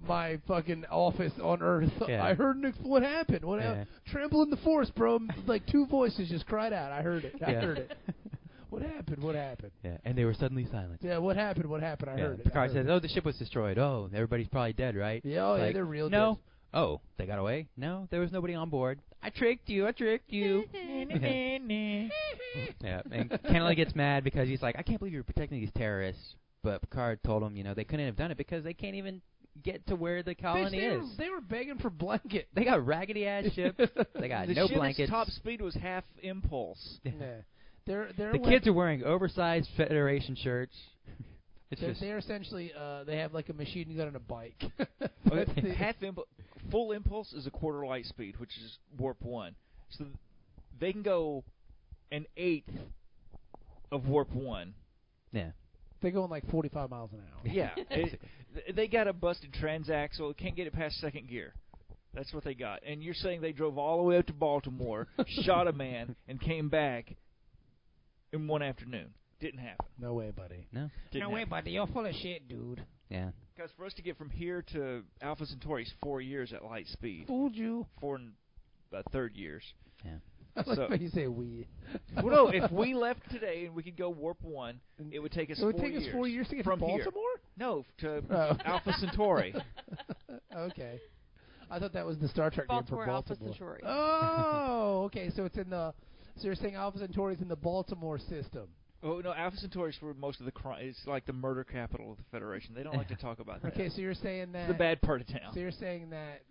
S2: my fucking office on Earth.
S3: Yeah.
S2: I heard an ex- what happened. What
S3: Yeah.
S2: happened? Trample in the forest, bro. Like two voices just cried out. I heard it. I
S3: Yeah.
S2: heard it. What happened? What happened?
S3: yeah, and they were suddenly silent.
S2: Yeah, what happened? What happened? I
S3: yeah.
S2: heard it. I
S3: Picard
S2: heard
S3: says,
S2: it.
S3: "Oh, the ship was destroyed. Oh, everybody's probably dead, right?"
S2: Yeah, oh, yeah,
S3: Like,
S2: they're real.
S3: No.
S2: dudes.
S3: Oh, they got away. No, there was nobody on board. I tricked you. I tricked you. yeah, and Kennelly gets mad because he's like, "I can't believe you're protecting these terrorists." But Picard told him, you know, they couldn't have done it because they can't even get to where the
S2: Bitch,
S3: colony
S2: they, were,
S3: is.
S2: they were begging for blanket.
S3: They got raggedy ass ship. They got
S4: the
S3: no
S4: ship's
S3: blankets.
S4: top speed was half impulse.
S2: Yeah. They're, they're
S3: The
S2: wep-
S3: kids are wearing oversized Federation shirts. It's
S2: They're,
S3: just
S2: they're essentially uh, they have like a machine gun and a bike.
S4: Okay,
S2: That's the-
S4: Uh, half impu- full impulse is a quarter light speed, which is warp one. So th- they can go an eighth of warp one.
S3: yeah.
S2: they're going like 45 miles an hour.
S4: Yeah, it, th- they got a busted transaxle. Can't get it past second gear. That's what they got. And you're saying they drove all the way up to Baltimore, shot a man, and came back in one afternoon. Didn't happen.
S2: No way, buddy.
S3: No.
S4: Didn't
S2: buddy. You're full of shit, dude.
S3: Yeah.
S4: Because for us to get from here to Alpha Centauri is four years at light speed.
S2: Fooled you.
S4: Four and uh, third years.
S2: I like
S4: So-
S2: how you say we.
S4: well, no, if we left today and we could go warp one, it would take us.
S2: It would
S4: four
S2: take
S4: years
S2: us four years to get
S4: from
S2: to Baltimore.
S4: Here. No, to
S2: Oh.
S4: Alpha Centauri.
S2: okay. I thought that was the Star Trek
S5: Baltimore
S2: name for
S5: Alpha
S2: Baltimore.
S5: Centauri.
S2: Oh, okay. So it's in the. So you're saying Alpha Centauri's in the Baltimore system.
S4: oh no, Alpha Centauri's where most of the crime. It's like the murder capital of the Federation. They don't like to talk about that.
S2: Okay, so you're saying that.
S4: It's the bad part of
S2: So
S4: town.
S2: you're saying that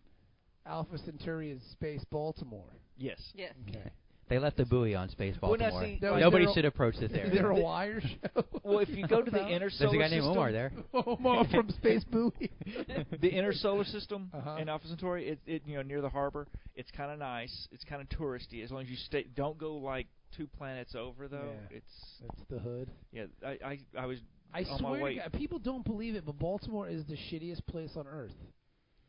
S2: Alpha Centauri is space Baltimore.
S4: Yes.
S5: Yes.
S2: Okay.
S3: They left a buoy on Space
S4: Well, now,
S3: Baltimore.
S4: see,
S2: No,
S4: like-
S2: no,
S3: Nobody
S2: there-
S3: should approach
S2: Is
S3: this
S2: there a
S3: area.
S2: wire show?
S4: well, if you go to the
S2: about-
S4: inner
S3: There's
S4: solar
S3: a guy named
S4: system,
S3: Omar there.
S2: Omar from Space Booty.
S4: the inner solar system
S2: Uh-huh.
S4: in Alpha Centauri, it, it you know near the harbor, it's kind of nice. It's kind of touristy as long as you stay. Don't go like two planets over though.
S2: Yeah.
S4: It's
S2: That's the hood.
S4: yeah. I I, I was
S2: I
S4: On my
S2: swear to
S4: way.
S2: God, people don't believe it, but Baltimore is the shittiest place on earth.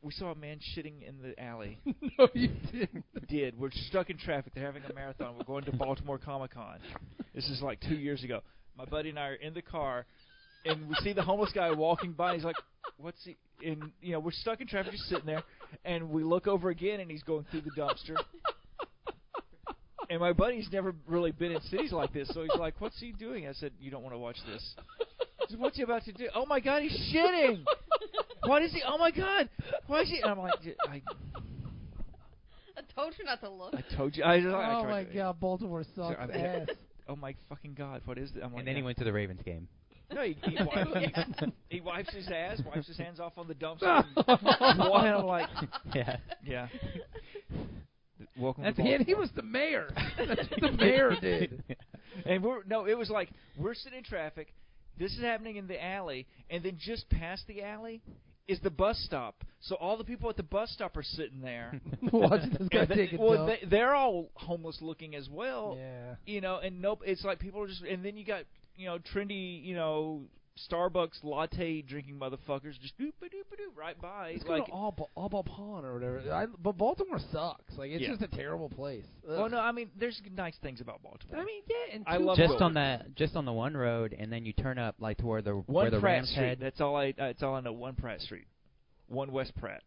S4: we saw a man shitting in the alley.
S2: no, you didn't.
S4: Did we're stuck in traffic? They're having a marathon. We're going to Baltimore Comic Con. This is like two years ago. My buddy and I are in the car, and we see the homeless guy walking by. He's like, "What's he?" And you know we're stuck in traffic, just sitting there, and we look over again, and he's going through the dumpster. And my buddy's never really been in cities like this, so he's like, "What's he doing?" I said, "You don't want to watch this." He said, "What's he about to do?" Oh my God, he's shitting! What is he? Oh my God, why is he? And I'm like, I,
S5: I told you not to look.
S4: I told you. I, I
S2: oh
S4: tried
S2: my
S4: to-
S2: God, Baltimore sucks
S4: I'm-
S2: ass.
S4: Oh my fucking god! What is that? I'm like,
S3: And then he went to the Ravens game.
S4: No, he, he, wipes, he, he wipes his ass, wipes his hands off on the dumpster. and I'm like,
S3: yeah.
S4: yeah. Welcome
S3: That's
S4: to
S2: Yeah,
S4: Baltimore.
S2: and he was the mayor. That's what the mayor did.
S4: And we're no, it was like we're sitting in traffic. This is happening in the alley, and then just past the alley is the bus stop. So all the people at the bus stop are sitting there.
S2: Watching this guy
S4: And they-
S2: take a
S4: well,
S2: dump.
S4: they, they're all homeless looking as well.
S2: yeah.
S4: you know, and nope, it's like people are just, and then you got, you know, trendy, you know, Starbucks latte drinking motherfuckers just doop a doop a doop right by.
S2: Let's go
S4: like,
S2: to Aub- Aubapon or whatever. I, but Baltimore sucks. Like it's
S4: Yeah.
S2: just a terrible place.
S3: Oh,
S2: Ugh.
S4: well, no, I mean, there's nice things about Baltimore.
S2: I mean, yeah. And
S4: I
S2: two-
S4: love
S3: Just
S4: Wilbur.
S3: on that, just on the one road, and then you turn up like to where the where
S4: one
S3: the
S4: Pratt
S3: Rams
S4: Street.
S3: head.
S4: That's all I. Uh, that's all I know. One Pratt Street, one West Pratt.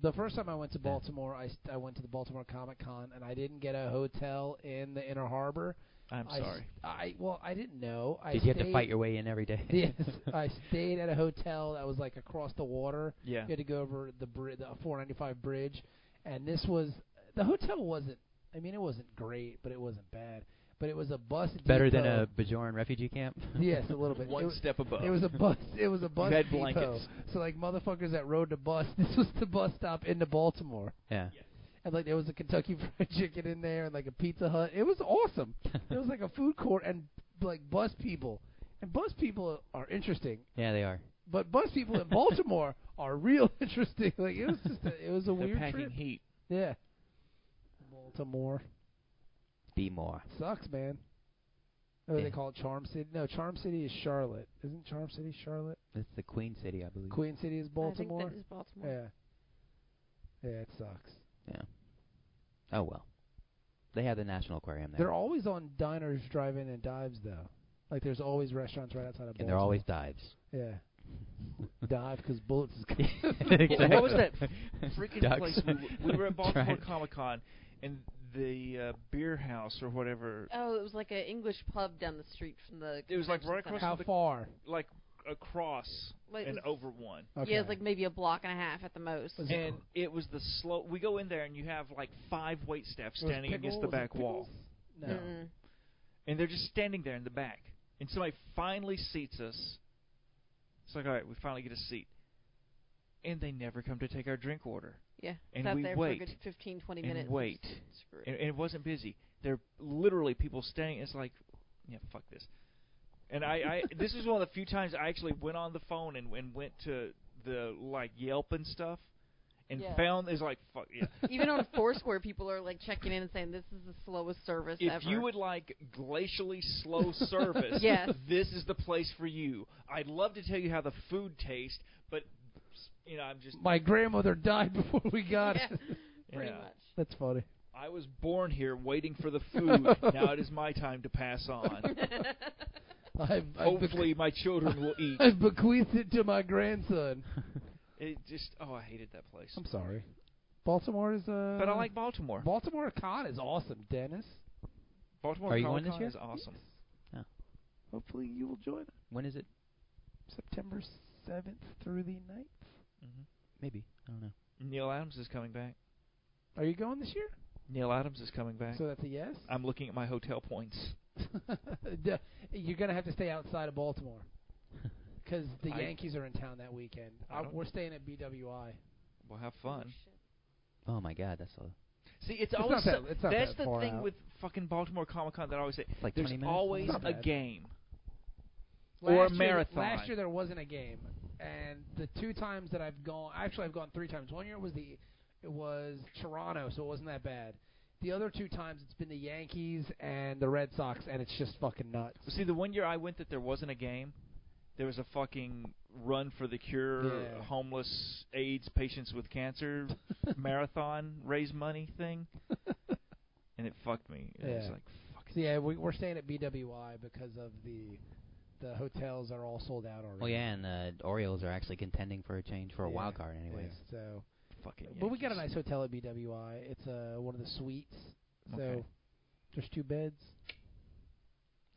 S2: the first time I went to Baltimore, I, st- I went to the Baltimore Comic Con, and I didn't get a hotel in the Inner Harbor.
S4: I'm
S2: I s-
S4: sorry.
S2: I well, I didn't know. I
S3: Did you have to
S2: stayed-
S3: fight your way in every day?
S2: Yes, I stayed at a hotel that was like across the water.
S4: Yeah.
S2: You had to go over the bri- the 495 bridge, and this was the hotel wasn't. I mean, it wasn't great, but it wasn't bad. But it was a bus.
S3: Better than
S2: depot.
S3: a Bajoran refugee camp.
S2: Uh, Yes, a little bit.
S4: One
S2: it, was-
S4: step above.
S2: It was a bus. It was a bus.
S4: had
S2: depot.
S4: blankets.
S2: So like motherfuckers that rode the bus. This was the bus stop into Baltimore,
S3: yeah.
S2: and like there was a Kentucky Fried Chicken in there, and like a Pizza Hut. It was awesome. it was like a food court and like bus people, and bus people are interesting,
S3: Yeah, they are.
S2: but bus people in Baltimore are real interesting. Like it was just a, it was a
S4: They're
S2: weird
S4: packing
S2: trip.
S4: heat.
S2: Yeah. Baltimore
S3: Be more.
S2: sucks, man. Oh,
S3: Yeah.
S2: they call it Charm City. No, Charm City is Charlotte. Isn't Charm City Charlotte?
S3: That's the Queen City, I believe.
S2: Queen City is
S5: I
S2: Baltimore.
S5: think that is Baltimore.
S2: Yeah. Yeah, it sucks.
S3: Oh well. They have the National Aquarium there.
S2: They're always on diners, drive-in, and dives though. Like there's always restaurants right outside of.
S3: and they're
S2: Baltimore.
S3: always dives.
S2: yeah. Dive because bullets is.
S4: Well, what was that
S3: Ducks.
S4: freaking place? We, w- we were at Baltimore
S3: Right.
S4: Comic Con, and the uh, beer house or whatever.
S2: Uh.
S5: Oh, it was like an English pub down the street from the.
S4: It was, like, right
S5: convention
S4: across
S2: How
S5: center.
S4: the-
S2: far?
S4: Like across
S5: Like,
S4: and
S5: it was-
S4: over one.
S2: Okay.
S5: Yeah, it was like maybe a block and a half at the most.
S2: Was it
S4: and it was the slow. We go in there and you have like five wait staff
S2: Was
S4: standing against
S2: Pickle-
S4: the
S2: was it
S4: back wall,
S2: Pickles? No.
S5: Mm-mm.
S4: and they're just standing there in the back. And somebody finally seats us. It's like, all right, we finally get a seat, and they never come to take our drink order.
S5: Yeah,
S4: And
S5: sat
S4: we
S5: there
S4: wait.
S5: for a good 15, 20
S4: And
S5: minutes.
S4: wait.
S5: Screw it.
S4: And, and it wasn't busy. There are literally people standing. It's like, yeah, fuck this. And I, I this is one of the few times I actually went on the phone and, and went to the like Yelp and stuff, and
S5: Yeah.
S4: found is like, fuck yeah.
S5: Even on Foursquare, people are like checking in and saying this is the slowest service
S4: If
S5: ever.
S4: you would like glacially slow service,
S5: Yes.
S4: this is the place for you. I'd love to tell you how the food tastes, but you know, I'm just
S2: My grandmother died before we got
S5: yeah,
S2: it.
S5: pretty
S4: Yeah.
S5: much.
S2: That's funny.
S4: I was born here waiting for the food. now it is my time to pass on.
S2: I've, I've, bec-
S4: Hopefully my children will eat.
S2: I've bequeathed it to my grandson.
S4: It just oh, I hated that place.
S2: I'm sorry. Baltimore is uh
S4: but I like Baltimore.
S2: Baltimore Con is awesome, Dennis.
S4: Baltimore
S3: Are you going
S4: Comic
S3: this
S4: Con
S3: year?
S4: is awesome.
S3: Oh.
S2: Hopefully you will join us
S3: When is it?
S2: September seventh through the 9th.
S3: Maybe. I don't know.
S4: Mm-hmm. Neil Adams is coming back.
S2: Are you going this year?
S4: Neil Adams is coming back.
S2: So that's a yes.
S4: I'm looking at my hotel points.
S2: D- You're gonna have to stay outside of Baltimore because the
S4: I-
S2: Yankees are in town that weekend.
S4: I
S2: Uh,
S4: don't-
S2: we're staying at BWI.
S4: We'll have
S5: Oh,
S4: fun.
S5: shit.
S3: Oh my God, that's a,
S4: See, it's,
S2: It's not
S4: always
S2: that-
S4: so-
S2: it's not
S4: that's
S2: that
S4: the
S2: far
S4: thing
S2: out.
S4: with fucking Baltimore Comic Con that I always say.
S3: it's like
S4: There's
S3: 20 minutes.
S4: always
S2: Not
S4: a
S2: bad.
S4: game.
S2: Last
S4: Or a
S2: year-
S4: marathon.
S2: Last year there wasn't a game, and the two times that I've gone, actually I've gone three times. One year it was the, it was Toronto, so it wasn't that bad. The other two times it's been the Yankees and the Red Sox, and it's just fucking nuts.
S4: See, the one year I went that there wasn't a game, there was a fucking run for the cure,
S2: Yeah.
S4: homeless AIDS patients with cancer marathon raise money thing, and it fucked me. It was
S2: Yeah.
S4: like, fuck.
S2: So yeah, we, we're staying at BWI because of the, the hotels are all sold out already.
S3: Well, Oh, yeah, and the Orioles are actually contending for a change for a
S2: Yeah.
S3: wild card, anyways.
S2: Yeah, so,
S4: fucking.
S2: but we got a
S4: Yankees.
S2: nice hotel at BWI. It's uh, one of the suites, so
S4: Okay.
S2: there's two beds,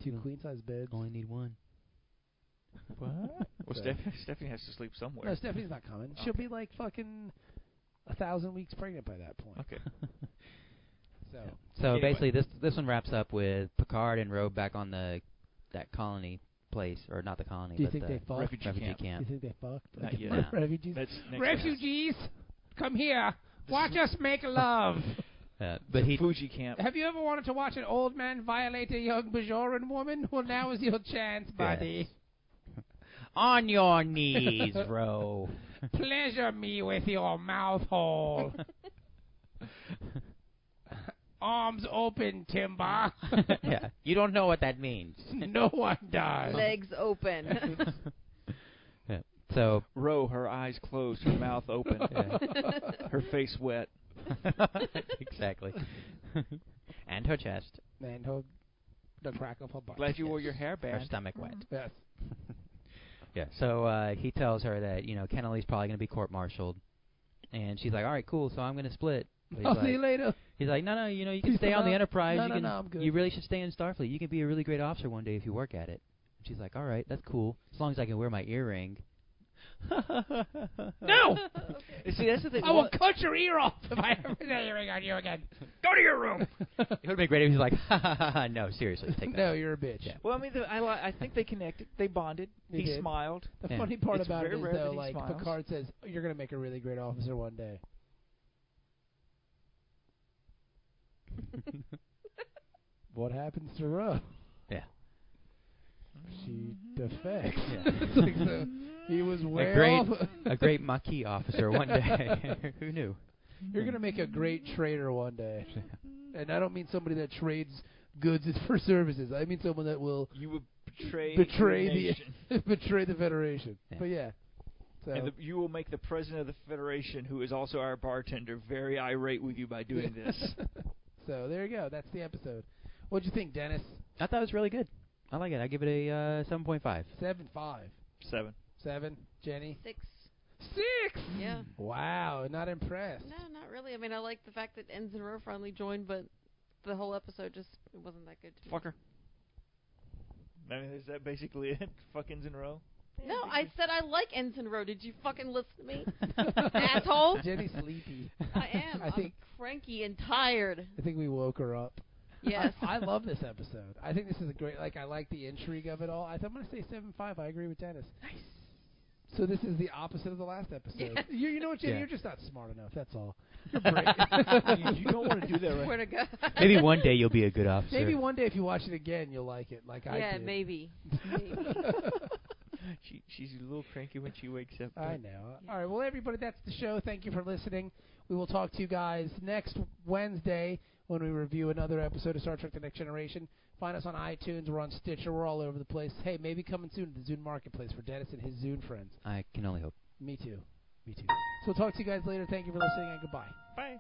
S2: two
S3: Mm.
S2: queen size beds.
S3: Only need one.
S2: What?
S4: Well, Steph- Stephanie has to sleep somewhere.
S2: No, Stephanie's not coming. She'll
S4: Okay.
S2: be like fucking a thousand weeks pregnant by that point.
S4: Okay.
S2: So
S3: So
S4: Anyway.
S3: basically, this this one wraps up with Picard and Rogue back on the that colony place, or not the colony,
S2: do you
S3: but
S2: think
S3: the
S2: they fucked?
S4: refugee
S3: refugee
S4: camp.
S2: Do you
S3: camp.
S2: think they fucked?
S4: Not
S2: Like,
S4: yet.
S2: Refugees.
S4: That's next
S2: Refugees, come here. Watch us make love.
S3: Uh,
S4: But
S3: but he
S4: Fuji camp.
S2: Have you ever wanted to watch an old man violate a young Bajoran woman? Well, now is your chance, buddy.
S3: on your knees, Ro.
S2: Pleasure me with your mouth hole. Arms open, Timber.
S3: yeah, you don't know what that means.
S2: no one does.
S5: Legs open.
S3: Yeah. So
S4: Row, her eyes closed, her mouth open,
S3: yeah.
S4: her face wet.
S3: exactly, and her chest,
S2: And her, the crack of her butt.
S4: Glad you wore your hair
S3: her
S4: band.
S3: stomach wet.
S2: Yes.
S3: Yeah. So uh, he tells her that you know Kennelly's probably going to be court-martialed, and she's like, "All right, cool. So I'm going to split." But he's
S2: I'll
S3: like,
S2: see you later.
S3: He's like, no, no, you know, you can
S2: Oh, He's
S3: stay
S2: like,
S3: on the
S2: "No,
S3: Enterprise.
S2: no,
S3: you
S2: no,
S3: can,
S2: no, I'm good."
S3: you really should stay in Starfleet. You can be a really great officer one day if you work at it. And she's like, all right, that's cool, as long as I can wear my earring.
S2: No!
S4: See, that's the thing.
S2: I will cut your ear off if I ever put that earring on you again. Go to your room.
S3: It would be great if he's like, ha ha ha, ha, no, seriously, take that.
S2: no, you're a bitch.
S3: Yeah.
S4: Well, I mean, the, I, li- I think they connected. They bonded.
S2: They
S4: he
S2: did.
S4: smiled.
S2: The
S3: Yeah.
S2: funny part
S4: It's
S2: about it
S4: very
S2: is
S4: rare that
S2: though,
S4: he
S2: like
S4: smiles.
S2: Picard says, "You're gonna make a really great officer one day." what happens to Ro?
S3: Yeah.
S2: She defects.
S3: Yeah.
S2: Mm-hmm. It's like so- he was way
S3: great-
S2: off.
S3: a great Maquis officer one day. Who knew?
S2: You're gonna make a great trader one day, and I don't mean somebody that trades goods for services. I mean someone that will
S4: You would betray.
S2: Betray
S4: your
S2: the-
S4: nation.
S2: betray the Federation.
S3: Yeah.
S2: But yeah, so
S4: And the, you will make the president of the federation, who is also our bartender, very irate with you by doing this.
S2: so there you go. That's the episode. What'd you think, Dennis?
S3: I thought it was really good. I like it. I give it a uh, 7.5.
S2: Seven five
S4: Seven.
S2: seven. Jenny
S5: Six.
S2: six.
S5: Yeah.
S2: Wow, not impressed.
S5: No, not really. I mean, I like the fact that Ensign Rowe finally joined, but the whole episode just it wasn't that good. To me.
S4: Fucker. I mean, is that basically it? Fuckings in a row.
S5: No, I said I like Ensign Rowe. Did you fucking listen to me,
S2: Oh,
S5: asshole?
S2: Jenny's sleepy.
S5: I am.
S2: I think
S5: I'm cranky and tired.
S2: I think we woke her up.
S5: Yes.
S2: I, I love this episode. I think this is a great. Like I like the intrigue of it all. I th- I'm gonna say seven five. I agree with Dennis.
S5: Nice.
S2: So this is the opposite of the last episode.
S5: Yes.
S2: You, you know what, Jenny?
S3: Yeah.
S2: You're just not smart enough. That's all. You're brave.
S4: you, you don't want to do that, right?
S5: Where to go?
S3: Maybe one day you'll be a good officer.
S2: Maybe one day if you watch it again, you'll like it. Like I
S5: yeah,
S2: did.
S5: maybe. maybe.
S4: She, she's a little cranky when she wakes up.
S2: I
S4: but-
S2: know.
S5: Yeah.
S2: All right. Well, everybody, that's the show. Thank you for listening. We will talk to you guys next Wednesday when we review another episode of Star Trek The Next Generation. Find us on iTunes. We're on Stitcher. We're all over the place. Hey, maybe coming soon to the Zune Marketplace for Dennis and his Zune friends.
S3: I can only hope.
S2: Me too. Me too. So we'll talk to you guys later. Thank you for listening and goodbye.
S4: Bye.